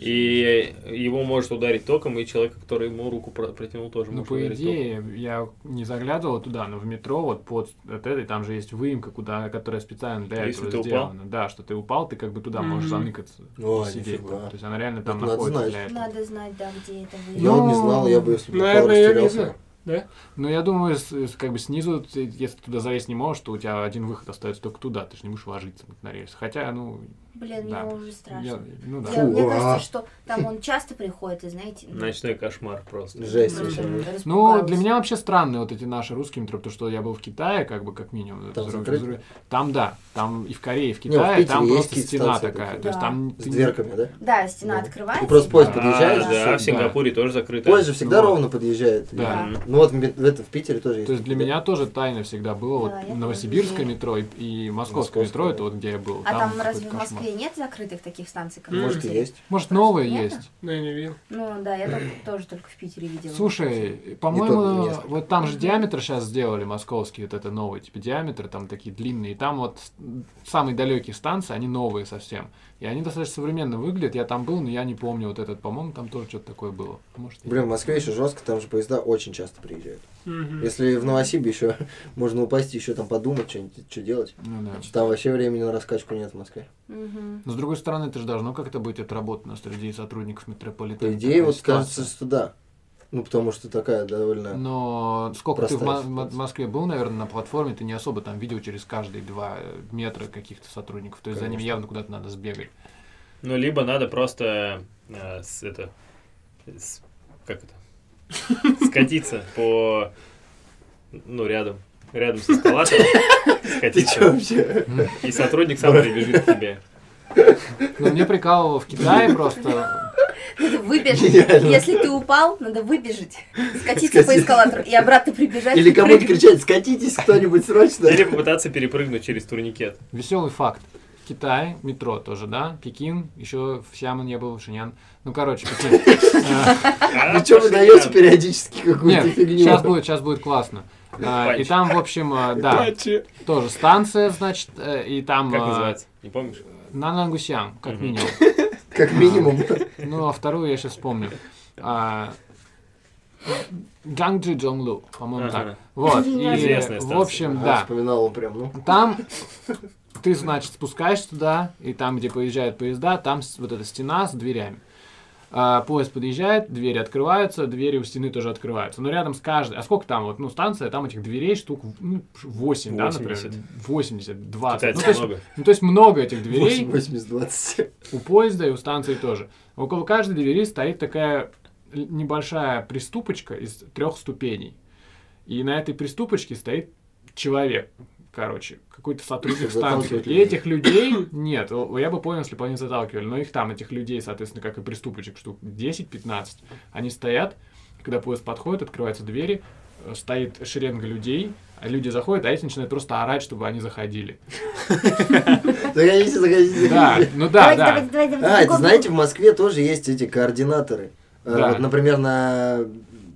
Speaker 2: И его может ударить током, и человек, который ему руку про- протянул, тоже
Speaker 3: Ну,
Speaker 2: может
Speaker 3: по
Speaker 2: ударить током.
Speaker 3: идее, я не заглядывал туда, но в метро вот под от этой, там же есть выемка, куда, которая специально для
Speaker 2: А Если
Speaker 3: этого
Speaker 2: ты упал?
Speaker 3: сделана. Да, что ты упал, ты как бы туда можешь
Speaker 4: Мгм.
Speaker 3: заныкаться.
Speaker 1: О,
Speaker 3: и сидеть
Speaker 1: нифига.
Speaker 3: там. То есть она реально
Speaker 1: Это
Speaker 3: там
Speaker 1: надо
Speaker 3: находится
Speaker 1: знать.
Speaker 3: для этого.
Speaker 6: Надо знать, да, где это
Speaker 1: Я
Speaker 6: вы.
Speaker 1: вот не знал, я бы, если бы
Speaker 4: Наверное,
Speaker 1: упал,
Speaker 4: я
Speaker 1: растерялся.
Speaker 4: видно. Да?
Speaker 3: Ну, я думаю, с- с- как бы снизу, ты, если туда залезть не можешь, то у тебя один выход остается только туда, ты же не будешь ложиться на рельсы. Хотя, ну,
Speaker 6: Блин,
Speaker 3: Да.
Speaker 6: мне уже
Speaker 3: я-
Speaker 6: страшно.
Speaker 3: ну да.
Speaker 6: Я- мне
Speaker 1: Фу, а.
Speaker 6: кажется, что там он часто приходит, и знаете... ну,
Speaker 2: Ночной кошмар просто.
Speaker 1: Жесть
Speaker 6: просто
Speaker 1: вообще.
Speaker 3: Ну,
Speaker 6: распугалась.
Speaker 3: для меня вообще странные вот эти наши русские метро, потому что я был в Китае, как бы, как минимум.
Speaker 1: Там
Speaker 3: Взрыв-
Speaker 1: закрыто?
Speaker 3: взрыв- Там, да, там и в Корее, и в
Speaker 1: Не, в
Speaker 3: Китае,
Speaker 1: Питере
Speaker 3: там
Speaker 1: есть
Speaker 3: просто
Speaker 1: какие-то
Speaker 3: стена
Speaker 1: станции
Speaker 3: такая. То
Speaker 6: такие.
Speaker 3: есть
Speaker 6: Да.
Speaker 3: там...
Speaker 1: С
Speaker 3: ты-
Speaker 1: дверками, да?
Speaker 6: Да, стена
Speaker 1: Да.
Speaker 6: открывается.
Speaker 1: Ты просто поезд
Speaker 3: Да.
Speaker 2: А,
Speaker 1: подъезжаешь, и
Speaker 2: да,
Speaker 1: всё.
Speaker 2: в Сингапуре тоже закрыто.
Speaker 1: Поезд же всегда
Speaker 3: Ну,
Speaker 1: ровно подъезжает.
Speaker 3: Да.
Speaker 6: Да.
Speaker 1: Ну вот в Мет- в это в Питере тоже есть.
Speaker 3: То есть для меня тоже тайна всегда была
Speaker 6: Да, я
Speaker 3: вот
Speaker 6: тоже
Speaker 3: новосибирское
Speaker 6: люблю.
Speaker 3: метро и, и московское,
Speaker 1: Московское,
Speaker 3: метро,
Speaker 1: да.
Speaker 3: это вот где я был.
Speaker 6: А там, разве
Speaker 3: какой-то
Speaker 6: в
Speaker 3: кошмар.
Speaker 6: Москве нет закрытых таких станций, как в
Speaker 1: Может и
Speaker 6: Питере?
Speaker 1: есть.
Speaker 3: Может, новые
Speaker 6: Нет?
Speaker 3: есть?
Speaker 4: Ну, я не видел.
Speaker 6: Ну да, я
Speaker 1: *clears throat*
Speaker 6: только- тоже только в Питере видела.
Speaker 3: Слушай,
Speaker 1: типа, Не
Speaker 3: по-моему,
Speaker 1: тот, не место.
Speaker 3: вот там же диаметр сейчас сделали московский, вот это новый типа диаметр, там такие длинные, и там вот с- самые далекие станции, они новые совсем, и они достаточно современно выглядят. Я там был, но я не помню вот этот, по-моему, там тоже что-то такое было. Может, и-
Speaker 1: Блин, в Москве еще жестко, там же поезда очень часто приезжают.
Speaker 4: Мгм.
Speaker 1: Если в Новосибе еще *laughs* можно упасть, еще там подумать, что-нибудь, что делать.
Speaker 3: Ну да.
Speaker 1: Там вообще времени на раскачку нет в Москве.
Speaker 6: Мгм.
Speaker 3: Но с другой стороны, это же должно как-то быть отработано среди сотрудников метрополитена.
Speaker 1: По идее,
Speaker 3: такая
Speaker 1: вот
Speaker 3: ситуация. Ну,
Speaker 1: кажется, что да. Ну, потому что такая довольно...
Speaker 3: Но сколько ты в
Speaker 1: Простая
Speaker 3: Мо- Мо-
Speaker 1: ситуация.
Speaker 3: Москве был, наверное, на платформе, ты не особо там видел через каждые два э, метра каких-то сотрудников. То есть за ним
Speaker 1: Конечно.
Speaker 3: явно куда-то надо сбегать.
Speaker 2: Ну, либо надо просто э, с- это... с- как это? Скатиться по... Ну, рядом. Рядом с эскалатором.
Speaker 1: Ты что
Speaker 2: Скатиться.
Speaker 1: вообще?
Speaker 2: И сотрудник сам прибежит к тебе.
Speaker 3: Но Ну, мне прикалывало в Китае просто.
Speaker 6: Надо
Speaker 1: *laughs*
Speaker 6: выбежать.
Speaker 1: Гениально.
Speaker 6: Если ты упал, надо выбежать, скатиться по
Speaker 1: Скатиться.
Speaker 6: эскалатору и обратно прибежать.
Speaker 1: Или
Speaker 6: и
Speaker 1: кому-то
Speaker 6: прыгнуть.
Speaker 1: кричать, скатитесь кто-нибудь срочно.
Speaker 2: Или попытаться перепрыгнуть через турникет.
Speaker 3: Веселый факт. Китай, метро тоже, да? Пекин, еще в Сиамон я был, Шиньян. Ну, короче, Пекин. Э,
Speaker 2: А,
Speaker 1: Ну что вы
Speaker 2: пошли
Speaker 1: даете
Speaker 2: там.
Speaker 1: периодически какую-то
Speaker 3: Нет,
Speaker 1: фигню?
Speaker 3: сейчас будет, сейчас будет классно. Э, И
Speaker 2: Патч.
Speaker 3: там, в общем, э,
Speaker 4: А.
Speaker 3: да,
Speaker 4: Патчи.
Speaker 3: тоже станция, значит, э, и там...
Speaker 2: Как
Speaker 3: э,
Speaker 2: называется? Не помнишь?
Speaker 3: Нанангусян, как
Speaker 2: Мгм.
Speaker 3: минимум.
Speaker 1: Как минимум.
Speaker 3: Ну, а вторую я сейчас вспомню. А, Джангджи Джонглу, по-моему,
Speaker 2: Ага.
Speaker 3: так. Вот, и,
Speaker 2: Известная
Speaker 3: в
Speaker 2: станция.
Speaker 3: общем,
Speaker 1: А,
Speaker 3: *laughs* да.
Speaker 1: Вспоминал он прям, ну.
Speaker 3: Там ты, значит, спускаешься туда, и там, где поезжают поезда, там с- вот эта стена с дверями. А, Поезд подъезжает, двери открываются, двери у стены тоже открываются. Но рядом с каждой... А сколько там? Вот, ну, станция, там этих дверей штук 8, да, например?
Speaker 2: 80.
Speaker 3: 80, 20. Ну
Speaker 2: Китайцев
Speaker 3: то, есть,
Speaker 2: много.
Speaker 3: ну, то есть много этих дверей.
Speaker 1: 80-20.
Speaker 3: У поезда и у станции тоже. Около каждой двери стоит такая л- небольшая приступочка из трех ступеней. И на этой приступочке стоит человек, короче, какой-то сотрудник станции.
Speaker 1: Заталкивать
Speaker 3: И
Speaker 1: людей.
Speaker 3: этих людей нет. о, Я бы понял, если бы они заталкивали. Но их там, этих людей, соответственно, как и приступочек, штук 10-15. Они стоят, когда поезд подходит, открываются двери, э, стоит шеренга людей, а люди заходят, а эти начинают просто орать, чтобы они заходили.
Speaker 1: Заходите, заходите,
Speaker 3: Да,
Speaker 1: заходите.
Speaker 3: ну да, да.
Speaker 6: давайте, давайте, давайте, давайте,
Speaker 1: А, это
Speaker 6: бегом,
Speaker 1: знаете, в Москве тоже есть эти координаторы. Э,
Speaker 3: Да.
Speaker 1: Вот, например, на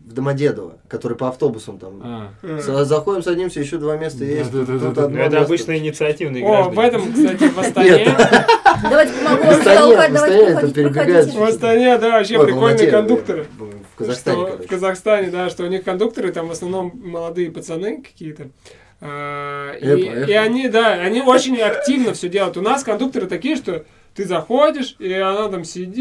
Speaker 1: в Домодедово, который по автобусам там.
Speaker 3: А.
Speaker 1: За- Заходим, садимся, еще два места есть.
Speaker 3: Да-да-да-да.
Speaker 1: тут одно
Speaker 2: Ну, это
Speaker 1: место.
Speaker 2: обычно инициативные
Speaker 4: О,
Speaker 2: граждане.
Speaker 4: в этом, кстати, в Астане.
Speaker 6: бегом. Давайте помогу
Speaker 1: В
Speaker 6: вам
Speaker 1: Астане-
Speaker 6: толкать,
Speaker 1: в
Speaker 6: давайте
Speaker 1: Астане
Speaker 6: проходите,
Speaker 1: там перебегают.
Speaker 4: В
Speaker 6: проходите.
Speaker 4: Астане, да, вообще
Speaker 1: Ой,
Speaker 4: прикольные
Speaker 1: Домодедово,
Speaker 4: кондукторы.
Speaker 1: э, В Казахстане,
Speaker 4: что в
Speaker 1: короче.
Speaker 4: Казахстане, да, что у них кондукторы там в основном молодые пацаны какие-то. А, и,
Speaker 1: Эпа, эпа.
Speaker 4: и они, да, они очень активно все делают. У нас кондукторы такие, что ты заходишь, и она там сидит.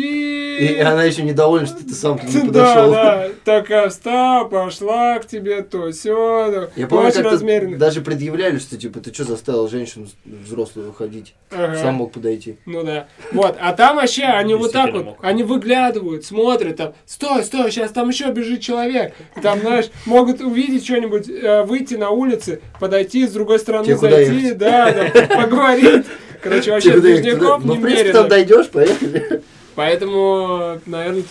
Speaker 1: И она еще недовольна, что ты сам к ней
Speaker 4: *laughs* Да,
Speaker 1: подошел.
Speaker 4: да, такая встала, пошла к тебе, то все,
Speaker 1: Я помню,
Speaker 4: очень
Speaker 1: как
Speaker 4: размеренно.
Speaker 1: даже предъявляли, что типа ты что заставил женщину взрослую выходить,
Speaker 4: Ага.
Speaker 1: сам мог подойти.
Speaker 4: Ну да. Вот. А там вообще они вот
Speaker 2: Ну,
Speaker 4: так
Speaker 2: Действительно
Speaker 4: вот,
Speaker 2: мог.
Speaker 4: они выглядывают, смотрят там, стой, стой, сейчас там еще бежит человек. И Там, знаешь, могут увидеть что-нибудь, э, выйти на улицы, подойти с другой стороны,
Speaker 1: Тебе куда
Speaker 4: зайти,
Speaker 1: ехать?
Speaker 4: да, да, поговорить. Короче, вообще
Speaker 1: Типа, ты туда-
Speaker 4: движников
Speaker 1: Ну, в принципе, там
Speaker 4: немерено.
Speaker 1: дойдешь,
Speaker 4: *laughs*
Speaker 1: поехали.
Speaker 4: Поэтому, наверное,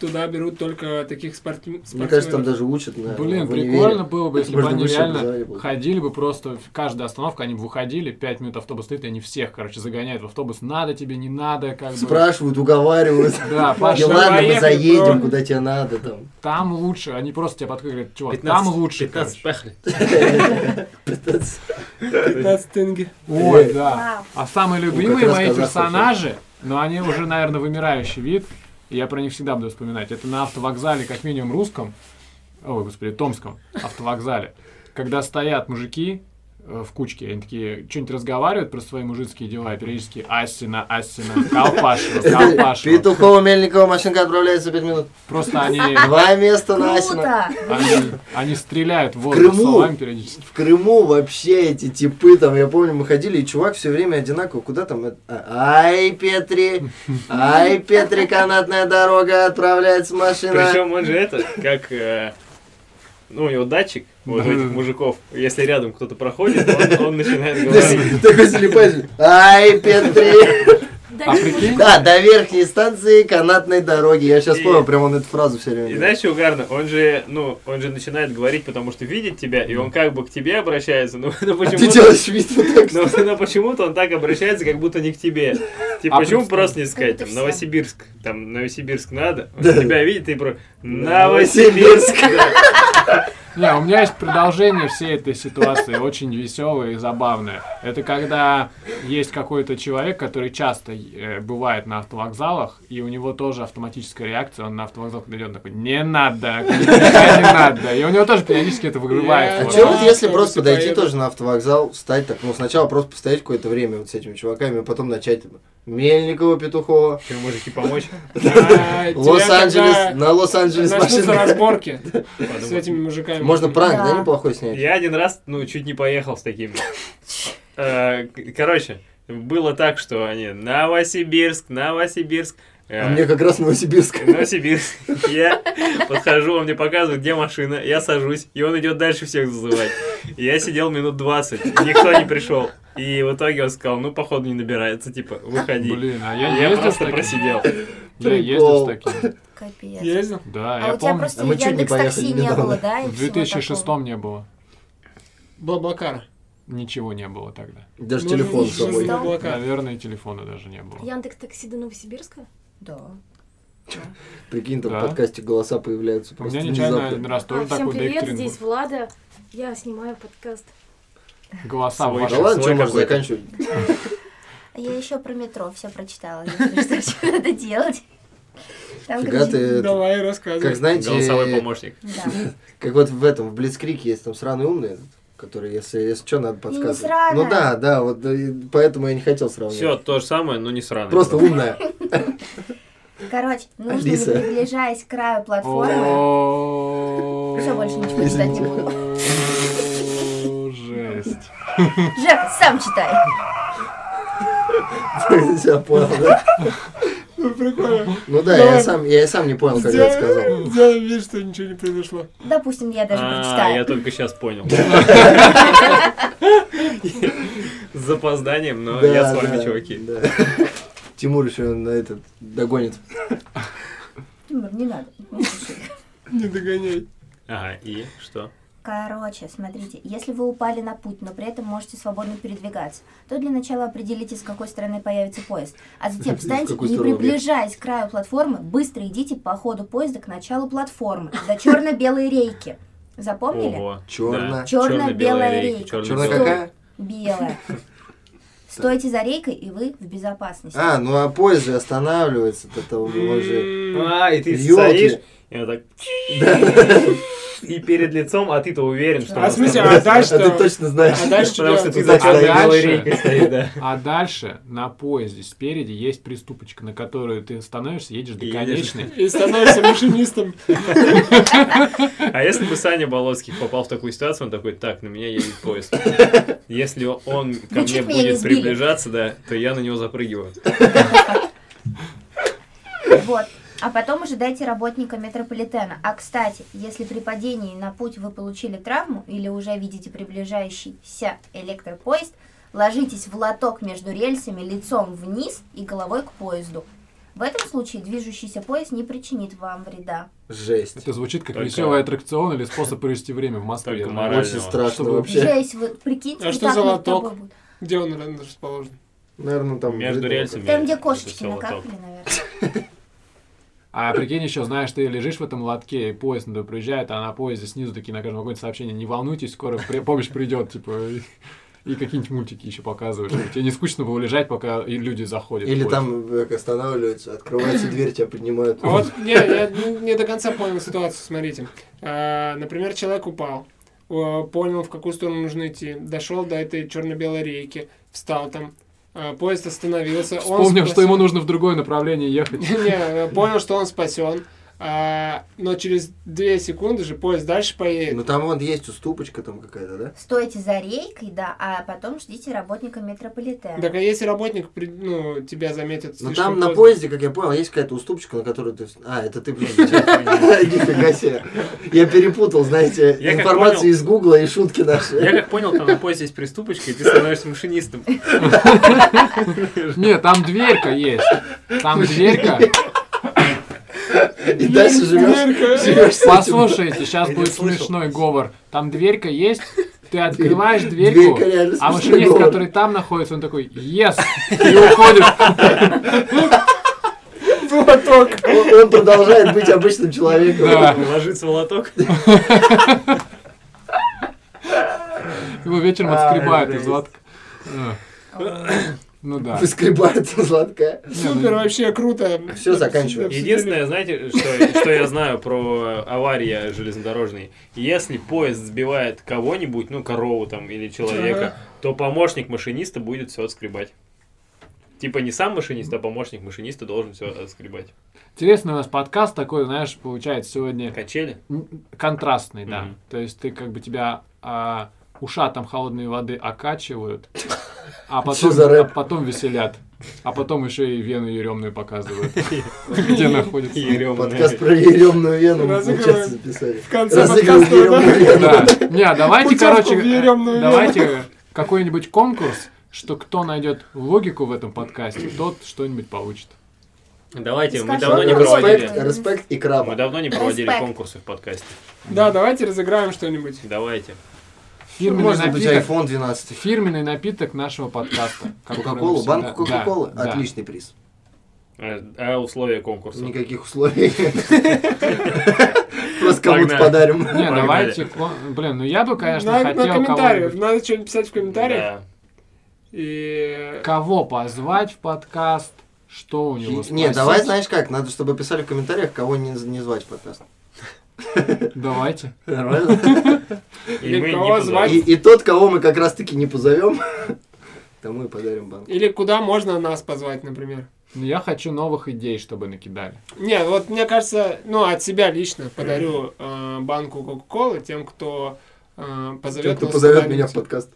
Speaker 4: туда берут только таких спорт- спортсменов.
Speaker 1: Мне кажется, там даже учат. наверное,
Speaker 3: Блин,
Speaker 1: в универе.
Speaker 3: прикольно было бы, если бы
Speaker 1: Можно
Speaker 3: они
Speaker 1: высшее
Speaker 3: реально
Speaker 1: образование было.
Speaker 3: ходили бы просто, в- каждая остановка, они бы выходили, пять минут автобус стоит, и они всех, короче, загоняют в автобус, надо тебе, не надо, как бы.
Speaker 1: Спрашивают, уговаривают. *laughs*
Speaker 3: Да,
Speaker 1: И
Speaker 3: Паша,
Speaker 4: Пошли,
Speaker 1: ладно, мы
Speaker 4: поехали,
Speaker 1: заедем,
Speaker 4: бро.
Speaker 1: куда тебе надо там.
Speaker 3: там лучше, они просто тебя подкрыли, говорят, чувак,
Speaker 2: 15,
Speaker 3: там лучше,
Speaker 2: 15
Speaker 3: короче.
Speaker 2: пехли.
Speaker 4: 15
Speaker 1: *laughs*
Speaker 4: тенге.
Speaker 3: Ой,
Speaker 1: Э.
Speaker 3: да.
Speaker 6: Вау.
Speaker 3: А самые
Speaker 1: Ну,
Speaker 3: любимые
Speaker 1: как раз
Speaker 3: мои
Speaker 1: казах
Speaker 3: персонажи, но они уже, наверное, вымирающий вид, и я про них всегда буду вспоминать. Это на автовокзале, как минимум, русском, ой, господи, томском автовокзале, когда стоят мужики э, в кучке, они такие что-нибудь разговаривают про свои мужицкие дела, и периодически Асина, Асина, Колпашева, Колпашева.
Speaker 1: Петухова Мельникова машинка отправляется 5 минут.
Speaker 3: Просто они,
Speaker 1: Два места на Асина.
Speaker 6: Круто!
Speaker 3: они, они стреляют в воздух
Speaker 1: Крыму.
Speaker 3: словами периодически.
Speaker 1: В Крыму вообще эти типы там, я помню, мы ходили, и чувак все время одинаково, куда там? это? А, Ай, Петри, ай, Петри, канатная дорога, отправляется машина.
Speaker 2: Причем он же это, как... э, Ну, у него датчик, вот у этих мужиков. Если рядом кто-то проходит, он, он начинает говорить.
Speaker 1: Такой слепой, ай, Петри.
Speaker 3: А прикинь,
Speaker 1: Да, до верхней станции канатной дороги. Я сейчас помню, прям он эту фразу все время.
Speaker 2: И
Speaker 1: говорит.
Speaker 2: знаешь, что угарно? Он же, ну, он же начинает говорить, потому что видит тебя, и он как бы к тебе обращается, но, *laughs* но
Speaker 1: А ты
Speaker 2: почему-то...
Speaker 1: делаешь вид вот так.
Speaker 2: Но, но почему-то он так обращается, как будто не к тебе. Типа,
Speaker 3: А
Speaker 2: почему
Speaker 3: представь.
Speaker 2: просто не сказать,
Speaker 6: Как это
Speaker 2: там,
Speaker 6: всё.
Speaker 2: Новосибирск, там, Новосибирск надо, он
Speaker 1: Да.
Speaker 2: тебя видит, и про...
Speaker 1: Новосибирск.
Speaker 2: Новосибирск! Да.
Speaker 3: Не, у меня есть продолжение всей этой ситуации, очень веселое и забавное. Это когда есть какой-то человек, который часто э, бывает на автовокзалах, и у него тоже автоматическая реакция, он на автовокзал когда идет, он такой, не надо, *laughs* не надо. И у него тоже периодически это
Speaker 4: Я-
Speaker 3: выгрывается.
Speaker 1: А
Speaker 4: Вот.
Speaker 1: что вот если
Speaker 4: Автобусы
Speaker 1: просто подойти
Speaker 4: поедут.
Speaker 1: тоже на автовокзал, встать так, ну сначала просто постоять какое-то время вот с этими чуваками, а потом начать там, Мельникова, Петухова,
Speaker 2: Чё, Мужики помочь?
Speaker 4: А, тебя
Speaker 1: Лос-Анджелес,
Speaker 4: когда
Speaker 1: на Лос-Анджелес
Speaker 4: Начнутся
Speaker 1: машина.
Speaker 4: разборки с
Speaker 2: Подумал.
Speaker 4: этими мужиками.
Speaker 1: Можно пранк, да,
Speaker 6: Да.
Speaker 1: неплохой снять?
Speaker 2: Я один раз, ну, чуть не поехал с такими. Э, к- Короче, было так, что они Новосибирск, Новосибирск. э,
Speaker 1: А мне как раз Новосибирск.
Speaker 2: Ну, Новосибирск. Я подхожу, он мне показывает, где машина, я сажусь, и он идет дальше всех зазывать. И Я сидел минут 20, никто не пришел. И в итоге он сказал, ну, походу, не набирается, типа, выходи.
Speaker 3: Блин, а я
Speaker 2: Я
Speaker 3: ездил с
Speaker 2: просто
Speaker 3: таким.
Speaker 2: просидел.
Speaker 3: Я ездил с
Speaker 1: Прикол.
Speaker 3: таким.
Speaker 6: Капец.
Speaker 4: Ездил?
Speaker 3: Да,
Speaker 6: А
Speaker 3: я
Speaker 6: у тебя
Speaker 3: помню.
Speaker 6: просто
Speaker 1: А мы чуть не
Speaker 6: Яндекс такси
Speaker 1: поехали
Speaker 6: не
Speaker 1: недавно.
Speaker 6: было, да? и
Speaker 3: В
Speaker 6: всего
Speaker 3: 2006 не было.
Speaker 4: Блаблакар.
Speaker 3: Ничего не было тогда.
Speaker 1: Даже
Speaker 4: Нужен
Speaker 1: телефон с
Speaker 6: лишний
Speaker 1: собой.
Speaker 6: знак.
Speaker 4: облака.
Speaker 3: Наверное, и телефона даже не было.
Speaker 7: Яндекс такси до Новосибирска?
Speaker 6: Да.
Speaker 1: Прикинь, там
Speaker 3: Да.
Speaker 1: в подкасте голоса появляются
Speaker 3: У
Speaker 1: просто
Speaker 3: меня
Speaker 1: внезапно.
Speaker 3: нечаянно один раз
Speaker 7: А,
Speaker 3: тоже
Speaker 7: всем
Speaker 3: такой
Speaker 7: привет,
Speaker 3: дайктрин
Speaker 7: здесь Влада. Я снимаю подкаст.
Speaker 3: был. Голоса
Speaker 2: Свой
Speaker 1: Да
Speaker 3: ваши.
Speaker 2: шаг.
Speaker 1: Ну, ладно, что,
Speaker 2: Свой
Speaker 1: можно
Speaker 2: какой-то.
Speaker 1: заканчивать?
Speaker 6: А Я еще про метро все прочитала, если что, что надо делать. Там,
Speaker 1: Фига ты,
Speaker 6: короче,
Speaker 1: это,
Speaker 4: Давай,
Speaker 1: Э, как
Speaker 4: рассказывай.
Speaker 2: Голосовой
Speaker 1: знаете,
Speaker 2: помощник.
Speaker 6: да.
Speaker 1: как вот в этом, в Блицкрике есть там сраный умный этот, который, если, если что, надо
Speaker 6: не
Speaker 1: подсказывать.
Speaker 6: сраная.
Speaker 1: Ну да, да, вот и поэтому я не хотел сравнивать.
Speaker 2: Все то же самое, но не сраное.
Speaker 1: Просто
Speaker 6: *laughs*
Speaker 1: умная. *laughs*
Speaker 6: Короче, нужно
Speaker 1: Алиса.
Speaker 6: не приближаясь к краю платформы.
Speaker 3: О,
Speaker 6: Всё, больше ничего читать не буду.
Speaker 3: о, Жесть.
Speaker 6: Жек, сам читай.
Speaker 1: Я понял, да?
Speaker 4: Ну, прикольно.
Speaker 1: Ну да, я сам, я и сам не понял, когда это сказал.
Speaker 4: Сделаем сделаем вид, что ничего не произошло.
Speaker 6: Допустим, я даже
Speaker 2: А, я
Speaker 6: прочитаю.
Speaker 2: только сейчас понял. С запозданием, но
Speaker 1: Да,
Speaker 2: я с
Speaker 1: да,
Speaker 2: вами, чуваки.
Speaker 1: да. *laughs* Тимур еще на этот догонит.
Speaker 6: Тимур, не надо. не спеши.
Speaker 4: Не догоняй.
Speaker 2: Ага, и что?
Speaker 6: Короче, смотрите, если вы упали на путь, но при этом можете свободно передвигаться, то для начала определите, с какой стороны появится поезд.
Speaker 2: *laughs*
Speaker 6: А затем встаньте,
Speaker 1: какую
Speaker 6: не
Speaker 1: сторону
Speaker 6: приближаясь к краю платформы, быстро идите по ходу поезда к началу платформы, до черно-белой рейки. Запомнили?
Speaker 2: Ого.
Speaker 1: Чёрно.
Speaker 2: да.
Speaker 6: Чёрно-белая
Speaker 2: Чёрно-белая
Speaker 6: рейка.
Speaker 2: рейка,
Speaker 1: Черная
Speaker 6: Всё.
Speaker 2: чёрно-белая.
Speaker 1: какая?
Speaker 2: *laughs*
Speaker 6: Белая. Стойте за рейкой, и вы в безопасности.
Speaker 1: А, ну а поезд же останавливается от этого, он же...
Speaker 4: М,
Speaker 2: А, и ты
Speaker 1: Ёлки.
Speaker 2: стоишь, и вот так... И перед лицом, а ты-то уверен, что...
Speaker 4: А
Speaker 2: он
Speaker 4: в смысле,
Speaker 2: остановится.
Speaker 1: *laughs*
Speaker 4: а дальше-то-
Speaker 1: ты точно знаешь.
Speaker 4: А дальше что
Speaker 2: Потому что
Speaker 4: делать?
Speaker 2: ты
Speaker 1: А
Speaker 2: за черно-белой
Speaker 3: дальше?
Speaker 2: рейкой стоишь, да.
Speaker 3: А дальше на поезде спереди есть приступочка, на которую ты становишься, едешь до
Speaker 2: И
Speaker 3: конечной.
Speaker 4: И становишься машинистом.
Speaker 2: А если бы Саня Болоцкий попал в такую ситуацию, он такой, так, на меня едет поезд. Если он ко
Speaker 6: Вы
Speaker 2: мне
Speaker 6: чуть Ну, меня не
Speaker 2: будет
Speaker 6: сбили.
Speaker 2: приближаться, да, то я на него запрыгиваю.
Speaker 6: Вот. А потом ожидайте работника метрополитена. А кстати, если при падении на путь вы получили травму или уже видите приближающийся электропоезд, ложитесь в лоток между рельсами лицом вниз и головой к поезду. В этом случае движущийся поезд не причинит вам вреда.
Speaker 1: Жесть.
Speaker 3: Это звучит как
Speaker 2: Только-
Speaker 3: веселый аттракцион или способ провести время в Москве.
Speaker 2: Только
Speaker 3: Ну,
Speaker 2: морально.
Speaker 1: Очень
Speaker 2: Правильно.
Speaker 1: страшно
Speaker 3: Чтобы
Speaker 1: вообще.
Speaker 6: Жесть, вы прикиньте,
Speaker 4: А
Speaker 6: вот
Speaker 4: что
Speaker 6: так
Speaker 4: за
Speaker 6: над
Speaker 4: лоток?
Speaker 6: тобой будет.
Speaker 4: Где он наверное, расположен?
Speaker 1: Наверное, там...
Speaker 2: Между
Speaker 1: вряд ли
Speaker 2: рельсами.
Speaker 6: Там, где
Speaker 2: это
Speaker 6: кошечки
Speaker 2: всё лоток.
Speaker 6: накапали, наверное.
Speaker 3: А прикинь еще, знаешь, ты лежишь в этом лотке, и поезд надо приезжает, а на поезде снизу такие на каждом вагоне сообщения, не волнуйтесь, скоро при- помощь придет, типа, и, и какие-нибудь мультики еще показывают. чтобы Тебе не скучно было лежать, пока и люди заходят. в
Speaker 1: Или
Speaker 3: поезд.
Speaker 1: там э, как останавливаются, открывается дверь, тебя поднимают.
Speaker 4: А Вот не, я не не до конца понял ситуацию, смотрите. А, Например, человек упал, о, понял, в какую сторону нужно идти, дошел до этой черно-белой рейки, встал там, а, поезд остановился. он
Speaker 3: Вспомнил, что
Speaker 4: спасен.
Speaker 3: ему нужно в другое направление ехать.
Speaker 4: Не, понял, что он спасен, а, но через две секунды же поезд дальше
Speaker 1: Ну
Speaker 4: поедет.
Speaker 1: там вон есть уступочка там какая-то, да?
Speaker 6: Стойте за рейкой, да, а потом ждите работника метрополитена.
Speaker 4: Так а если работник при- ну, тебя заметит
Speaker 1: Но
Speaker 4: слишком
Speaker 1: там на
Speaker 4: поздно? *laughs*
Speaker 1: поезде, как я понял, есть какая-то уступочка, на которую ты... А, это ты... блин, *laughs* Нифига себе. Я перепутал, знаете,
Speaker 2: Я как
Speaker 1: информацию
Speaker 2: понял.
Speaker 1: из Гугла и шутки наши.
Speaker 2: Я как понял, там на поезде есть приступочка, и ты становишься
Speaker 6: *laughs*
Speaker 2: машинистом.
Speaker 3: Нет, там дверька есть. Там дверька.
Speaker 1: И дальше живешь. живешь с этим.
Speaker 3: Послушайте, сейчас
Speaker 1: Я не
Speaker 3: будет
Speaker 1: слышал.
Speaker 3: смешной говорор. Там дверька есть, ты открываешь дверьку,
Speaker 1: Дверька реально
Speaker 3: а
Speaker 1: смешной
Speaker 3: машинист,
Speaker 1: говорор.
Speaker 3: который там находится, он такой, ес, и уходит.
Speaker 1: Он он продолжает быть обычным человеком.
Speaker 3: Да.
Speaker 2: Ложится в лоток.
Speaker 3: Его вечером
Speaker 1: А,
Speaker 3: отскребают
Speaker 1: это
Speaker 3: из
Speaker 1: есть.
Speaker 3: лотка. Э, Ну да.
Speaker 1: Выскребает из лотка.
Speaker 4: Супер, вообще круто.
Speaker 1: ну Всё, заканчиваем.
Speaker 2: Единственное, знаете, что, что я знаю про аварии железнодорожные? Если поезд сбивает кого-нибудь, ну, корову там или человека,
Speaker 4: Ага.
Speaker 2: то помощник машиниста будет все отскребать. Типа не сам машинист, а помощник машиниста должен все отскребать.
Speaker 3: Интересный у нас подкаст такой, знаешь, получается сегодня
Speaker 2: Качели?
Speaker 3: м, контрастный, да.
Speaker 2: Мгм.
Speaker 3: То есть ты как бы тебя а, ушатом холодной воды окачивают, а потом,
Speaker 1: за
Speaker 3: а
Speaker 1: рэп?
Speaker 3: потом веселят. А потом еще и вену еремную показывают.
Speaker 4: *laughs*
Speaker 3: Где находится.
Speaker 2: Ерёмная.
Speaker 1: Подкаст про еремную вену мы
Speaker 4: Разыгрываем.
Speaker 1: сейчас записали.
Speaker 4: В конце
Speaker 1: Разыгрываем
Speaker 4: подкаста, да?
Speaker 1: еремную вену.
Speaker 3: Да. Не, а давайте,
Speaker 4: Путевку
Speaker 3: короче,
Speaker 4: в еремную
Speaker 3: э, давайте какой-нибудь конкурс, что кто найдет логику в этом подкасте, тот что-нибудь получит.
Speaker 2: Давайте, мы
Speaker 6: Скажи,
Speaker 1: Ну,
Speaker 2: давно не
Speaker 6: Респект.
Speaker 2: проводили.
Speaker 1: Респект, респект и
Speaker 2: Мы
Speaker 1: краб.
Speaker 2: давно не проводили
Speaker 6: Респект.
Speaker 2: конкурсы в подкасте.
Speaker 4: Да, давайте разыграем что-нибудь.
Speaker 2: Давайте.
Speaker 3: Фирменный
Speaker 1: Можно быть
Speaker 3: напиток.
Speaker 1: iPhone 12.
Speaker 3: Фирменный напиток нашего подкаста. который мы
Speaker 1: Кока-колу,
Speaker 3: всегда-
Speaker 1: банку Кока-колы.
Speaker 3: Да, да.
Speaker 1: Отличный приз.
Speaker 2: А, а условия конкурса?
Speaker 1: Никаких условий. Просто кому-то
Speaker 2: Погнали.
Speaker 1: подарим.
Speaker 3: Не, ну
Speaker 2: Погнали.
Speaker 3: давайте... кон- Блин, ну я бы, конечно,
Speaker 4: Надо, на
Speaker 3: хотел
Speaker 4: комментариев.
Speaker 3: кого-нибудь-
Speaker 4: Надо что-нибудь писать в комментариях.
Speaker 2: Да.
Speaker 4: И...
Speaker 3: Кого позвать в подкаст? Что у него
Speaker 1: Не, давай,
Speaker 3: спросить?
Speaker 1: знаешь как, надо, чтобы писали в комментариях, кого не, не звать в подкаст.
Speaker 3: Давайте.
Speaker 1: Нормально?
Speaker 4: *laughs*
Speaker 2: И мы не
Speaker 4: Никого звать
Speaker 1: И,
Speaker 2: позовем.
Speaker 1: и тот, кого мы как раз-таки не позовем, *laughs* тому и подарим банк.
Speaker 4: Или куда можно нас позвать, например.
Speaker 3: Ну, я хочу новых идей, чтобы накидали.
Speaker 4: Не, вот мне кажется, ну, от себя лично подарю э, банку Кока-Колы тем, кто э, позовет
Speaker 1: Тем, кто
Speaker 4: нас
Speaker 1: позовет
Speaker 4: куда-нибудь.
Speaker 1: меня
Speaker 6: типа.
Speaker 1: в подкаст,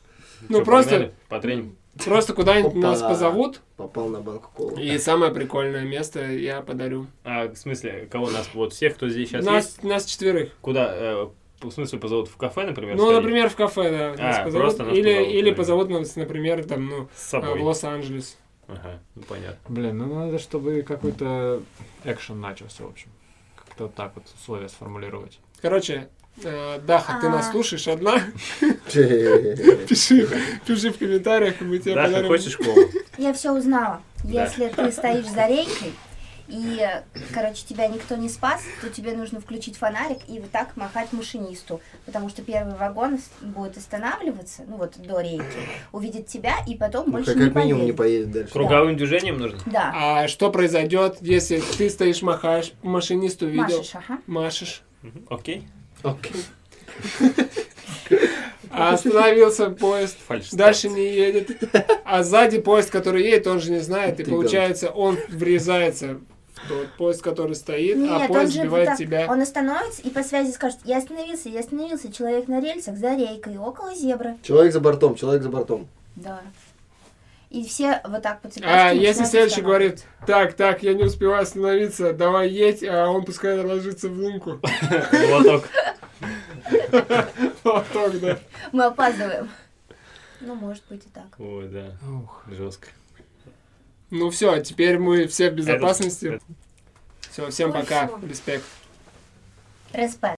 Speaker 4: Ну,
Speaker 2: Чё,
Speaker 4: просто-
Speaker 2: погнали? Потреним.
Speaker 4: Просто куда-нибудь
Speaker 1: Опа.
Speaker 4: нас позовут,
Speaker 1: попал на банку колы. *laughs*
Speaker 4: и самое прикольное место я подарю.
Speaker 2: А, в смысле, кого нас? Вот всех, кто здесь сейчас
Speaker 4: нас,
Speaker 2: есть?
Speaker 4: нас четверых.
Speaker 2: Куда? э, в смысле, позовут в кафе, например?
Speaker 4: Ну,
Speaker 2: сходить?
Speaker 4: например, в кафе, да. нас
Speaker 2: А,
Speaker 4: позовут.
Speaker 2: просто нас
Speaker 4: или,
Speaker 2: позовут,
Speaker 4: или
Speaker 2: наверное.
Speaker 4: позовут нас, например, там, ну,
Speaker 2: С
Speaker 4: э,
Speaker 2: собой.
Speaker 4: в Лос-Анджелес.
Speaker 2: Ага, ну понятно.
Speaker 3: Блин, ну надо, чтобы какой-то экшен начался, в общем. Как-то так вот условия сформулировать.
Speaker 4: Короче, э, Даха, ты нас
Speaker 6: А.
Speaker 4: слушаешь одна? *laughs*
Speaker 1: Че?
Speaker 4: Пиши, пиши в комментариях, и мы тебе
Speaker 2: Да,
Speaker 4: подарим.
Speaker 2: хочешь
Speaker 4: *laughs*
Speaker 2: колу?
Speaker 6: Я все узнала.
Speaker 2: Да.
Speaker 6: Если ты стоишь за рейкой, и, э, короче, тебя никто не спас, то тебе нужно включить фонарик и вот так махать машинисту. Потому что первый вагон с- будет останавливаться, ну вот до рейки, увидит тебя и потом
Speaker 1: Ну,
Speaker 6: больше
Speaker 1: Как
Speaker 6: не
Speaker 1: как минимум не
Speaker 6: поедет.
Speaker 1: поедет дальше.
Speaker 2: Круговым движением нужно?
Speaker 6: Да,
Speaker 4: А что произойдет, если ты стоишь, махаешь, машинист увидел,
Speaker 6: машешь, ага.
Speaker 4: машешь,
Speaker 2: Мгм, Окей.
Speaker 1: Окей.
Speaker 4: а остановился поезд,
Speaker 2: Фальш.
Speaker 4: дальше не едет, а сзади поезд, который едет, он же не знает, и
Speaker 1: Ты
Speaker 4: получается он врезается в тот поезд, который стоит, а
Speaker 6: Нет, он
Speaker 4: поезд
Speaker 6: же
Speaker 4: сбивает
Speaker 6: так-
Speaker 4: тебя.
Speaker 6: он остановится и по связи скажет, я остановился, я остановился, человек на рельсах за рейкой, около зебры.
Speaker 1: Человек за бортом, человек за бортом.
Speaker 6: Да. И все вот так по цепочке
Speaker 4: А если
Speaker 6: начинают
Speaker 4: следующий
Speaker 6: останавливаться.
Speaker 4: говорит, так, так, я не успеваю остановиться, давай едь, а он пускай ложится в лунку.
Speaker 2: Лоток.
Speaker 4: Вот так, да.
Speaker 6: Мы опаздываем. Ну, может быть и так.
Speaker 2: Ой, да, жестко.
Speaker 4: Ну все, теперь мы все в безопасности.
Speaker 2: Этот-
Speaker 4: Все, всем
Speaker 7: Ой,
Speaker 4: пока.
Speaker 7: всё.
Speaker 4: Респект.
Speaker 6: Респект.